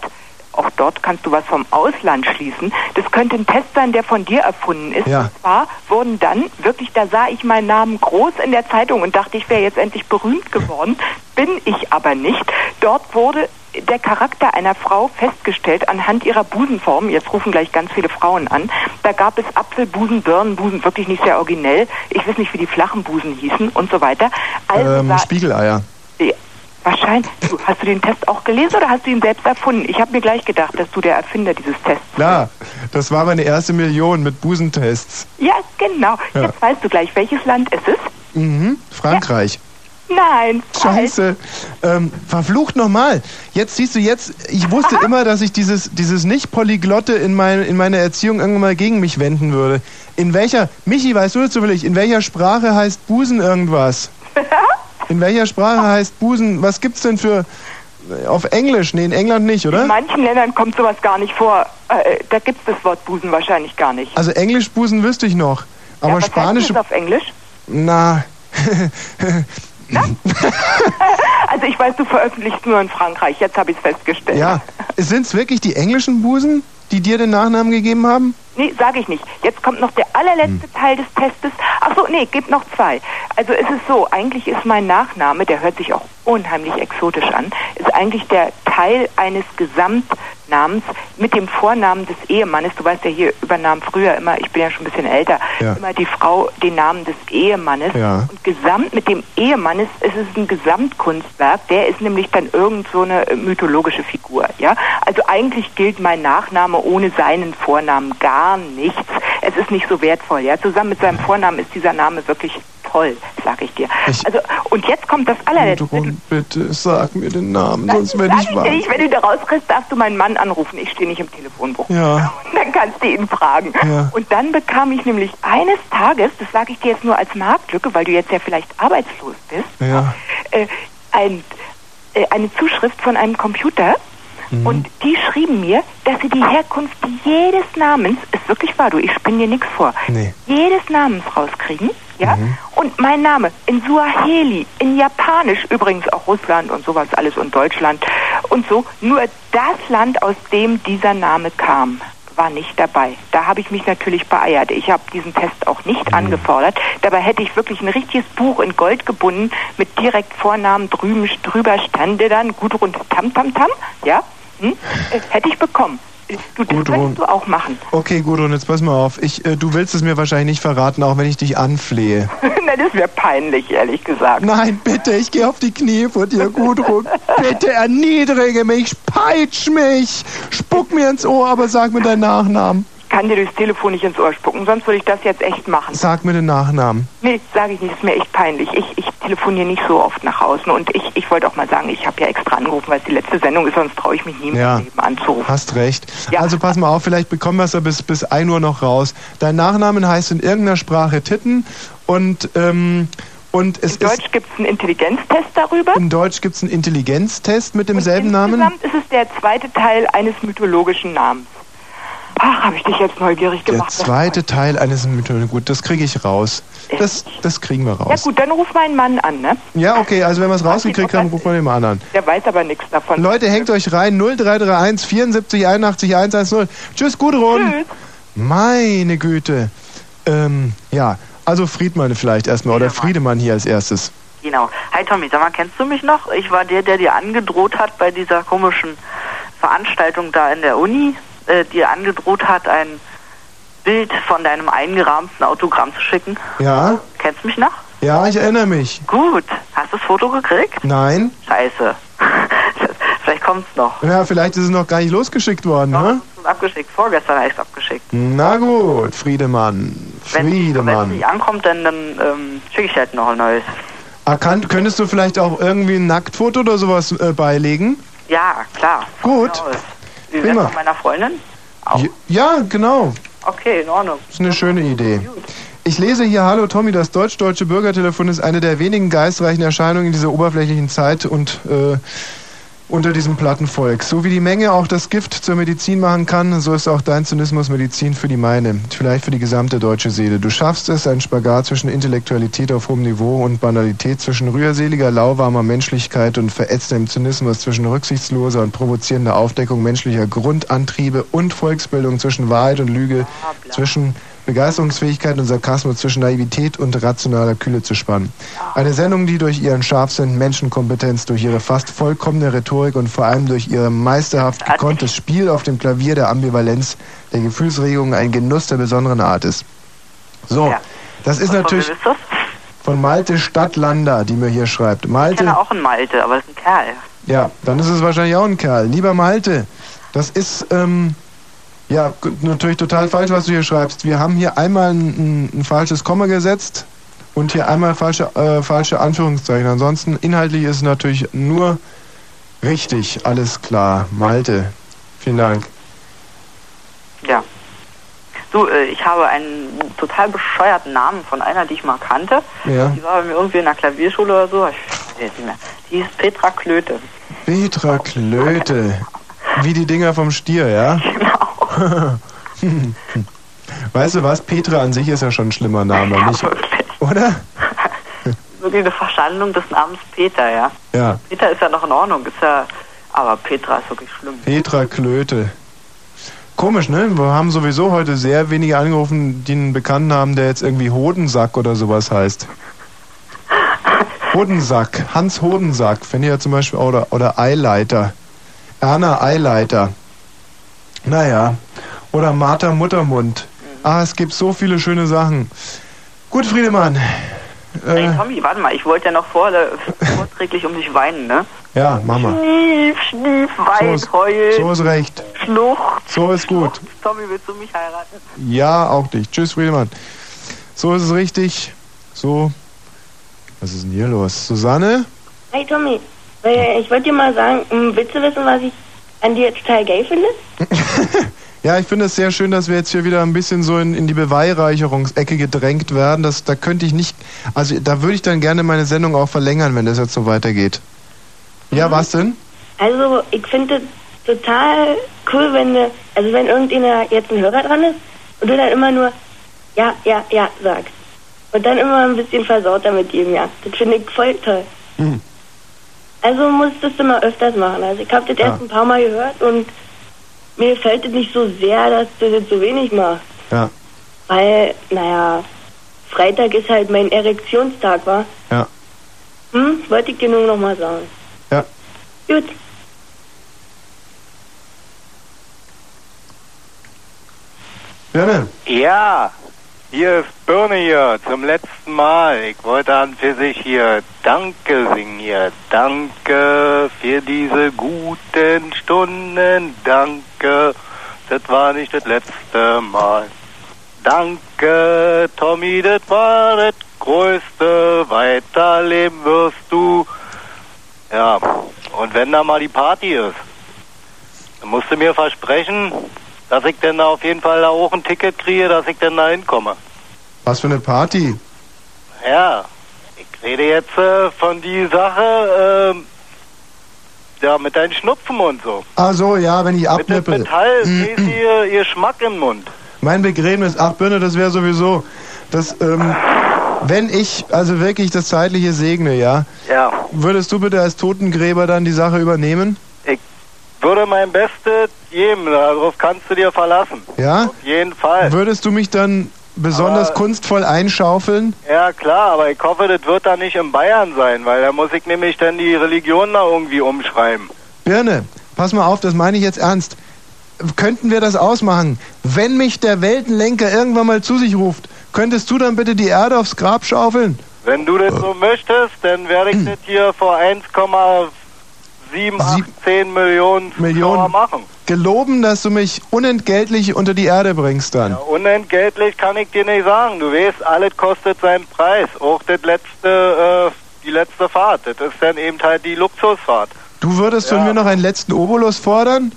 Speaker 42: auch dort kannst du was vom Ausland schließen. Das könnte ein Test sein, der von dir erfunden ist.
Speaker 1: Ja.
Speaker 42: Und zwar wurden dann, wirklich, da sah ich meinen Namen groß in der Zeitung und dachte, ich wäre jetzt endlich berühmt geworden. Bin ich aber nicht. Dort wurde der Charakter einer Frau festgestellt anhand ihrer Busenform. Jetzt rufen gleich ganz viele Frauen an. Da gab es Apfelbusen, Birnenbusen, wirklich nicht sehr originell. Ich weiß nicht, wie die flachen Busen hießen und so weiter. Also
Speaker 1: Ähm,
Speaker 42: sah
Speaker 1: Spiegeleier.
Speaker 42: ja, Wahrscheinlich. Du, hast du den Test auch gelesen oder hast du ihn selbst erfunden? Ich habe mir gleich gedacht, dass du der Erfinder dieses Tests
Speaker 1: Klar, das war meine erste Million mit Busentests.
Speaker 42: Ja, genau.
Speaker 1: Ja.
Speaker 42: Jetzt weißt du gleich, welches Land es ist.
Speaker 1: Mhm. Frankreich.
Speaker 42: Nein.
Speaker 1: Scheiße. Ähm, verflucht nochmal. Jetzt siehst du jetzt, ich wusste immer, dass ich dieses, dieses Nicht-Polyglotte in, mein, in meiner Erziehung irgendwann mal gegen mich wenden würde. In welcher, Michi, weißt du das zufällig, in welcher Sprache heißt Busen irgendwas? In welcher Sprache heißt Busen? Was gibt's denn für, auf Englisch? Nee, in England nicht,
Speaker 42: In
Speaker 1: oder?
Speaker 42: manchen Ländern kommt sowas gar nicht vor. Äh, da gibt es das Wort Busen wahrscheinlich gar nicht.
Speaker 1: Also Englisch Busen wüsste ich noch. Aber
Speaker 42: ja, was
Speaker 1: Spanisch,
Speaker 42: Heißt das auf Englisch?
Speaker 1: na,
Speaker 42: ne? Also ich weiß, du veröffentlichst nur in Frankreich. Jetzt habe ich es festgestellt.
Speaker 1: ja. Sind's wirklich die englischen Busen, die dir den Nachnamen gegeben haben?
Speaker 42: Nee, sage ich nicht. Jetzt kommt noch der
Speaker 20: Hm.
Speaker 42: allerletzte Teil des Testes. Ach so, nee, gibt noch zwei. Also es ist so, eigentlich ist mein Nachname, der hört sich auch unheimlich exotisch an, ist eigentlich der Teil eines Gesamtnamens mit dem Vornamen des Ehemannes. Du weißt ja hier übernahm früher immer, ich bin ja schon ein bisschen älter,
Speaker 20: Ja.
Speaker 42: immer die Frau den Namen des Ehemannes.
Speaker 20: Ja.
Speaker 42: Und gesamt mit dem Ehemann ist, ist es ein Gesamtkunstwerk. Der ist nämlich dann irgend so eine äh, mythologische Figur. Ja, also eigentlich gilt mein Nachname ohne seinen Vornamen gar nichts. Es ist nicht so wertvoll. Ja, zusammen mit seinem Vornamen ist dieser Name wirklich toll, sag ich dir. also und jetzt kommt das allerletzte.
Speaker 1: Gudrun, bitte sag mir den Namen, sonst werde
Speaker 42: Sag
Speaker 1: ich
Speaker 42: ich
Speaker 1: wach.
Speaker 42: dir nicht, wenn du da rausriss, darfst du meinen Mann anrufen. Ich stehe nicht im Telefonbuch.
Speaker 1: Ja.
Speaker 42: Dann kannst du ihn fragen.
Speaker 1: Ja.
Speaker 42: Und dann bekam ich nämlich eines Tages, das sage ich dir jetzt nur als Marktlücke, weil du jetzt ja vielleicht arbeitslos bist,
Speaker 20: Ja.
Speaker 42: äh, ein, äh, eine Zuschrift von einem Computer.
Speaker 1: mhm.
Speaker 42: Und die schrieben mir, dass sie die Herkunft jedes Namens, ist wirklich wahr, du, ich spinne dir nichts vor, jedes Namens rauskriegen. Ja? Und mein Name in Suaheli, in Japanisch übrigens auch Russland und sowas alles und Deutschland und so, nur das Land, aus dem dieser Name kam war nicht dabei. Da habe ich mich natürlich beeiert. Ich habe diesen Test auch nicht angefordert. Dabei hätte ich wirklich ein richtiges Buch in Gold gebunden mit direkt Vornamen drüben, drüber stande dann Gudrun Tam Tam Tam. Ja, hm? Äh, hätte ich bekommen. Äh, Du, das könntest du auch machen.
Speaker 1: Okay, Gudrun, jetzt pass mal auf. Ich, äh, du willst es mir wahrscheinlich nicht verraten, auch wenn ich dich anflehe.
Speaker 42: Na, das wäre peinlich, ehrlich gesagt.
Speaker 1: Nein, bitte, ich gehe auf die Knie vor dir, Gudrun. Bitte erniedrige mich, peitsch mich, spuck mir ins Ohr, aber sag mir deinen Nachnamen.
Speaker 42: Ich kann dir durchs Telefon nicht ins Ohr spucken, sonst würde ich das jetzt echt machen.
Speaker 1: Sag mir den Nachnamen.
Speaker 42: Nee, sage ich nicht, ist mir echt peinlich. Ich, ich telefoniere nicht so oft nach außen und ich, ich wollte auch mal sagen, ich habe ja extra angerufen, weil es die letzte Sendung ist, sonst traue ich mich nie mehr.
Speaker 1: Ja, hast recht. Also pass mal auf, vielleicht bekommen wir es ja bis, bis 1 Uhr noch raus. Dein Nachnamen heißt in irgendeiner Sprache Titten und, ähm, und es
Speaker 42: In Deutsch gibt es einen Intelligenztest darüber.
Speaker 1: In Deutsch gibt es einen Intelligenztest mit demselben Namen.
Speaker 42: Insgesamt ist es der zweite Teil eines mythologischen Namens. Ach, habe ich dich jetzt neugierig
Speaker 1: Der
Speaker 42: gemacht.
Speaker 1: zweite Teil eines Mythos. Gut, das kriege ich raus. Das, das kriegen wir
Speaker 42: ja
Speaker 1: raus.
Speaker 42: gut, dann ruf meinen Mann an, ne?
Speaker 1: Ja, okay, also wenn wir es rausgekriegt haben, rufen wir den mal an.
Speaker 42: Der weiß aber nichts davon.
Speaker 1: Leute, hängt euch rein. 0331 74 81 110. Tschüss, Gudrun. Meine Güte. Ähm, ja, also Friedmann vielleicht erstmal oder Friedemann hier als erstes.
Speaker 6: Genau. Hi Tommy, sag mal, kennst du mich noch? Ich war der, der dir angedroht hat bei dieser komischen Veranstaltung da in der Uni, äh, dir angedroht hat, ein Bild von deinem eingerahmten Autogramm zu schicken.
Speaker 1: Ja,
Speaker 6: Kennst du mich noch?
Speaker 1: ja, ich erinnere mich.
Speaker 6: Gut. Hast du das Foto gekriegt?
Speaker 1: Nein.
Speaker 6: Scheiße. Vielleicht kommt's noch.
Speaker 1: Ja, vielleicht ist es noch gar nicht losgeschickt worden, ne?
Speaker 6: Schon abgeschickt. Vorgestern habe ich es abgeschickt.
Speaker 1: Na gut, Friedemann.
Speaker 6: Wenn es
Speaker 1: Friedemann.
Speaker 6: nicht ankommt, dann, dann ähm, schicke ich halt noch ein neues.
Speaker 1: Erkannt, Ah, könntest du vielleicht auch irgendwie ein Nacktfoto oder sowas äh, beilegen?
Speaker 6: Ja, klar.
Speaker 1: Gut.
Speaker 6: Genau. Wie
Speaker 1: Prima.
Speaker 6: wär's von meiner Freundin?
Speaker 1: J- Ja, genau.
Speaker 6: Okay, in Ordnung.
Speaker 1: Ist eine schöne Idee. Ich lese hier, hallo Tommy, das deutsch-deutsche Bürgertelefon ist eine der wenigen geistreichen Erscheinungen in dieser oberflächlichen Zeit und äh, unter diesem platten Volk. So wie die Menge auch das Gift zur Medizin machen kann, so ist auch dein Zynismus Medizin für die meine, vielleicht für die gesamte deutsche Seele. Du schaffst es, einen Spagat zwischen Intellektualität auf hohem Niveau und Banalität, zwischen rührseliger, lauwarmer Menschlichkeit und verätztem Zynismus, zwischen rücksichtsloser und provozierender Aufdeckung menschlicher Grundantriebe und Volksbildung, zwischen Wahrheit und Lüge, zwischen Begeisterungsfähigkeit und Sarkasmus zwischen Naivität und rationaler Kühle zu spannen. Eine Sendung, die durch ihren Scharfsinn, Menschenkompetenz, durch ihre fast vollkommene Rhetorik und vor allem durch ihr meisterhaft gekonntes Spiel auf dem Klavier der Ambivalenz, der Gefühlsregungen ein Genuss der besonderen Art ist. So, das ist
Speaker 6: Und von
Speaker 1: natürlich
Speaker 6: wem ist das?
Speaker 1: von Malte Stadtlander, die mir hier schreibt. Malte.
Speaker 6: Ich kenne auch einen Malte, aber das ist ein Kerl.
Speaker 1: Ja, dann ist es wahrscheinlich auch ein Kerl. Lieber Malte, das ist ähm, ja g- natürlich total falsch, was du hier schreibst. Wir haben hier einmal ein, ein, ein falsches Komma gesetzt Und hier einmal falsche, äh, falsche Anführungszeichen. Ansonsten inhaltlich ist natürlich nur richtig. Alles klar. Malte. Vielen Dank.
Speaker 6: Ja. Du, äh, ich habe einen total bescheuerten Namen von einer, die ich mal kannte.
Speaker 1: Ja.
Speaker 6: Die war bei mir irgendwie in der Klavierschule oder so. Ich weiß jetzt nicht mehr. Die hieß Petra Klöte.
Speaker 1: Petra Klöte. Wie die Dinger vom Stier, ja? Genau. weißt du was? Petra an sich ist ja schon ein schlimmer Name, nicht? Oder?
Speaker 6: Wirklich eine Verschandlung des Namens Peter, ja.
Speaker 1: Ja.
Speaker 6: Peter ist ja noch in Ordnung, ist ja. Aber Petra ist wirklich schlimm.
Speaker 1: Petra Klöte. Komisch, ne? Wir haben sowieso heute sehr wenige angerufen, die einen Bekannten haben, der jetzt irgendwie Hodensack oder sowas heißt. Hodensack, Hans Hodensack, finde ich ja zum Beispiel, oder, oder Eileiter. Erna Eileiter. Naja. Oder Martha Muttermund. Ah, es gibt so viele schöne Sachen. Gut, Friedemann. Äh,
Speaker 6: Hey Tommy, warte mal, ich wollte ja noch vor, äh, vorträglich um dich weinen, ne?
Speaker 1: ja, Mama.
Speaker 6: Schnief, schnief,
Speaker 1: So
Speaker 6: wein,
Speaker 1: ist,
Speaker 6: heul,
Speaker 1: so ist recht.
Speaker 6: Schlucht.
Speaker 1: So ist gut.
Speaker 6: Tommy, willst du mich heiraten?
Speaker 1: Ja, auch dich. Tschüss, Friedemann. So ist es richtig. So. Was ist denn hier los? Susanne?
Speaker 4: Hi Tommy, Äh, ich wollte dir mal sagen, ähm, willst du wissen, was ich an dir jetzt total gay finde?
Speaker 1: Ja, ich finde es sehr schön, dass wir jetzt hier wieder ein bisschen so in, in die Beweihräucherungsecke gedrängt werden. Das, da könnte ich nicht. Also, da würde ich dann gerne meine Sendung auch verlängern, wenn das jetzt so weitergeht. Ja, was denn?
Speaker 4: Also ich finde das total cool, wenn ne- also wenn irgendeiner jetzt ein Hörer dran ist und du dann immer nur ja, ja, ja sagst. Und dann immer ein bisschen versauter mit ihm, ja. Das finde ich voll toll.
Speaker 1: Hm.
Speaker 4: Also musstest du mal öfters machen. Also ich habe das
Speaker 1: Ja.
Speaker 4: erst ein paar Mal gehört und mir gefällt es nicht so sehr, dass du das so wenig machst.
Speaker 1: Ja.
Speaker 4: Weil, naja, Freitag ist halt mein Erektionstag, war.
Speaker 1: Ja.
Speaker 4: Hm? Wollte ich dir nur noch mal sagen.
Speaker 1: Ja.
Speaker 4: Gut.
Speaker 1: Birne.
Speaker 19: Ja, hier ist Birne hier zum letzten Mal. Ich wollte an für sich hier Danke singen hier. Danke für diese guten Stunden. Danke, das war nicht das letzte Mal. Danke, Tommy, das war das Größte. Weiterleben wirst du. Ja, und wenn da mal die Party ist, dann musst du mir versprechen, dass ich denn da auf jeden Fall da auch ein Ticket kriege, dass ich denn da hinkomme.
Speaker 1: Was für eine Party?
Speaker 19: Ja, ich rede jetzt äh, von die Sache, ähm, ja, mit deinem Schnupfen und so.
Speaker 1: Ah, so, ja, wenn ich abnippel.
Speaker 19: Metallmäßige Geschmack im Mund.
Speaker 1: Mein Begräbnis, ach Birne, das wäre sowieso, das, ähm, wenn ich also wirklich das Zeitliche segne, ja,
Speaker 19: Ja,
Speaker 1: würdest du bitte als Totengräber dann die Sache übernehmen?
Speaker 19: ich würde mein Bestes geben, darauf kannst du dir verlassen.
Speaker 1: Ja?
Speaker 19: Auf jeden Fall.
Speaker 1: Würdest du mich dann besonders
Speaker 19: Aber-
Speaker 1: kunstvoll einschaufeln?
Speaker 19: Ja, klar, aber ich hoffe, das wird da nicht in Bayern sein, weil da muss ich nämlich dann die Religion da irgendwie umschreiben.
Speaker 1: Birne, pass mal auf, das meine ich jetzt ernst. Könnten wir das ausmachen? Wenn mich der Weltenlenker irgendwann mal zu sich ruft, könntest du dann bitte die Erde aufs Grab schaufeln?
Speaker 19: Wenn du das
Speaker 1: Äh.
Speaker 19: so möchtest, dann werde ich das hier vor 1,718 Millionen Zuschauer machen.
Speaker 1: Geloben, dass du mich unentgeltlich unter die Erde bringst dann.
Speaker 19: Unentgeltlich kann ich dir nicht sagen. Du weißt, alles kostet seinen Preis. Auch das letzte, äh, die letzte Fahrt. Das ist dann eben halt die Luxusfahrt.
Speaker 1: Du würdest von mir noch einen letzten Obolus fordern?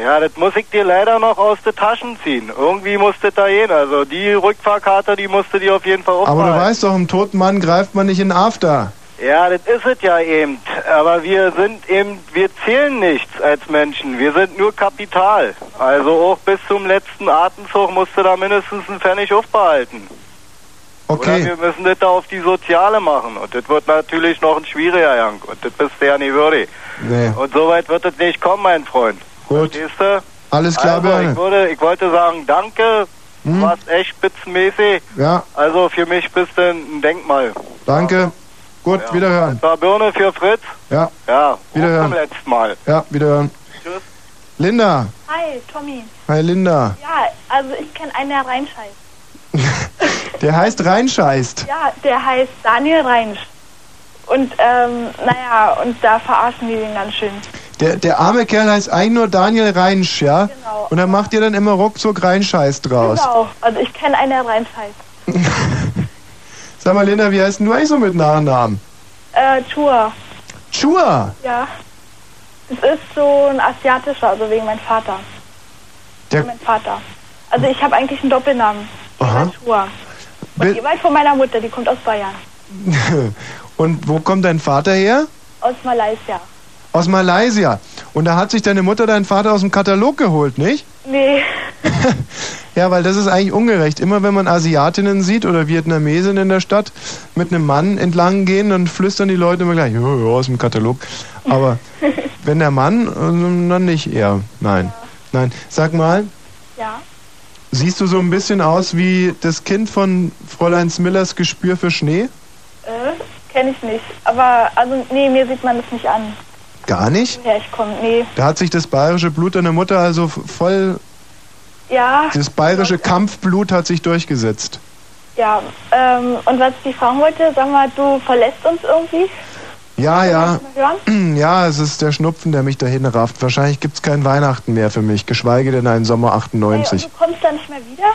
Speaker 19: Ja, das muss ich dir leider noch aus der Taschen ziehen. Irgendwie musste da gehen. Also die Rückfahrkarte, die musste dir auf jeden Fall aufmachen.
Speaker 1: Aber du weißt doch, einem toten Mann greift man nicht in den After.
Speaker 19: Ja, das ist es ja eben. Aber wir sind eben, wir zählen nichts als Menschen. Wir sind nur Kapital. Also auch bis zum letzten Atemzug musst du da mindestens einen Pfennig aufbehalten.
Speaker 1: Okay.
Speaker 19: Oder wir müssen das da auf die Soziale machen. Und das wird natürlich noch ein schwieriger Young. Und das bist du ja nicht würdig.
Speaker 1: Nee.
Speaker 19: Und so weit wird es nicht kommen, mein Freund.
Speaker 1: Gut.
Speaker 19: Verstehst du?
Speaker 1: Alles klar,
Speaker 19: also,
Speaker 1: Birne.
Speaker 19: ich, würde, ich wollte sagen, danke. Du
Speaker 1: Hm.
Speaker 19: warst echt spitzenmäßig.
Speaker 1: Ja,
Speaker 19: Also für mich bist du ein Denkmal.
Speaker 1: danke. Gut, wiederhören.
Speaker 19: Das war Birne für Fritz.
Speaker 1: Ja,
Speaker 19: Ja,
Speaker 1: Wiederhören.
Speaker 19: auch zum letzten Mal.
Speaker 1: ja, wiederhören.
Speaker 19: Tschüss.
Speaker 1: Linda.
Speaker 4: Hi, Tommy.
Speaker 1: Hi, Linda.
Speaker 4: Ja, also ich kenne einen, der reinscheißt.
Speaker 1: Der heißt Reinscheißt.
Speaker 12: Ja, der heißt Daniel Reinsch. Und ähm, naja, und da verarschen die den ganz schön.
Speaker 1: Der, der arme Kerl heißt eigentlich nur Daniel Reinsch, ja?
Speaker 12: Genau.
Speaker 1: Und dann macht ihr dann immer ruckzuck Reinscheiß draus.
Speaker 12: Genau. Also ich kenne einen, der reinscheißt.
Speaker 1: Sag mal, Linda, wie heißt denn du eigentlich so mit Nachnamen?
Speaker 12: Äh, Chua.
Speaker 1: Chua,
Speaker 12: Ja. Es ist so ein asiatischer, also wegen meinem Vater.
Speaker 1: Der-
Speaker 12: mein Vater. Also ich habe eigentlich einen Doppelnamen.
Speaker 1: Aha.
Speaker 12: Chua. Und
Speaker 1: Bil-
Speaker 12: jeweils von meiner Mutter, die kommt aus Bayern.
Speaker 1: Und wo kommt dein Vater her?
Speaker 12: Aus Malaysia.
Speaker 1: Aus Malaysia. Und da hat sich deine Mutter deinen Vater aus dem Katalog geholt, nicht?
Speaker 12: Nee.
Speaker 1: Ja, weil das ist eigentlich ungerecht. Immer wenn man Asiatinnen sieht oder Vietnamesinnen in der Stadt mit einem Mann entlang gehen, dann flüstern die Leute immer gleich, "Jo, jo, aus dem Katalog. Aber wenn der Mann, ähm, dann nicht eher. Nein. Nein. Sag mal,
Speaker 12: Ja.
Speaker 1: siehst du so ein bisschen aus wie das Kind von Fräulein Smillers Gespür für Schnee?
Speaker 12: Äh, kenne ich nicht. Aber, also, nee, mir sieht man das nicht an,
Speaker 1: Gar nicht?
Speaker 12: woher ich komme. Nee.
Speaker 1: Da hat sich das bayerische Blut deiner Mutter also f- voll,
Speaker 12: Ja.
Speaker 1: das bayerische Kampfblut hat sich durchgesetzt.
Speaker 12: Ja. Ähm, und was ich dich fragen wollte, sag mal, du verlässt uns irgendwie?
Speaker 1: Ja, ja.
Speaker 12: Hören?
Speaker 1: Ja, es ist der Schnupfen, der mich dahin rafft. Wahrscheinlich gibt's kein Weihnachten mehr für mich, geschweige denn einen Sommer
Speaker 12: Hey, Äh, also und
Speaker 1: 98.
Speaker 12: du kommst da nicht mehr wieder?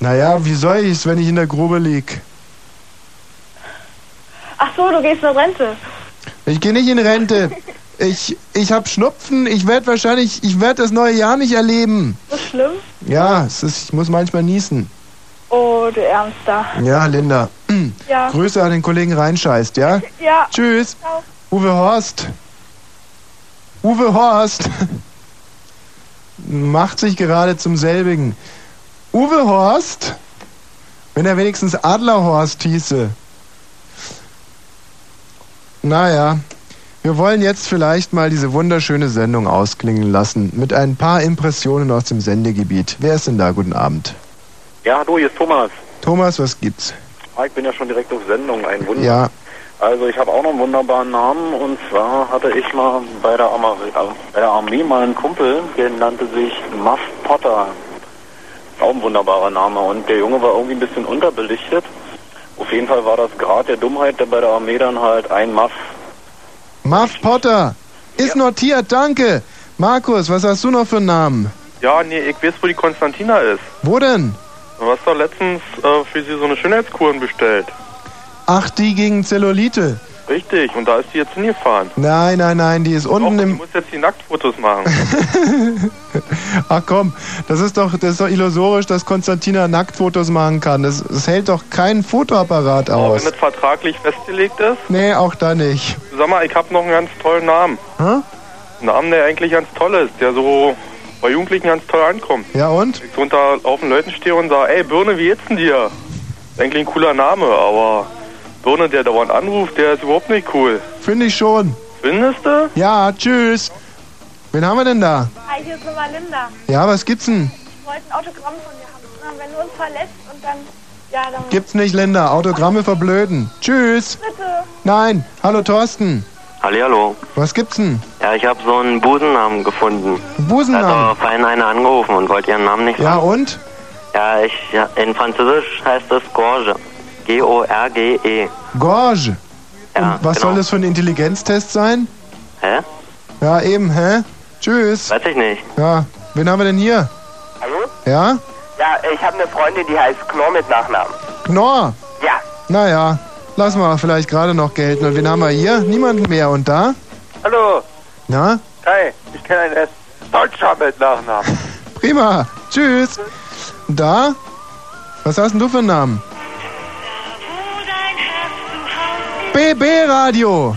Speaker 1: Naja, wie soll ich's, wenn ich in der Grube lieg?
Speaker 12: Ach so, du gehst in Rente.
Speaker 1: Ich gehe nicht in Rente. Ich, ich hab Schnupfen. Ich werde wahrscheinlich, ich werde das neue Jahr nicht erleben.
Speaker 12: So schlimm?
Speaker 1: Ja, es ist, ich muss manchmal niesen.
Speaker 12: Oh, du Ärmster.
Speaker 1: Ja, Linda.
Speaker 12: Ja.
Speaker 1: Grüße an den Kollegen Reinscheißt, ja?
Speaker 12: Ja.
Speaker 1: Tschüss. Uwe Horst. Uwe Horst macht sich gerade zum selbigen. Uwe Horst, wenn er wenigstens Adlerhorst hieße. Naja, wir wollen jetzt vielleicht mal diese wunderschöne Sendung ausklingen lassen mit ein paar Impressionen aus dem Sendegebiet. Wer ist denn da? Guten Abend.
Speaker 44: Ja, hallo, hier ist Thomas.
Speaker 1: Thomas, was gibt's?
Speaker 44: Ah, ich bin ja schon direkt auf Sendung. Ein Wunder.
Speaker 1: Ja,
Speaker 44: Also ich habe auch noch einen wunderbaren Namen und zwar hatte ich mal bei der, Amar äh, bei der Armee mal einen Kumpel, der nannte sich Muff Potter. Ist Auch ein wunderbarer Name und der Junge war irgendwie ein bisschen unterbelichtet. Auf jeden Fall war das Grad der Dummheit, der bei der Armee dann halt ein Muff.
Speaker 1: Marv Potter ist notiert, danke. Markus, was hast du noch für einen Namen?
Speaker 2: Ja, nee, ich weiß, wo die Konstantina ist.
Speaker 1: Wo denn?
Speaker 2: Du hast doch letztens äh, für sie so eine Schönheitskuren bestellt.
Speaker 1: Ach, die gegen Zellulite.
Speaker 2: Richtig, und da ist sie jetzt hingefahren.
Speaker 1: Nein, nein, nein, die ist unten
Speaker 2: Du
Speaker 1: im.
Speaker 2: musst jetzt die Nacktfotos machen.
Speaker 1: Ach komm, das ist doch, das ist doch illusorisch, dass Konstantina Nacktfotos machen kann. Das, das hält doch kein Fotoapparat
Speaker 2: Aber
Speaker 1: aus.
Speaker 2: wenn das vertraglich festgelegt ist,
Speaker 1: Nee, auch da nicht.
Speaker 2: sag mal, ich habe noch einen ganz tollen Namen.
Speaker 1: Hä?
Speaker 2: Einen Namen, der eigentlich ganz toll ist, der so bei Jugendlichen ganz toll ankommt.
Speaker 1: Ja und?
Speaker 2: Wenn ich so unter laufenden Leuten stehe und sage, ey Birne, wie geht's denn dir? Ist Eigentlich ein cooler Name, aber Birne, der dauernd anruft, der ist überhaupt nicht cool.
Speaker 1: Finde ich schon.
Speaker 2: Findest du?
Speaker 1: Ja, tschüss. Wen haben wir denn da?
Speaker 12: Hi, hier ist nochmal Linda.
Speaker 1: Ja, was gibt's denn?
Speaker 12: Ich wollte ein Autogramm von dir haben. Na, wenn du uns verlässt und dann, ja, dann...
Speaker 1: Gibt's nicht, Linda. Autogramme verblöden. Tschüss.
Speaker 12: Bitte.
Speaker 1: Nein. Hallo, Thorsten.
Speaker 32: Hallihallo.
Speaker 1: Was gibt's denn?
Speaker 32: Ja, ich habe so einen Busennamen gefunden.
Speaker 1: Busennamen?
Speaker 32: Da hat aber vorhin einer angerufen und wollte ihren Namen nicht
Speaker 1: Ja und?
Speaker 32: Ja, ich, ja, in Französisch heißt das Gorge. G-O-R-G-E. Ja,
Speaker 1: Gorge.
Speaker 32: genau.
Speaker 1: Was soll das für ein Intelligenztest sein?
Speaker 32: Hä?
Speaker 1: Ja, eben, hä? Tschüss.
Speaker 32: Weiß ich nicht.
Speaker 1: Ja, wen haben wir denn hier?
Speaker 45: Hallo?
Speaker 1: Ja?
Speaker 45: Ja, ich habe eine Freundin, die heißt Knorr mit Nachnamen.
Speaker 1: Knorr.
Speaker 45: Ja.
Speaker 1: Naja, lassen wir vielleicht gerade noch gelten. Und wen haben wir hier? Niemanden mehr. Und da?
Speaker 9: Hallo,
Speaker 1: Na?
Speaker 9: hi, ich kenne einen S. Deutscher mit Nachnamen.
Speaker 1: Prima. Tschüss. Und da? Was hast denn du für einen Namen? BB Radio.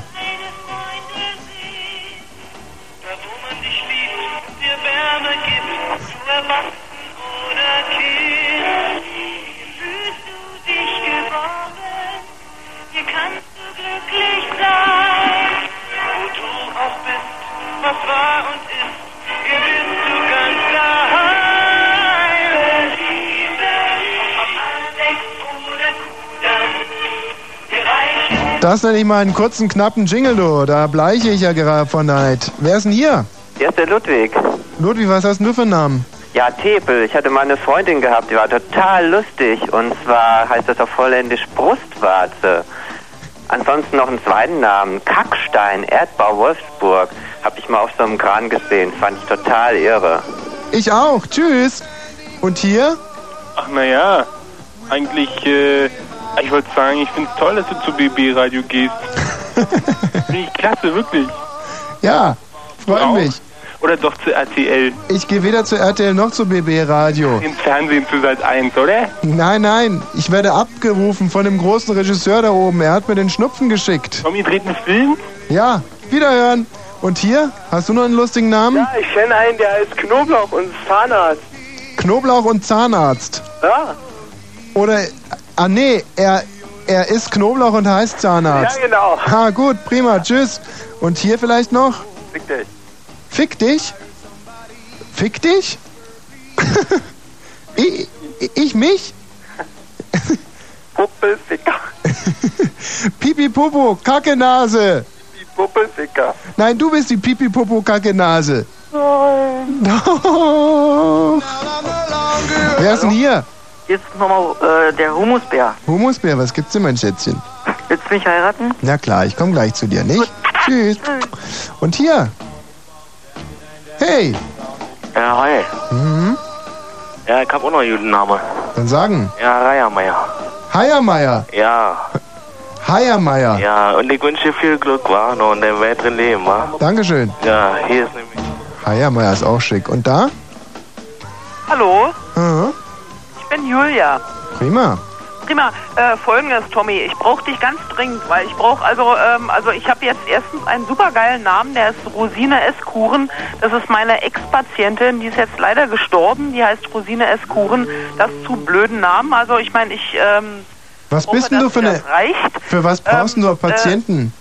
Speaker 1: Das nenne ich mal einen kurzen, knappen Jingle, du. Da bleiche ich ja gerade von Neid. Wer ist denn hier?
Speaker 9: Hier ist der Ludwig.
Speaker 1: Ludwig, was hast denn du für einen Namen?
Speaker 9: Ja, Tepel. Ich hatte mal eine Freundin gehabt, die war total lustig. Und zwar heißt das auf Holländisch Brustwarze. Ansonsten noch einen zweiten Namen. Kackstein, Erdbau Wolfsburg. Hab ich mal auf so einem Kran gesehen. Fand ich total irre.
Speaker 1: Ich auch. Tschüss. Und hier?
Speaker 2: Ach naja, eigentlich äh, Ich wollte sagen, ich finde es toll, dass du zu BB Radio gehst. Finde ich klasse, wirklich.
Speaker 1: Ja, freut mich.
Speaker 2: Oder doch zu RTL.
Speaker 1: Ich gehe weder zu RTL noch zu BB Radio.
Speaker 2: Im Fernsehen zu Sat 1, oder?
Speaker 1: Nein, nein, ich werde abgerufen von dem großen Regisseur da oben. Er hat mir den Schnupfen geschickt.
Speaker 2: Tommy dreht einen Film?
Speaker 1: Ja, wiederhören. Und hier, hast du noch einen lustigen Namen?
Speaker 9: Ja, ich kenne einen, der heißt Knoblauch und ist Zahnarzt.
Speaker 1: Knoblauch und Zahnarzt.
Speaker 9: Ja,
Speaker 1: Oder, ah nee, er, er ist Knoblauch und heißt Zahnarzt.
Speaker 9: Ja, genau.
Speaker 1: Ah, gut, prima, tschüss. Und hier vielleicht noch?
Speaker 9: fick dich.
Speaker 1: Fick dich? Fick dich? ich, ich mich?
Speaker 9: Puppelficker.
Speaker 1: Pipi Popo, Kacke Nase.
Speaker 9: Puppelficker.
Speaker 1: Nein, du bist die Pipi Popo Kacke Nase.
Speaker 9: Nein.
Speaker 1: Doch. Wer ist denn hier?
Speaker 3: Jetzt nochmal äh, der Humusbär.
Speaker 1: Humusbär, was gibt's denn, mein Schätzchen?
Speaker 3: Willst du mich heiraten?
Speaker 1: Na klar, ich komme gleich zu dir, nicht? Tschüss. Und hier. Hey.
Speaker 32: Ja, hi.
Speaker 1: Mhm.
Speaker 32: Ja, ich hab auch noch einen guten Namen.
Speaker 1: Dann sagen.
Speaker 32: Ja, Reiermeier.
Speaker 1: Heiermeier.
Speaker 32: Ja,
Speaker 1: Heiermeier.
Speaker 32: ja, und ich wünsche dir viel Glück, wa? Noch in deinem weiteren Leben, wa?
Speaker 1: Dankeschön.
Speaker 32: Ja, hier ist nämlich.
Speaker 1: Heiermeier Ah ist auch schick. Und da?
Speaker 24: Hallo,
Speaker 1: Mhm.
Speaker 24: ich bin Julia.
Speaker 1: Prima.
Speaker 24: Prima. Äh, Folgendes, Tommy, ich brauche dich ganz dringend, weil ich brauche also, ähm, also ich habe jetzt erstens einen supergeilen Namen, der ist Rosine S. Kuren. Das ist meine Ex-Patientin, die ist jetzt leider gestorben. Die heißt Rosine S. Kuren. Das zu blöden Namen. Also ich meine, ich ähm,
Speaker 1: Was
Speaker 24: hoffe,
Speaker 1: bist denn du
Speaker 24: dass
Speaker 1: für
Speaker 24: dir
Speaker 1: eine.
Speaker 24: das reicht.
Speaker 1: Für was brauchst denn du auf
Speaker 24: äh,
Speaker 1: Patienten?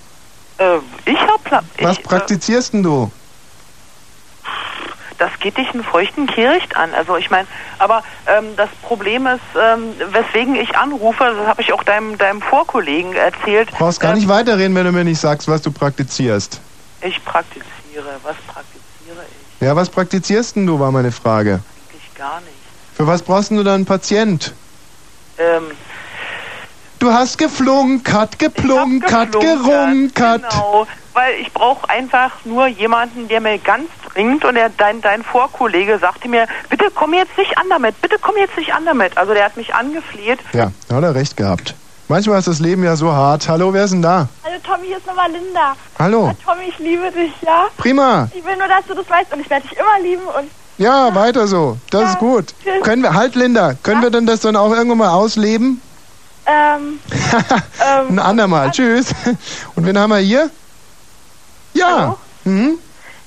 Speaker 24: Äh, ich äh, habe
Speaker 1: was praktizierst denn du?
Speaker 24: das geht dich einen feuchten Kehricht an. Also ich meine, aber ähm, das Problem ist, ähm, weswegen ich anrufe, das habe ich auch deinem, deinem Vorkollegen erzählt.
Speaker 1: Brauchst gar nicht weiterreden, wenn du mir nicht sagst, was du praktizierst.
Speaker 24: Ich praktiziere, was praktiziere
Speaker 1: Ja, was praktizierst denn du, war meine Frage.
Speaker 24: ich gar nicht.
Speaker 1: Für was brauchst denn du dann einen Patient?
Speaker 24: Ähm,
Speaker 1: Du hast geflunkert, geplunkert, gerunkert.
Speaker 24: genau, weil ich brauche einfach nur jemanden, der mir ganz dringend und der, dein, dein Vorkollege sagte mir, bitte komm jetzt nicht an damit, bitte komm jetzt nicht an damit. Also der hat mich angefleht.
Speaker 1: Ja, da hat er recht gehabt. Manchmal ist das Leben ja so hart. Hallo, wer ist denn da?
Speaker 12: Hallo Tommy, hier ist nochmal Linda.
Speaker 1: Hallo.
Speaker 12: Tommy, ich liebe dich, ja?
Speaker 1: Prima.
Speaker 12: Ich will nur, dass du das weißt und ich werde dich immer lieben und
Speaker 1: Ja, weiter so. Das ist gut. Können wir, halt Linda, können wir denn das dann auch irgendwann mal ausleben?
Speaker 12: ähm,
Speaker 1: Ein andermal. Tschüss. Und wen haben wir hier? Ja. Mhm.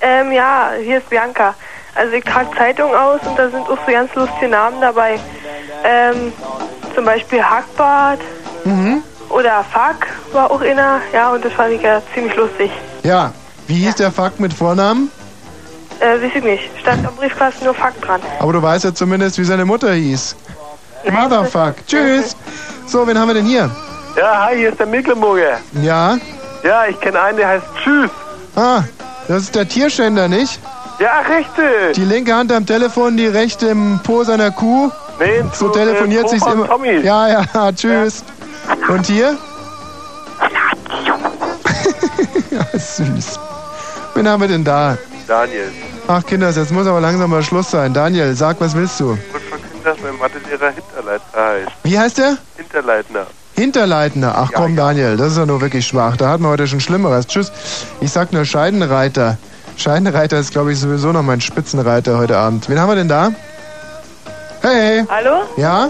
Speaker 12: ähm, ja, hier ist Bianca. Also ich trage Zeitung aus und da sind auch so ganz lustige Namen dabei. Ähm, zum Beispiel Hackbart
Speaker 1: Mhm.
Speaker 12: oder Fuck war auch inner, ja, und das fand ich ja ziemlich lustig.
Speaker 1: Ja. Wie hieß der Fakt mit Vornamen?
Speaker 12: Äh, weiß ich nicht. Stand am Briefkasten nur Fuck dran.
Speaker 1: Aber du weißt ja zumindest, wie seine Mutter hieß. Motherfuck. Tschüss. So, wen haben wir denn hier?
Speaker 9: Ja, hi, hier ist der Mecklenburger.
Speaker 1: Ja.
Speaker 9: Ja, ich kenne einen, der heißt Tschüss.
Speaker 1: Ah, das ist der Tierschänder, nicht?
Speaker 9: Ja, richtig.
Speaker 1: Die linke Hand am Telefon, die rechte im Po seiner Kuh.
Speaker 9: Nee,
Speaker 1: so
Speaker 9: zu,
Speaker 1: telefoniert
Speaker 9: äh,
Speaker 1: sich's
Speaker 9: Po von
Speaker 1: immer.
Speaker 9: Tommy.
Speaker 1: Ja, ja, tschüss. Und hier? ja, ist süß. Wen haben wir denn da?
Speaker 9: Daniel.
Speaker 1: Ach, Kinders, jetzt muss aber langsam mal Schluss sein. Daniel, sag, was willst du?
Speaker 9: Ich wurde von Kindern mein Mathelehrer Hinterleitner heißt.
Speaker 1: Wie heißt der?
Speaker 9: Hinterleitner.
Speaker 1: Hinterleitner. Ach komm, Daniel, das ist ja nur wirklich schwach. Da hatten wir heute schon Schlimmeres. Tschüss. Ich sag nur Scheidenreiter. Scheidenreiter ist, glaube ich, sowieso noch mein Spitzenreiter heute Abend. Wen haben wir denn da? Hey.
Speaker 24: Hallo?
Speaker 1: Ja?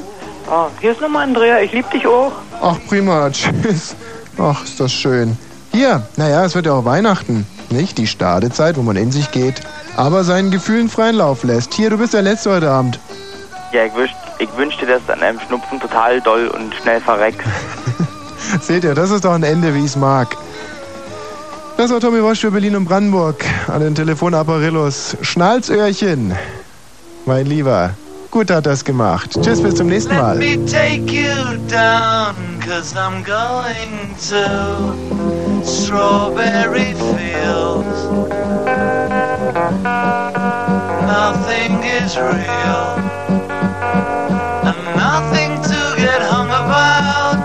Speaker 5: Ah,
Speaker 24: Oh, hier ist nochmal Andrea, ich liebe dich auch.
Speaker 1: Ach, prima. Tschüss. Ach, ist das schön. Hier, naja, es wird ja auch Weihnachten. Nicht die Stadezeit, wo man in sich geht, aber seinen Gefühlen freien Lauf lässt. Hier, du bist der Letzte heute Abend.
Speaker 13: Ja, ich, wünscht, ich wünschte, dass du an einem Schnupfen total doll und schnell verreckst.
Speaker 1: Seht ihr, das ist doch ein Ende, wie ich es mag. Das war Tommy Walsh für Berlin und Brandenburg an den Telefonapparillos. Schnalzöhrchen, mein Lieber. Gut hat das gemacht. Tschüss, bis zum nächsten
Speaker 43: Let
Speaker 1: Mal.
Speaker 43: me take you down, cause I'm going to strawberry fields. Nothing is real, and nothing to get hung about.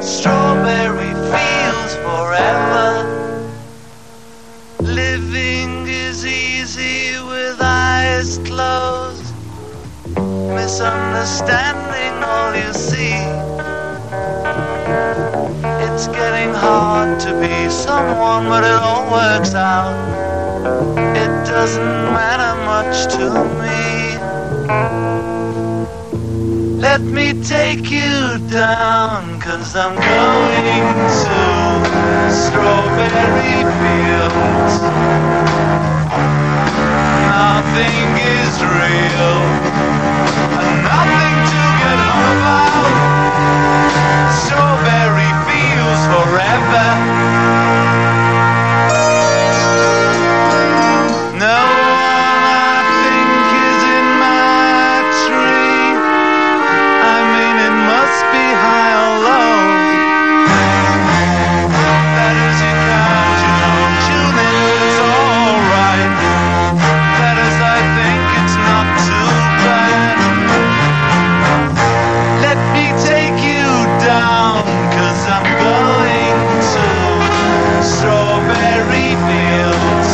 Speaker 43: Strawberry fields forever. Living is easy with eyes closed misunderstanding all you see It's getting hard to be someone, but it all works out. It doesn't matter much to me. Let me take you down, cause I'm going to strawberry fields. Nothing is real, and nothing to get on about. Strawberry fields forever. No one I think is in my tree. I mean, it must be high or low. That is, you can't, you know, tuning is alright. That is, I think it's not too bad. Let me take you down, cause I'm going to strawberry fields.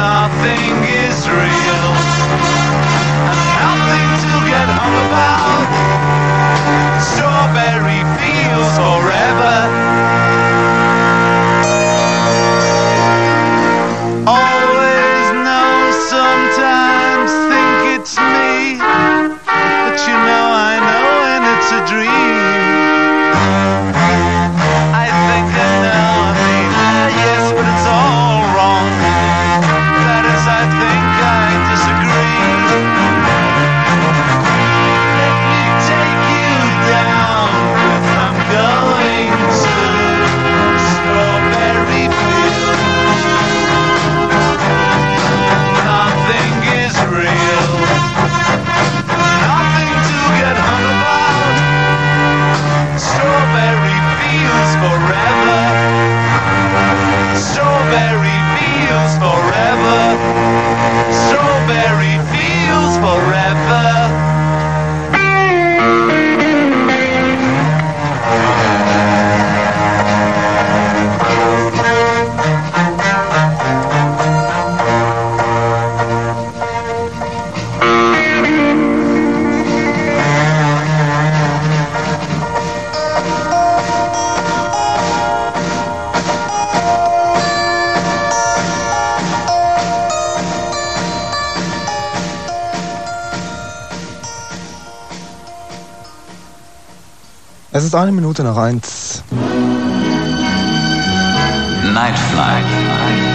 Speaker 43: Nothing is real. Nothing to get hung about. Strawberry fields forever. Always know sometimes think it's me. But you know I know and it's a dream. I think I know, I mean, ah, yes, but it's all wrong. That is, I think I disagree. Strawberry fields forever. Strawberry fields forever.
Speaker 19: Es ist eine Minute nach eins.
Speaker 46: Night Flight.